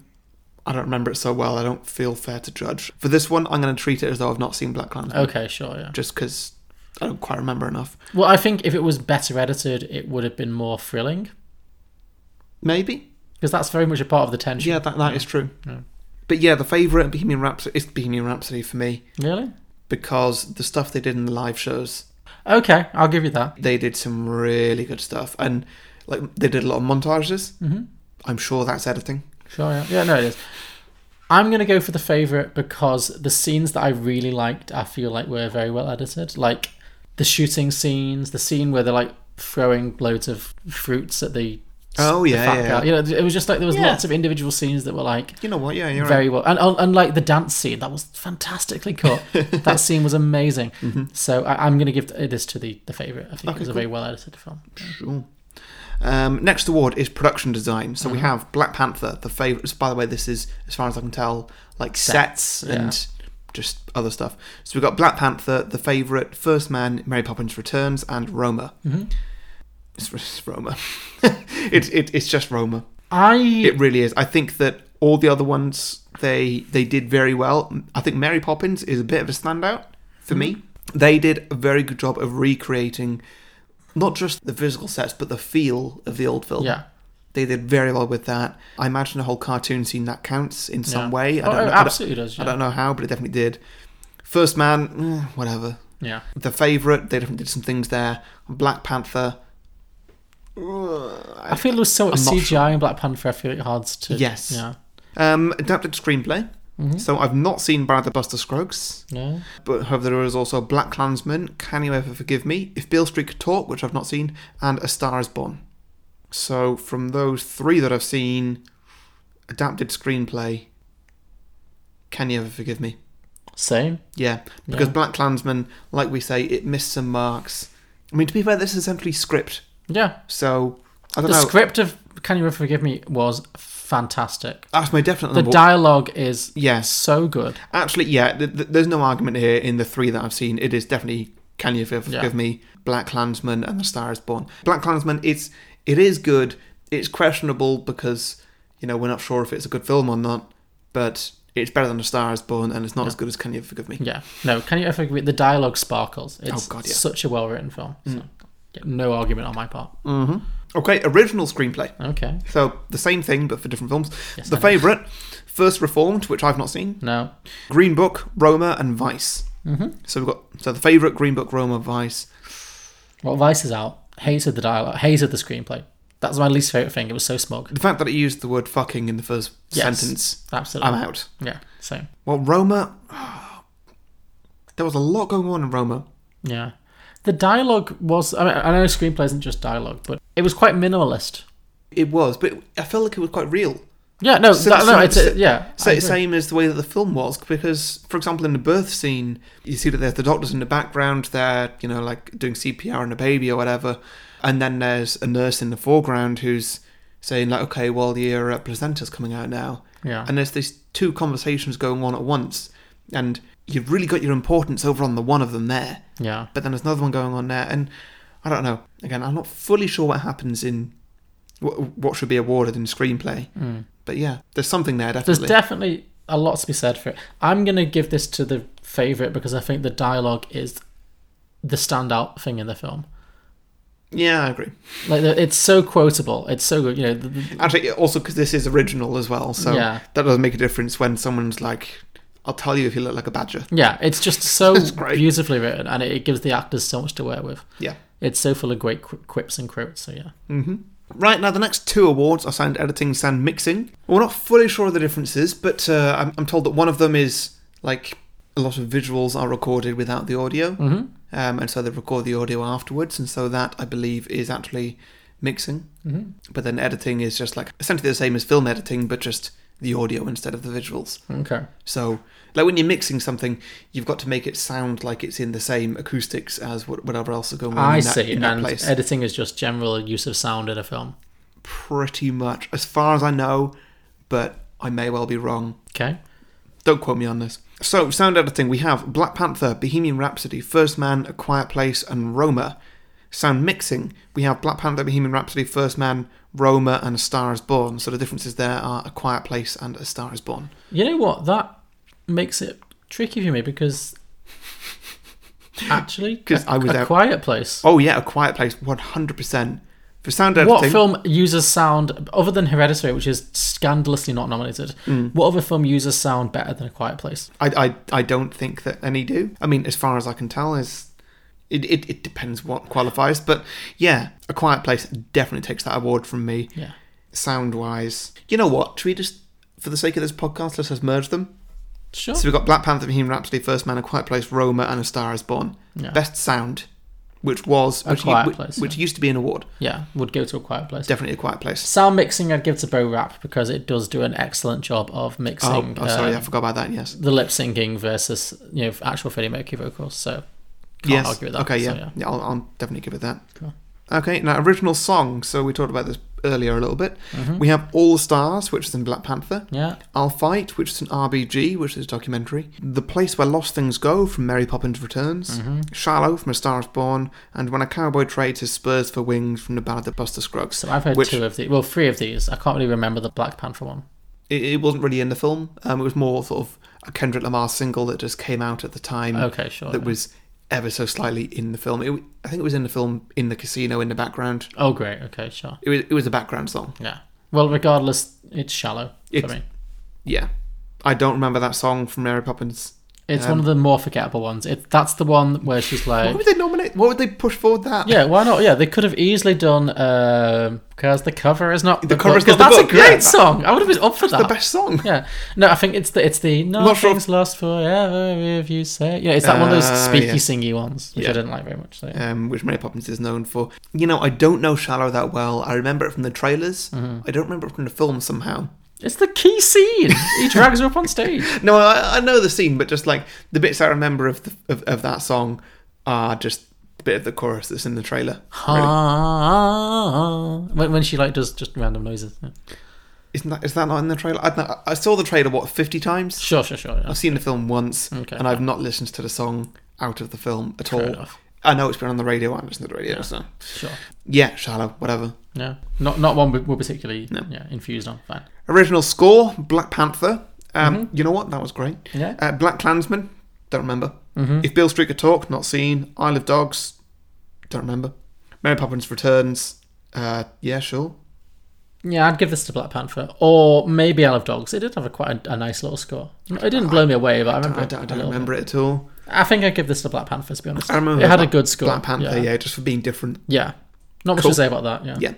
[SPEAKER 1] I don't remember it so well. I don't feel fair to judge. For this one, I'm going to treat it as though I've not seen Black Klansman.
[SPEAKER 2] Okay, sure, yeah.
[SPEAKER 1] Just because I don't quite remember enough.
[SPEAKER 2] well, I think if it was better edited, it would have been more thrilling.
[SPEAKER 1] Maybe
[SPEAKER 2] because that's very much a part of the tension.
[SPEAKER 1] Yeah, that, that is true.
[SPEAKER 2] Yeah.
[SPEAKER 1] But yeah, the favourite Bohemian Rhapsody is Bohemian Rhapsody for me.
[SPEAKER 2] Really?
[SPEAKER 1] Because the stuff they did in the live shows.
[SPEAKER 2] Okay, I'll give you that.
[SPEAKER 1] They did some really good stuff, and like they did a lot of montages.
[SPEAKER 2] Mhm.
[SPEAKER 1] I'm sure that's editing.
[SPEAKER 2] Sure, yeah. Yeah, no, it is. I'm going to go for the favourite because the scenes that I really liked, I feel like were very well edited. Like the shooting scenes, the scene where they're like throwing loads of fruits at the.
[SPEAKER 1] Oh,
[SPEAKER 2] the
[SPEAKER 1] yeah,
[SPEAKER 2] fat
[SPEAKER 1] yeah,
[SPEAKER 2] guy.
[SPEAKER 1] yeah.
[SPEAKER 2] You know, it was just like there was
[SPEAKER 1] Yeah.
[SPEAKER 2] lots of individual scenes that were like.
[SPEAKER 1] You know what? Yeah, you're
[SPEAKER 2] very
[SPEAKER 1] right.
[SPEAKER 2] well, and, and and, like the dance scene that was fantastically cut. that scene was amazing. So I, I'm going to give this to the the favorite. I think
[SPEAKER 1] Mm-hmm. Okay,
[SPEAKER 2] it was
[SPEAKER 1] cool.
[SPEAKER 2] a very well edited film.
[SPEAKER 1] Sure. Um, next award is production design. So we
[SPEAKER 2] Mhm.
[SPEAKER 1] have Black Panther, the favourites. By the way, this is, as far as I can tell, like
[SPEAKER 2] Sets,
[SPEAKER 1] sets, and just other stuff. So we've got Black Panther, the favourite, First Man, Mary Poppins Returns, and Roma.
[SPEAKER 2] Mhm.
[SPEAKER 1] It's, it's Roma. it's it, it's just Roma.
[SPEAKER 2] I.
[SPEAKER 1] It really is. I think that all the other ones they they did very well. I think Mary Poppins is a bit of a standout for me.
[SPEAKER 2] Mm-hmm.
[SPEAKER 1] They did a very good job of recreating not just the physical sets but the feel of the old film.
[SPEAKER 2] Yeah.
[SPEAKER 1] They did very well with that. I imagine a whole cartoon scene that counts in some
[SPEAKER 2] Yeah.
[SPEAKER 1] way. I
[SPEAKER 2] Oh,
[SPEAKER 1] don't
[SPEAKER 2] it
[SPEAKER 1] know, I don't-
[SPEAKER 2] absolutely does,
[SPEAKER 1] I
[SPEAKER 2] yeah.
[SPEAKER 1] don't know how, but it definitely did. First Man, eh, whatever.
[SPEAKER 2] Yeah.
[SPEAKER 1] The favorite, they definitely did some things there. Black Panther.
[SPEAKER 2] I feel there was so much
[SPEAKER 1] I'm not
[SPEAKER 2] CGI in Black Panther. I feel it hard to.
[SPEAKER 1] Yes.
[SPEAKER 2] Yeah.
[SPEAKER 1] Um, adapted screenplay.
[SPEAKER 2] Mhm.
[SPEAKER 1] So I've not seen Brad the Buster Scruggs.
[SPEAKER 2] No.
[SPEAKER 1] But however, there is also Black Klansman, Can You Ever Forgive Me, If Beale Street Could Talk, which I've not seen, and A Star Is Born. So from those three that I've seen, adapted screenplay, Can You Ever Forgive Me?
[SPEAKER 2] Same.
[SPEAKER 1] Yeah, because
[SPEAKER 2] Yeah.
[SPEAKER 1] Black Klansman, like we say, it missed some marks. I mean, to be fair, this is essentially script.
[SPEAKER 2] Yeah.
[SPEAKER 1] So I
[SPEAKER 2] The
[SPEAKER 1] don't know.
[SPEAKER 2] script of Can You Forgive Me was fantastic.
[SPEAKER 1] That's my definite
[SPEAKER 2] The
[SPEAKER 1] number one.
[SPEAKER 2] dialogue is
[SPEAKER 1] Yes.
[SPEAKER 2] so good.
[SPEAKER 1] Actually, yeah, th- th- there's no argument here in the three that I've seen. It is definitely Can You Forgive
[SPEAKER 2] Yeah.
[SPEAKER 1] Me, Black Landsman, and The Star Is Born. Black Landsman, it's it is good. It's questionable because you know we're not sure if it's a good film or not, but it's better than The Star Is Born, and it's not as good as Can You Forgive Me.
[SPEAKER 2] Yeah. No. Can You Forgive Me? The dialogue sparkles. It's
[SPEAKER 1] Oh, God, yeah.
[SPEAKER 2] such a well written film. So, yeah, no argument on my part.
[SPEAKER 1] hmm Okay, original screenplay.
[SPEAKER 2] Okay.
[SPEAKER 1] So the same thing, but for different films.
[SPEAKER 2] Yes,
[SPEAKER 1] the
[SPEAKER 2] I know.
[SPEAKER 1] favourite, First Reformed, which I've not seen.
[SPEAKER 2] No.
[SPEAKER 1] Green Book, Roma, and Vice.
[SPEAKER 2] Mhm.
[SPEAKER 1] So we've got so the favourite, Green Book, Roma, Vice.
[SPEAKER 2] Well, Vice is out. Hated the dialogue. Hated the screenplay. That's my least favorite thing. It was so smug.
[SPEAKER 1] The fact that it used the word "fucking" in the first
[SPEAKER 2] Yes,
[SPEAKER 1] sentence,
[SPEAKER 2] absolutely.
[SPEAKER 1] I'm out.
[SPEAKER 2] Yeah. Same.
[SPEAKER 1] Well, Roma, there was a lot going on in Roma.
[SPEAKER 2] Yeah. The dialogue was. I, mean, I know screenplay isn't just dialogue, but it was quite minimalist.
[SPEAKER 1] It was, but I felt like it was quite real.
[SPEAKER 2] Yeah, no, that- no, it's a- yeah,
[SPEAKER 1] sa-
[SPEAKER 2] I agree.
[SPEAKER 1] same as the way that the film was, because, for example, in the birth scene, you see that there's the doctors in the background, they're, you know, like doing CPR on a baby or whatever, and then there's a nurse in the foreground who's saying, like, okay, well, your uh, placenta's coming out now.
[SPEAKER 2] Yeah.
[SPEAKER 1] And there's these two conversations going on at once, and you've really got your importance over on the one of them there.
[SPEAKER 2] Yeah.
[SPEAKER 1] But then there's another one going on there, and I don't know. Again, I'm not fully sure what happens in what, what should be awarded in screenplay.
[SPEAKER 2] Mm.
[SPEAKER 1] But yeah, there's something there definitely.
[SPEAKER 2] There's definitely a lot to be said for it. I'm going to give this to the favourite because I think the dialogue is the standout thing in the film.
[SPEAKER 1] Yeah, I agree.
[SPEAKER 2] Like the- it's so quotable. It's so good. You know, the, the-
[SPEAKER 1] Actually, also because this is original as well, so
[SPEAKER 2] Yeah.
[SPEAKER 1] that does make a difference when someone's like, "I'll tell you if you look like a badger."
[SPEAKER 2] yeah, it's just so beautifully written, and it, it gives the actors so much to work with.
[SPEAKER 1] Yeah.
[SPEAKER 2] it's so full of great qu- quips and quotes. So yeah,
[SPEAKER 1] hmm Right now, the next two awards are sound editing, sound mixing. We're not fully sure of the differences, but uh, I'm, I'm told that one of them is like a lot of visuals are recorded without the audio,
[SPEAKER 2] Mhm.
[SPEAKER 1] um, and so they record the audio afterwards, and so that I believe is actually mixing.
[SPEAKER 2] Mhm.
[SPEAKER 1] But then editing is just like essentially the same as film editing, but just the audio instead of the visuals.
[SPEAKER 2] Okay.
[SPEAKER 1] So, like when you're mixing something, you've got to make it sound like it's in the same acoustics as what- whatever else is going on.
[SPEAKER 2] I
[SPEAKER 1] in that,
[SPEAKER 2] see.
[SPEAKER 1] in that
[SPEAKER 2] and
[SPEAKER 1] place
[SPEAKER 2] editing is just general use of sound in a film.
[SPEAKER 1] pretty much, as far as I know, but I may well be wrong.
[SPEAKER 2] Okay.
[SPEAKER 1] Don't quote me on this. So, sound editing we have Black Panther, Bohemian Rhapsody, First Man, A Quiet Place, and Roma. Sound mixing we have Black Panther, Bohemian Rhapsody, First Man, Roma, and A Star is Born. So, the differences there are A Quiet Place and A Star is Born.
[SPEAKER 2] You know what? That makes it tricky for me because actually,
[SPEAKER 1] Because I was
[SPEAKER 2] a
[SPEAKER 1] out-
[SPEAKER 2] quiet place.
[SPEAKER 1] Oh, yeah, A Quiet Place, 100%. For sound editing.
[SPEAKER 2] What film uses sound other than Hereditary, which is scandalously not nominated?
[SPEAKER 1] Mm.
[SPEAKER 2] What other film uses sound better than A Quiet Place?
[SPEAKER 1] I, I, I don't think that any do. I mean, as far as I can tell, is it, it, it depends what qualifies. But yeah, A Quiet Place definitely takes that award from me.
[SPEAKER 2] Yeah.
[SPEAKER 1] Sound wise. You know what? Should we just, for the sake of this podcast, let's just merge them?
[SPEAKER 2] Sure.
[SPEAKER 1] So we've got Black Panther, Bohemian Rhapsody, First Man, A Quiet Place, Roma, and A Star is Born.
[SPEAKER 2] Yeah.
[SPEAKER 1] Best sound, which was,
[SPEAKER 2] A
[SPEAKER 1] which,
[SPEAKER 2] Quiet
[SPEAKER 1] which,
[SPEAKER 2] Place,
[SPEAKER 1] which used to be an award.
[SPEAKER 2] Yeah, would go to A Quiet Place.
[SPEAKER 1] Definitely A Quiet Place.
[SPEAKER 2] Sound mixing, I'd give to Bo Rap because it does do an excellent job of mixing.
[SPEAKER 1] Oh, oh, sorry,
[SPEAKER 2] um,
[SPEAKER 1] I forgot about that, yes.
[SPEAKER 2] the lip syncing versus you know actual Freddie Mercury vocals. So can't
[SPEAKER 1] yes.
[SPEAKER 2] argue with that.
[SPEAKER 1] Okay, yeah.
[SPEAKER 2] So,
[SPEAKER 1] yeah. I'll, I'll definitely give it that.
[SPEAKER 2] Cool.
[SPEAKER 1] Okay, now original song. So we talked about this earlier a little bit.
[SPEAKER 2] Mhm.
[SPEAKER 1] We have All Stars, which is in Black Panther.
[SPEAKER 2] Yeah.
[SPEAKER 1] I'll Fight, which is an RBG, which is a documentary. The Place Where Lost Things Go from Mary Poppins Returns.
[SPEAKER 2] Mhm.
[SPEAKER 1] Shallow from A Star is Born. And When a Cowboy Trades His Spurs for Wings from the Ballad of Buster Scruggs.
[SPEAKER 2] So I've heard
[SPEAKER 1] which
[SPEAKER 2] two of the well, three of these. I can't really remember the Black Panther one.
[SPEAKER 1] It, it wasn't really in the film. Um, it was more sort of a Kendrick Lamar single that just came out at the time.
[SPEAKER 2] Okay, sure,
[SPEAKER 1] That
[SPEAKER 2] yeah.
[SPEAKER 1] was ever so slightly in the film. It, w- I think it was in the film in the casino in the background.
[SPEAKER 2] Oh, great. Okay, sure.
[SPEAKER 1] It was, it was a background song.
[SPEAKER 2] Yeah. Well, regardless, it's shallow
[SPEAKER 1] It's-
[SPEAKER 2] for me.
[SPEAKER 1] Yeah. I don't remember that song from Mary Poppins.
[SPEAKER 2] It's
[SPEAKER 1] um,
[SPEAKER 2] one of the more forgettable ones. It that's the one where she's
[SPEAKER 1] Why
[SPEAKER 2] like,
[SPEAKER 1] would they nominate? Why would they push forward that?
[SPEAKER 2] yeah, why not? Yeah, they could have easily done because the cover is not
[SPEAKER 1] The cover is
[SPEAKER 2] book, 'cause
[SPEAKER 1] not the
[SPEAKER 2] that's
[SPEAKER 1] book,
[SPEAKER 2] a great
[SPEAKER 1] yeah.
[SPEAKER 2] song. I would have been up for
[SPEAKER 1] That's
[SPEAKER 2] that.
[SPEAKER 1] the best song.
[SPEAKER 2] Yeah. No, I think it's the it's the
[SPEAKER 1] not sure if-
[SPEAKER 2] nothing's lost forever if you say. Yeah, it's that one of those
[SPEAKER 1] Ah,
[SPEAKER 2] speaky
[SPEAKER 1] yeah.
[SPEAKER 2] singy ones which
[SPEAKER 1] Yeah.
[SPEAKER 2] I didn't like very much. So, yeah.
[SPEAKER 1] Um, which Mary Poppins is known for. You know, I don't know Shallow that well. I remember it from the trailers.
[SPEAKER 2] Mm-hmm.
[SPEAKER 1] I don't remember it from the film somehow.
[SPEAKER 2] It's the key scene. He drags her up on stage.
[SPEAKER 1] No, I, I know the scene, but just like the bits I remember of, the, of of that song are just the bit of the chorus that's in the trailer. really.
[SPEAKER 2] Ah, when, when she like does just random noises. Yeah.
[SPEAKER 1] Isn't that is that not in the trailer? I, don't know. I saw the trailer what fifty times.
[SPEAKER 2] Sure, sure, sure. Yeah.
[SPEAKER 1] I've seen the film once,
[SPEAKER 2] Okay.
[SPEAKER 1] and I've not listened to the song out of the film at
[SPEAKER 2] Fair
[SPEAKER 1] all.
[SPEAKER 2] enough.
[SPEAKER 1] I know it's been on the radio. I haven't listened to the radio,
[SPEAKER 2] Yeah.
[SPEAKER 1] so
[SPEAKER 2] Sure.
[SPEAKER 1] yeah, shallow, whatever.
[SPEAKER 2] No, not not one we- we're particularly yeah infused on. Fine.
[SPEAKER 1] Original score, Black Panther. Um, You know what? That was great.
[SPEAKER 2] Mm-hmm. Yeah.
[SPEAKER 1] Uh, Black Klansman. Don't remember.
[SPEAKER 2] Mhm.
[SPEAKER 1] If Bill Street could talk, not seen. Isle of Dogs. Don't remember. Mary Poppins Returns. Uh, yeah, sure.
[SPEAKER 2] Yeah, I'd give this to Black Panther or maybe Isle of Dogs. It did have a quite a, a nice little score. It didn't blow me away, but I remember.
[SPEAKER 1] I
[SPEAKER 2] it
[SPEAKER 1] don't, I
[SPEAKER 2] a
[SPEAKER 1] don't
[SPEAKER 2] little bit.
[SPEAKER 1] remember it at all.
[SPEAKER 2] I think I give this to Black Panther. To be honest,
[SPEAKER 1] I remember
[SPEAKER 2] it had a
[SPEAKER 1] Black-
[SPEAKER 2] good score.
[SPEAKER 1] Black Panther,
[SPEAKER 2] yeah.
[SPEAKER 1] yeah. just for being different.
[SPEAKER 2] Yeah. Not much
[SPEAKER 1] Cool.
[SPEAKER 2] to say about that. Yeah.
[SPEAKER 1] Yeah.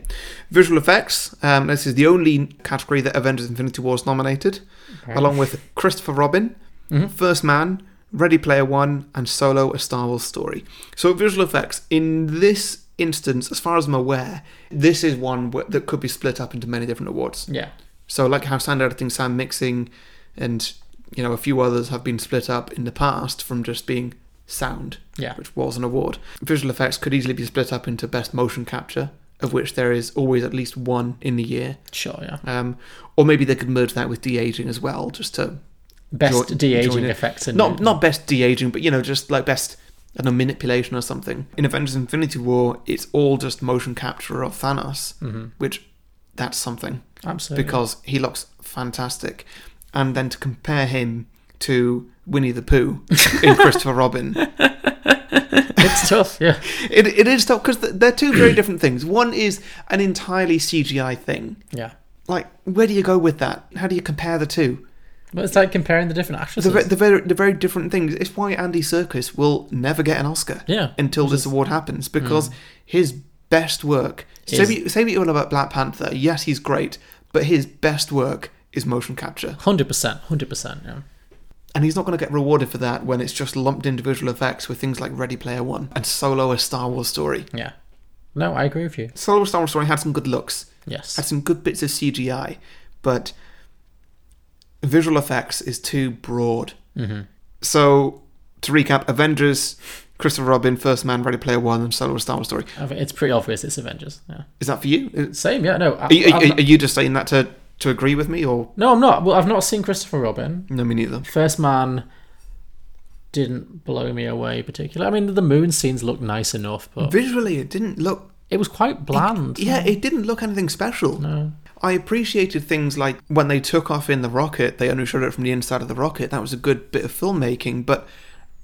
[SPEAKER 1] Visual effects. Um, this is the only category that Avengers Infinity War is nominated,
[SPEAKER 2] Okay.
[SPEAKER 1] along with Christopher Robin,
[SPEAKER 2] Mhm.
[SPEAKER 1] First Man, Ready Player One, and Solo, a Star Wars story. So, visual effects, in this instance, as far as I'm aware, this is one wh- that could be split up into many different awards.
[SPEAKER 2] Yeah.
[SPEAKER 1] So, like how sound editing, sound mixing, and you know a few others have been split up in the past from just being sound,
[SPEAKER 2] Yeah.
[SPEAKER 1] which was an award. Visual effects could easily be split up into best motion capture, of which there is always at least one in the year.
[SPEAKER 2] Sure. Yeah.
[SPEAKER 1] Um, or maybe they could merge that with de aging as well, just to
[SPEAKER 2] Best
[SPEAKER 1] jo-
[SPEAKER 2] de-aging
[SPEAKER 1] join it.
[SPEAKER 2] effects in
[SPEAKER 1] Not
[SPEAKER 2] the-
[SPEAKER 1] not best de aging, but you know, just like best I don't know, manipulation or something. In Avengers: Infinity War, it's all just motion capture of Thanos,
[SPEAKER 2] Mhm.
[SPEAKER 1] which that's something.
[SPEAKER 2] Absolutely.
[SPEAKER 1] because he looks fantastic, and then to compare him to Winnie the Pooh in Christopher Robin
[SPEAKER 2] it's tough, yeah.
[SPEAKER 1] It, it is tough because they're two very different things. One is an entirely CGI thing.
[SPEAKER 2] Yeah.
[SPEAKER 1] Like, where do you go with that? How do you compare the two?
[SPEAKER 2] Well, it's like comparing the different actresses.
[SPEAKER 1] The, ve- the, very, the very different things. It's why Andy Serkis will never get an Oscar
[SPEAKER 2] Yeah. Mm.
[SPEAKER 1] until this award happens because his best work.
[SPEAKER 2] Is-
[SPEAKER 1] Say what, you, say what you want about Black Panther. Yes, he's great, but his best work is motion capture.
[SPEAKER 2] 100%. 100%. Yeah.
[SPEAKER 1] And he's not going to get rewarded for that when it's just lumped into visual effects with things like Ready Player One and Solo a Star Wars story.
[SPEAKER 2] Yeah. No, I agree with you.
[SPEAKER 1] Solo a Star Wars story had some good looks.
[SPEAKER 2] Yes.
[SPEAKER 1] Had some good bits of CGI, but visual effects is too broad.
[SPEAKER 2] Mhm.
[SPEAKER 1] So to recap, Avengers, Christopher Robin, First Man, Ready Player One, and Solo a Star Wars story.
[SPEAKER 2] I think it's pretty obvious it's Avengers. Yeah.
[SPEAKER 1] Is that for you?
[SPEAKER 2] Same, yeah. No, I-
[SPEAKER 1] Are, you- are,
[SPEAKER 2] I'm
[SPEAKER 1] you-
[SPEAKER 2] not-
[SPEAKER 1] are you just saying that to to agree with me, or
[SPEAKER 2] No, I'm not. Well, I've not seen Christopher Robin.
[SPEAKER 1] No, me neither.
[SPEAKER 2] First Man didn't blow me away particularly. I mean, the moon scenes look nice enough, but
[SPEAKER 1] visually it didn't look.
[SPEAKER 2] It was quite bland.
[SPEAKER 1] yeah, it didn't look anything special.
[SPEAKER 2] No.
[SPEAKER 1] I appreciated things like when they took off in the rocket, they only showed it from the inside of the rocket. That was a good bit of filmmaking, but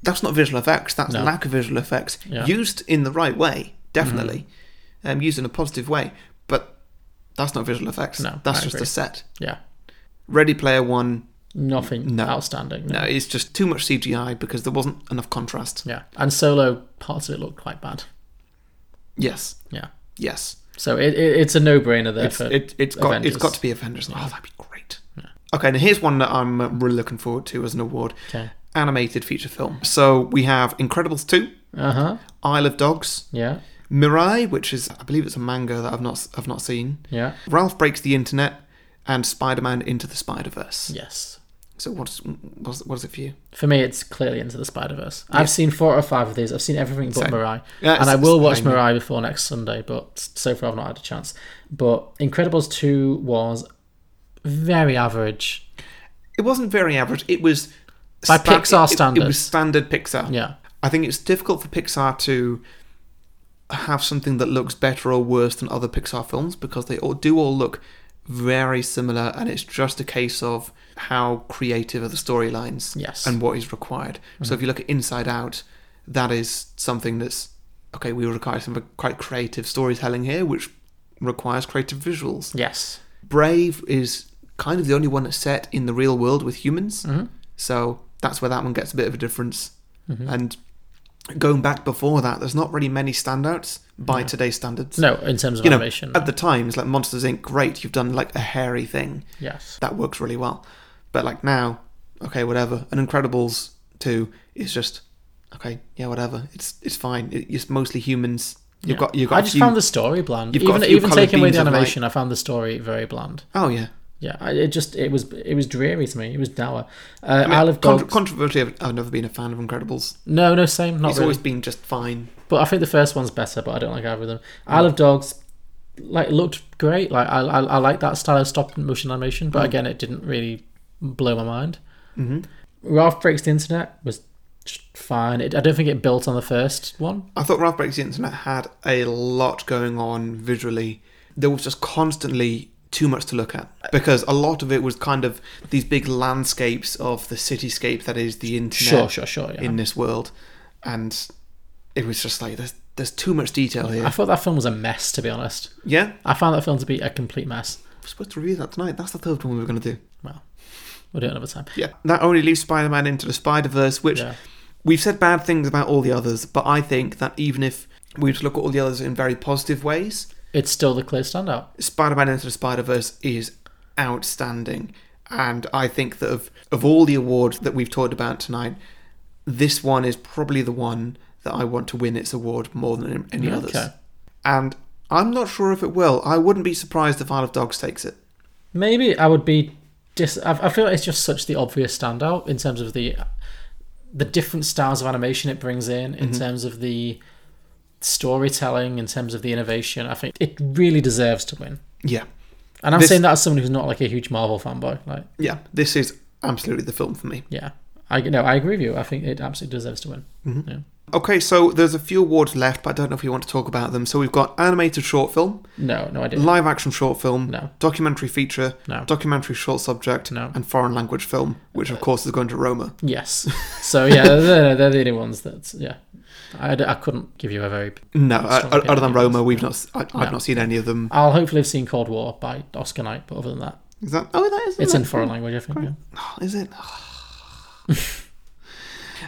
[SPEAKER 1] that's not visual effects. That's
[SPEAKER 2] No.
[SPEAKER 1] lack of visual effects
[SPEAKER 2] Yeah. Mm-hmm.
[SPEAKER 1] used in the right way, definitely, um, used in a positive way. But that's not visual effects.
[SPEAKER 2] No,
[SPEAKER 1] that's
[SPEAKER 2] I
[SPEAKER 1] just
[SPEAKER 2] agree.
[SPEAKER 1] a set.
[SPEAKER 2] Yeah.
[SPEAKER 1] Ready Player One.
[SPEAKER 2] Nothing outstanding.
[SPEAKER 1] No. it's just too much CGI because there wasn't enough contrast.
[SPEAKER 2] Yeah. And Solo, parts of it looked quite bad.
[SPEAKER 1] Yes.
[SPEAKER 2] Yeah.
[SPEAKER 1] Yes.
[SPEAKER 2] So it, it, it's a no-brainer there
[SPEAKER 1] It's-
[SPEAKER 2] for
[SPEAKER 1] it- it's got- it's got to be Avengers. Oh, that'd be great. Okay, now here's one that I'm uh, really looking forward to as an award.
[SPEAKER 2] Okay.
[SPEAKER 1] Animated feature film. So we have Incredibles 2,
[SPEAKER 2] Uh-huh.
[SPEAKER 1] Isle of Dogs,
[SPEAKER 2] Yeah.
[SPEAKER 1] Mirai, which is I believe it's a manga that I've not I've not seen.
[SPEAKER 2] Yeah.
[SPEAKER 1] Ralph breaks the internet, and Spider-Man into the Spider-Verse.
[SPEAKER 2] Yes.
[SPEAKER 1] So what's what's what is it for you?
[SPEAKER 2] For me, it's clearly Into the Spider Verse.
[SPEAKER 1] Yeah.
[SPEAKER 2] I've seen four or five of these. I've seen everything but
[SPEAKER 1] Same.
[SPEAKER 2] Mirai,
[SPEAKER 1] Yeah,
[SPEAKER 2] and I
[SPEAKER 1] it's-
[SPEAKER 2] will
[SPEAKER 1] it's
[SPEAKER 2] watch
[SPEAKER 1] same.
[SPEAKER 2] Mirai before next Sunday. But so far, I've not had a chance. But Incredibles two was very average.
[SPEAKER 1] It wasn't very average. It was
[SPEAKER 2] By
[SPEAKER 1] sta-
[SPEAKER 2] Pixar
[SPEAKER 1] it- It, it
[SPEAKER 2] standards.
[SPEAKER 1] was standard Pixar.
[SPEAKER 2] Yeah.
[SPEAKER 1] I think it's difficult for Pixar to have something that looks better or worse than other Pixar films because they all do all look very similar, and it's just a case of how creative are the storylines
[SPEAKER 2] Yes. Mm-hmm.
[SPEAKER 1] and what is required. So if you look at Inside Out, that is something that's okay. We require some quite creative storytelling here, which requires creative visuals.
[SPEAKER 2] Yes.
[SPEAKER 1] Brave is kind of the only one that's set in the real world with humans.
[SPEAKER 2] Mhm.
[SPEAKER 1] So that's where that one gets a bit of a difference.
[SPEAKER 2] Mhm.
[SPEAKER 1] And going back before that, there's not really many standouts by today's standards.
[SPEAKER 2] No, in terms of
[SPEAKER 1] You know,
[SPEAKER 2] animation.
[SPEAKER 1] at the time, it's like Monsters Inc. Great, you've done like a hairy thing.
[SPEAKER 2] Yes.
[SPEAKER 1] That works really well. But like now, okay, whatever. And Incredibles 2 is just, okay, yeah, whatever. It's it's fine. It- it's mostly humans. You've
[SPEAKER 2] Yeah.
[SPEAKER 1] got, you've got
[SPEAKER 2] I
[SPEAKER 1] a
[SPEAKER 2] just
[SPEAKER 1] few-
[SPEAKER 2] found the story bland.
[SPEAKER 1] you've got a
[SPEAKER 2] even
[SPEAKER 1] few
[SPEAKER 2] even
[SPEAKER 1] coloured
[SPEAKER 2] taking away
[SPEAKER 1] beams
[SPEAKER 2] the
[SPEAKER 1] of light.
[SPEAKER 2] animation, I found the story very bland.
[SPEAKER 1] Oh yeah.
[SPEAKER 2] Yeah, I, it just it was it was dreary to me. It was dour. Uh,
[SPEAKER 1] I mean,
[SPEAKER 2] Isle of
[SPEAKER 1] contr-
[SPEAKER 2] Dogs.
[SPEAKER 1] controversially, I've, I've never been a fan of Incredibles.
[SPEAKER 2] No, no, same. Not
[SPEAKER 1] it's
[SPEAKER 2] really.
[SPEAKER 1] always been just fine.
[SPEAKER 2] But I think the first one's better. But I don't like either of them. Isle of Dogs, like looked great. Like I, I, I like that style of stop motion animation. But
[SPEAKER 1] Mm.
[SPEAKER 2] again, it didn't really blow my mind.
[SPEAKER 1] Mhm.
[SPEAKER 2] Ralph breaks the internet was just fine. It, I don't think it built on the first one.
[SPEAKER 1] I thought Ralph Breaks the Internet had a lot going on visually. There was just constantly too much to look at because a lot of it was kind of these big landscapes of the cityscape that is the internet.
[SPEAKER 2] Sure, sure, sure, yeah.
[SPEAKER 1] In this world, and it was just like there's there's too much detail here.
[SPEAKER 2] I thought that film was a mess, to be honest.
[SPEAKER 1] Yeah?
[SPEAKER 2] I found that film to be a complete mess.
[SPEAKER 1] We're supposed to review that tonight. That's the third one we were going to do.
[SPEAKER 2] Well, we'll do it another time.
[SPEAKER 1] Yeah, that only leaves Spider-Man into the Spider-Verse, which
[SPEAKER 2] Yeah.
[SPEAKER 1] we've said bad things about all the others, but I think that even if we were to look at all the others in very positive ways,
[SPEAKER 2] It's still the clear standout.
[SPEAKER 1] Spider-Man into the Spider-Verse is outstanding, and I think that of of all the awards that we've talked about tonight, this one is probably the one that I want to win its award more than any
[SPEAKER 2] Okay.
[SPEAKER 1] others. And I'm not sure if it will. I wouldn't be surprised if Isle of Dogs takes it.
[SPEAKER 2] Maybe I would be dis. I, I feel like it's just such the obvious standout in terms of the the different styles of animation it brings in, in
[SPEAKER 1] Mhm.
[SPEAKER 2] terms of the storytelling, in terms of the innovation. I think it really deserves to win.
[SPEAKER 1] Yeah.
[SPEAKER 2] And I'm
[SPEAKER 1] This-
[SPEAKER 2] saying that as someone who's not like a huge Marvel fanboy. Like,
[SPEAKER 1] Yeah, this is absolutely the film for me.
[SPEAKER 2] yeah, I no, I agree with you. I think it absolutely deserves to win.
[SPEAKER 1] Mhm.
[SPEAKER 2] Yeah.
[SPEAKER 1] Okay, so there's a few awards left, but I don't know if you want to talk about them. So we've got animated short film.
[SPEAKER 2] No, no idea.
[SPEAKER 1] Live action short film. No. Documentary feature. No. Documentary short subject. No. Uh, And foreign language film, which of course is going to Roma.
[SPEAKER 2] Yes. So yeah, they're, they're the only ones that yeah. I, I couldn't give you a very
[SPEAKER 1] No,
[SPEAKER 2] strong
[SPEAKER 1] uh, uh, other than
[SPEAKER 2] opinion.
[SPEAKER 1] Roma, we've not. s- I,
[SPEAKER 2] No.
[SPEAKER 1] have not seen any of them.
[SPEAKER 2] I'll hopefully have seen Cold War by Oscar Knight, but other than that,
[SPEAKER 1] Is that? Oh, that is.
[SPEAKER 2] it's
[SPEAKER 1] that-
[SPEAKER 2] in foreign language. I think. Yeah.
[SPEAKER 1] Is it?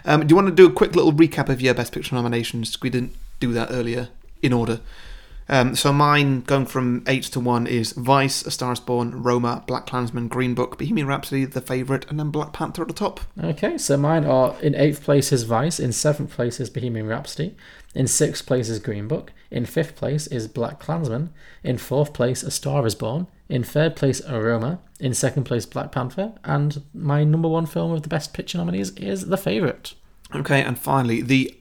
[SPEAKER 1] um, do you want to do a quick little recap of your Best Picture nominations? We didn't do that earlier in order. Um, so mine, going from eight to one, is Vice, A Star Is Born, Roma, Black Klansman, Green Book, Bohemian Rhapsody, The Favourite, and then Black Panther at the top.
[SPEAKER 2] Okay, so mine are in eighth place is Vice, in seventh place is Bohemian Rhapsody, in sixth place is Green Book, in fifth place is Black Klansman, in fourth place A Star Is Born, in third place Aroma, in second place Black Panther, and my number one film of the Best Picture nominees is The Favourite.
[SPEAKER 1] Okay, and finally, the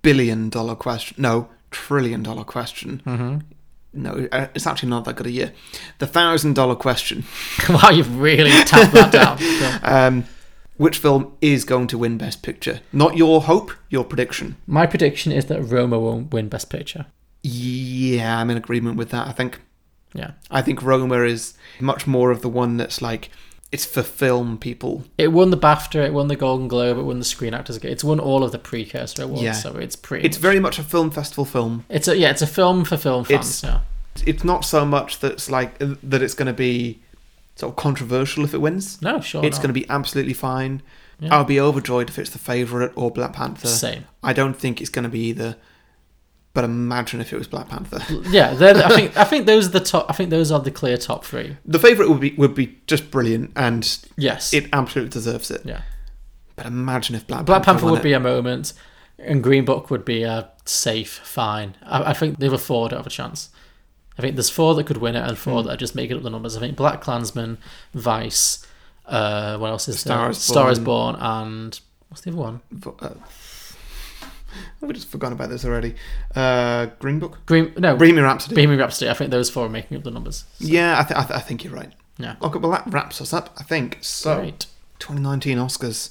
[SPEAKER 1] billion dollar question. No, trillion dollar question.
[SPEAKER 2] Mhm.
[SPEAKER 1] No, uh, it's actually not that good a year. The thousand dollar question.
[SPEAKER 2] wow, you've really tapped that down. Go.
[SPEAKER 1] um, which film is going to win Best Picture? Not your hope, your prediction.
[SPEAKER 2] My prediction is that Roma won't win Best Picture.
[SPEAKER 1] Yeah, I'm in agreement with that. I think.
[SPEAKER 2] Yeah.
[SPEAKER 1] I think Roma is much more of the one that's like it's for film people.
[SPEAKER 2] It won the BAFTA, it won the Golden Globe, it won the Screen Actors Guild. It's won all of the precursor awards,
[SPEAKER 1] yeah,
[SPEAKER 2] so it's pretty.
[SPEAKER 1] It's very much a film festival film.
[SPEAKER 2] It's a yeah, it's a film for film fans.
[SPEAKER 1] It's
[SPEAKER 2] yeah.
[SPEAKER 1] it's not so much that's like that it's going to be sort of controversial if it wins.
[SPEAKER 2] Oh, No, sure
[SPEAKER 1] It's
[SPEAKER 2] not.
[SPEAKER 1] going to be absolutely fine.
[SPEAKER 2] Yeah.
[SPEAKER 1] I'll be overjoyed if it's the favorite or Black Panther.
[SPEAKER 2] Same.
[SPEAKER 1] I don't think it's going to be either. But imagine if it was Black Panther.
[SPEAKER 2] Yeah, they're the- I think I think those are the top. I think those are the clear top three.
[SPEAKER 1] The favorite would be would be just brilliant, and
[SPEAKER 2] Yes.
[SPEAKER 1] it absolutely deserves it.
[SPEAKER 2] Yeah.
[SPEAKER 1] But imagine if Black,
[SPEAKER 2] Black Panther
[SPEAKER 1] won
[SPEAKER 2] would
[SPEAKER 1] it.
[SPEAKER 2] be a moment, and Green Book would be a safe, fine. I, I think the other four don't have a chance. I think there's four that could win it, and four
[SPEAKER 1] Hmm.
[SPEAKER 2] that are just making up the numbers. I think Black Klansman, Vice, uh, what else is
[SPEAKER 1] Star
[SPEAKER 2] there?
[SPEAKER 1] is
[SPEAKER 2] Star is
[SPEAKER 1] Born.
[SPEAKER 2] Born, and what's the other one?
[SPEAKER 1] Vo- uh, we just forgotten about this already. Uh, Green Book.
[SPEAKER 2] Green no
[SPEAKER 1] Bohemian Rhapsody.
[SPEAKER 2] Bohemian Rhapsody. I think those four are making up the numbers.
[SPEAKER 1] Yeah, I, th- I, th- I think you're right.
[SPEAKER 2] Yeah.
[SPEAKER 1] Okay, well that wraps us up. I think so.
[SPEAKER 2] Great.
[SPEAKER 1] 2019 Oscars.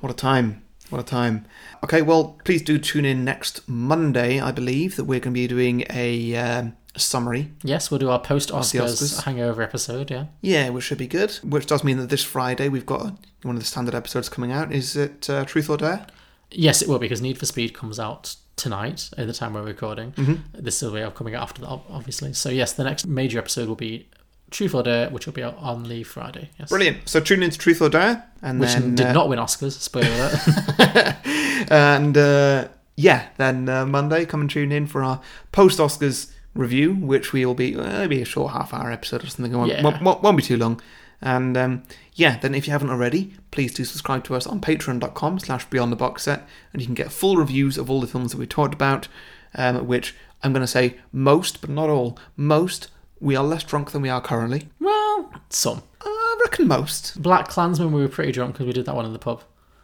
[SPEAKER 1] What a time. What a time. Okay, well, please do tune in next Monday, I believe, that we're going to be doing a um, summary.
[SPEAKER 2] Yes, we'll do our post Oscars
[SPEAKER 1] Oscars.
[SPEAKER 2] hangover episode. Yeah.
[SPEAKER 1] Yeah, which should be good. Which does mean that this Friday we've got one of the standard episodes coming out. Is it uh, Truth or Dare?
[SPEAKER 2] Yes, it will because Need for Speed comes out tonight at the time we're recording.
[SPEAKER 1] Mhm.
[SPEAKER 2] This will be out coming out after that, ob- obviously. So yes, the next major episode will be Truth or Dare, which will be out on the Friday. Yes.
[SPEAKER 1] Brilliant. So tune into Truth or Dare, and
[SPEAKER 2] Which
[SPEAKER 1] then
[SPEAKER 2] did
[SPEAKER 1] uh,
[SPEAKER 2] not win Oscars. Spoiler alert.
[SPEAKER 1] and uh, yeah, then uh, Monday come and tune in for our post Oscars review, which we will be uh, it'll be a short half hour episode or something. It won't,
[SPEAKER 2] Yeah.
[SPEAKER 1] won't, won't- won't be too long. And um, yeah, then if you haven't already, please do subscribe to us on patreon.com slash beyond the box set, and you can get full reviews of all the films that we talked about, um, which I'm going to say most, but not all, most, we are less drunk than we are currently.
[SPEAKER 2] well, some.
[SPEAKER 1] I reckon most.
[SPEAKER 2] Black Klansman, we were pretty drunk because we did that one in the pub.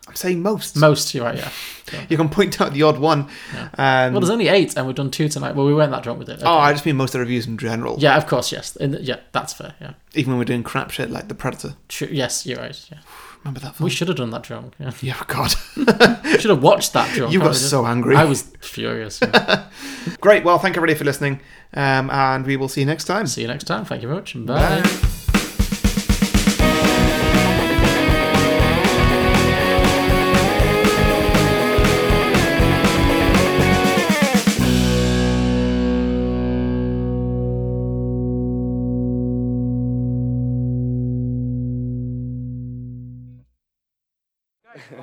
[SPEAKER 1] I'm saying most.
[SPEAKER 2] Most, you're right, yeah.
[SPEAKER 1] You can point out the odd one. Um,
[SPEAKER 2] well, there's only eight, and we've done two tonight. Well, we weren't that drunk with it.
[SPEAKER 1] Oh, I just mean most of the reviews in general.
[SPEAKER 2] Yeah, of course, yes. In the, yeah, that's fair. Yeah.
[SPEAKER 1] Even when we're doing crap shit like The Predator.
[SPEAKER 2] True. Yes, you're right. Yeah.
[SPEAKER 1] Remember that
[SPEAKER 2] We
[SPEAKER 1] film?
[SPEAKER 2] should have done that drunk. Yeah.
[SPEAKER 1] Yeah, God.
[SPEAKER 2] should have watched that drunk.
[SPEAKER 1] You
[SPEAKER 2] I
[SPEAKER 1] got
[SPEAKER 2] was just-
[SPEAKER 1] so angry.
[SPEAKER 2] I was furious. yeah.
[SPEAKER 1] Great. Well, thank everybody for listening. Um, and we will see you next time. See
[SPEAKER 2] you next time. Thank you very much.
[SPEAKER 1] Bye.
[SPEAKER 2] Bye.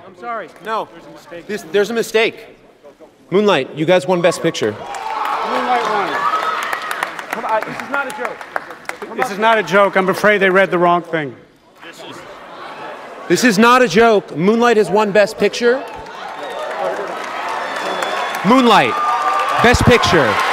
[SPEAKER 5] I'm sorry. No. There's a mistake.
[SPEAKER 6] This, there's a mistake. Moonlight, you guys won Best Picture.
[SPEAKER 5] Moonlight Runner. Come on, this is not a joke.
[SPEAKER 11] This is not a joke. I'm afraid they read the wrong thing.
[SPEAKER 6] This is not a joke. Moonlight has won Best Picture. Moonlight, Best Picture.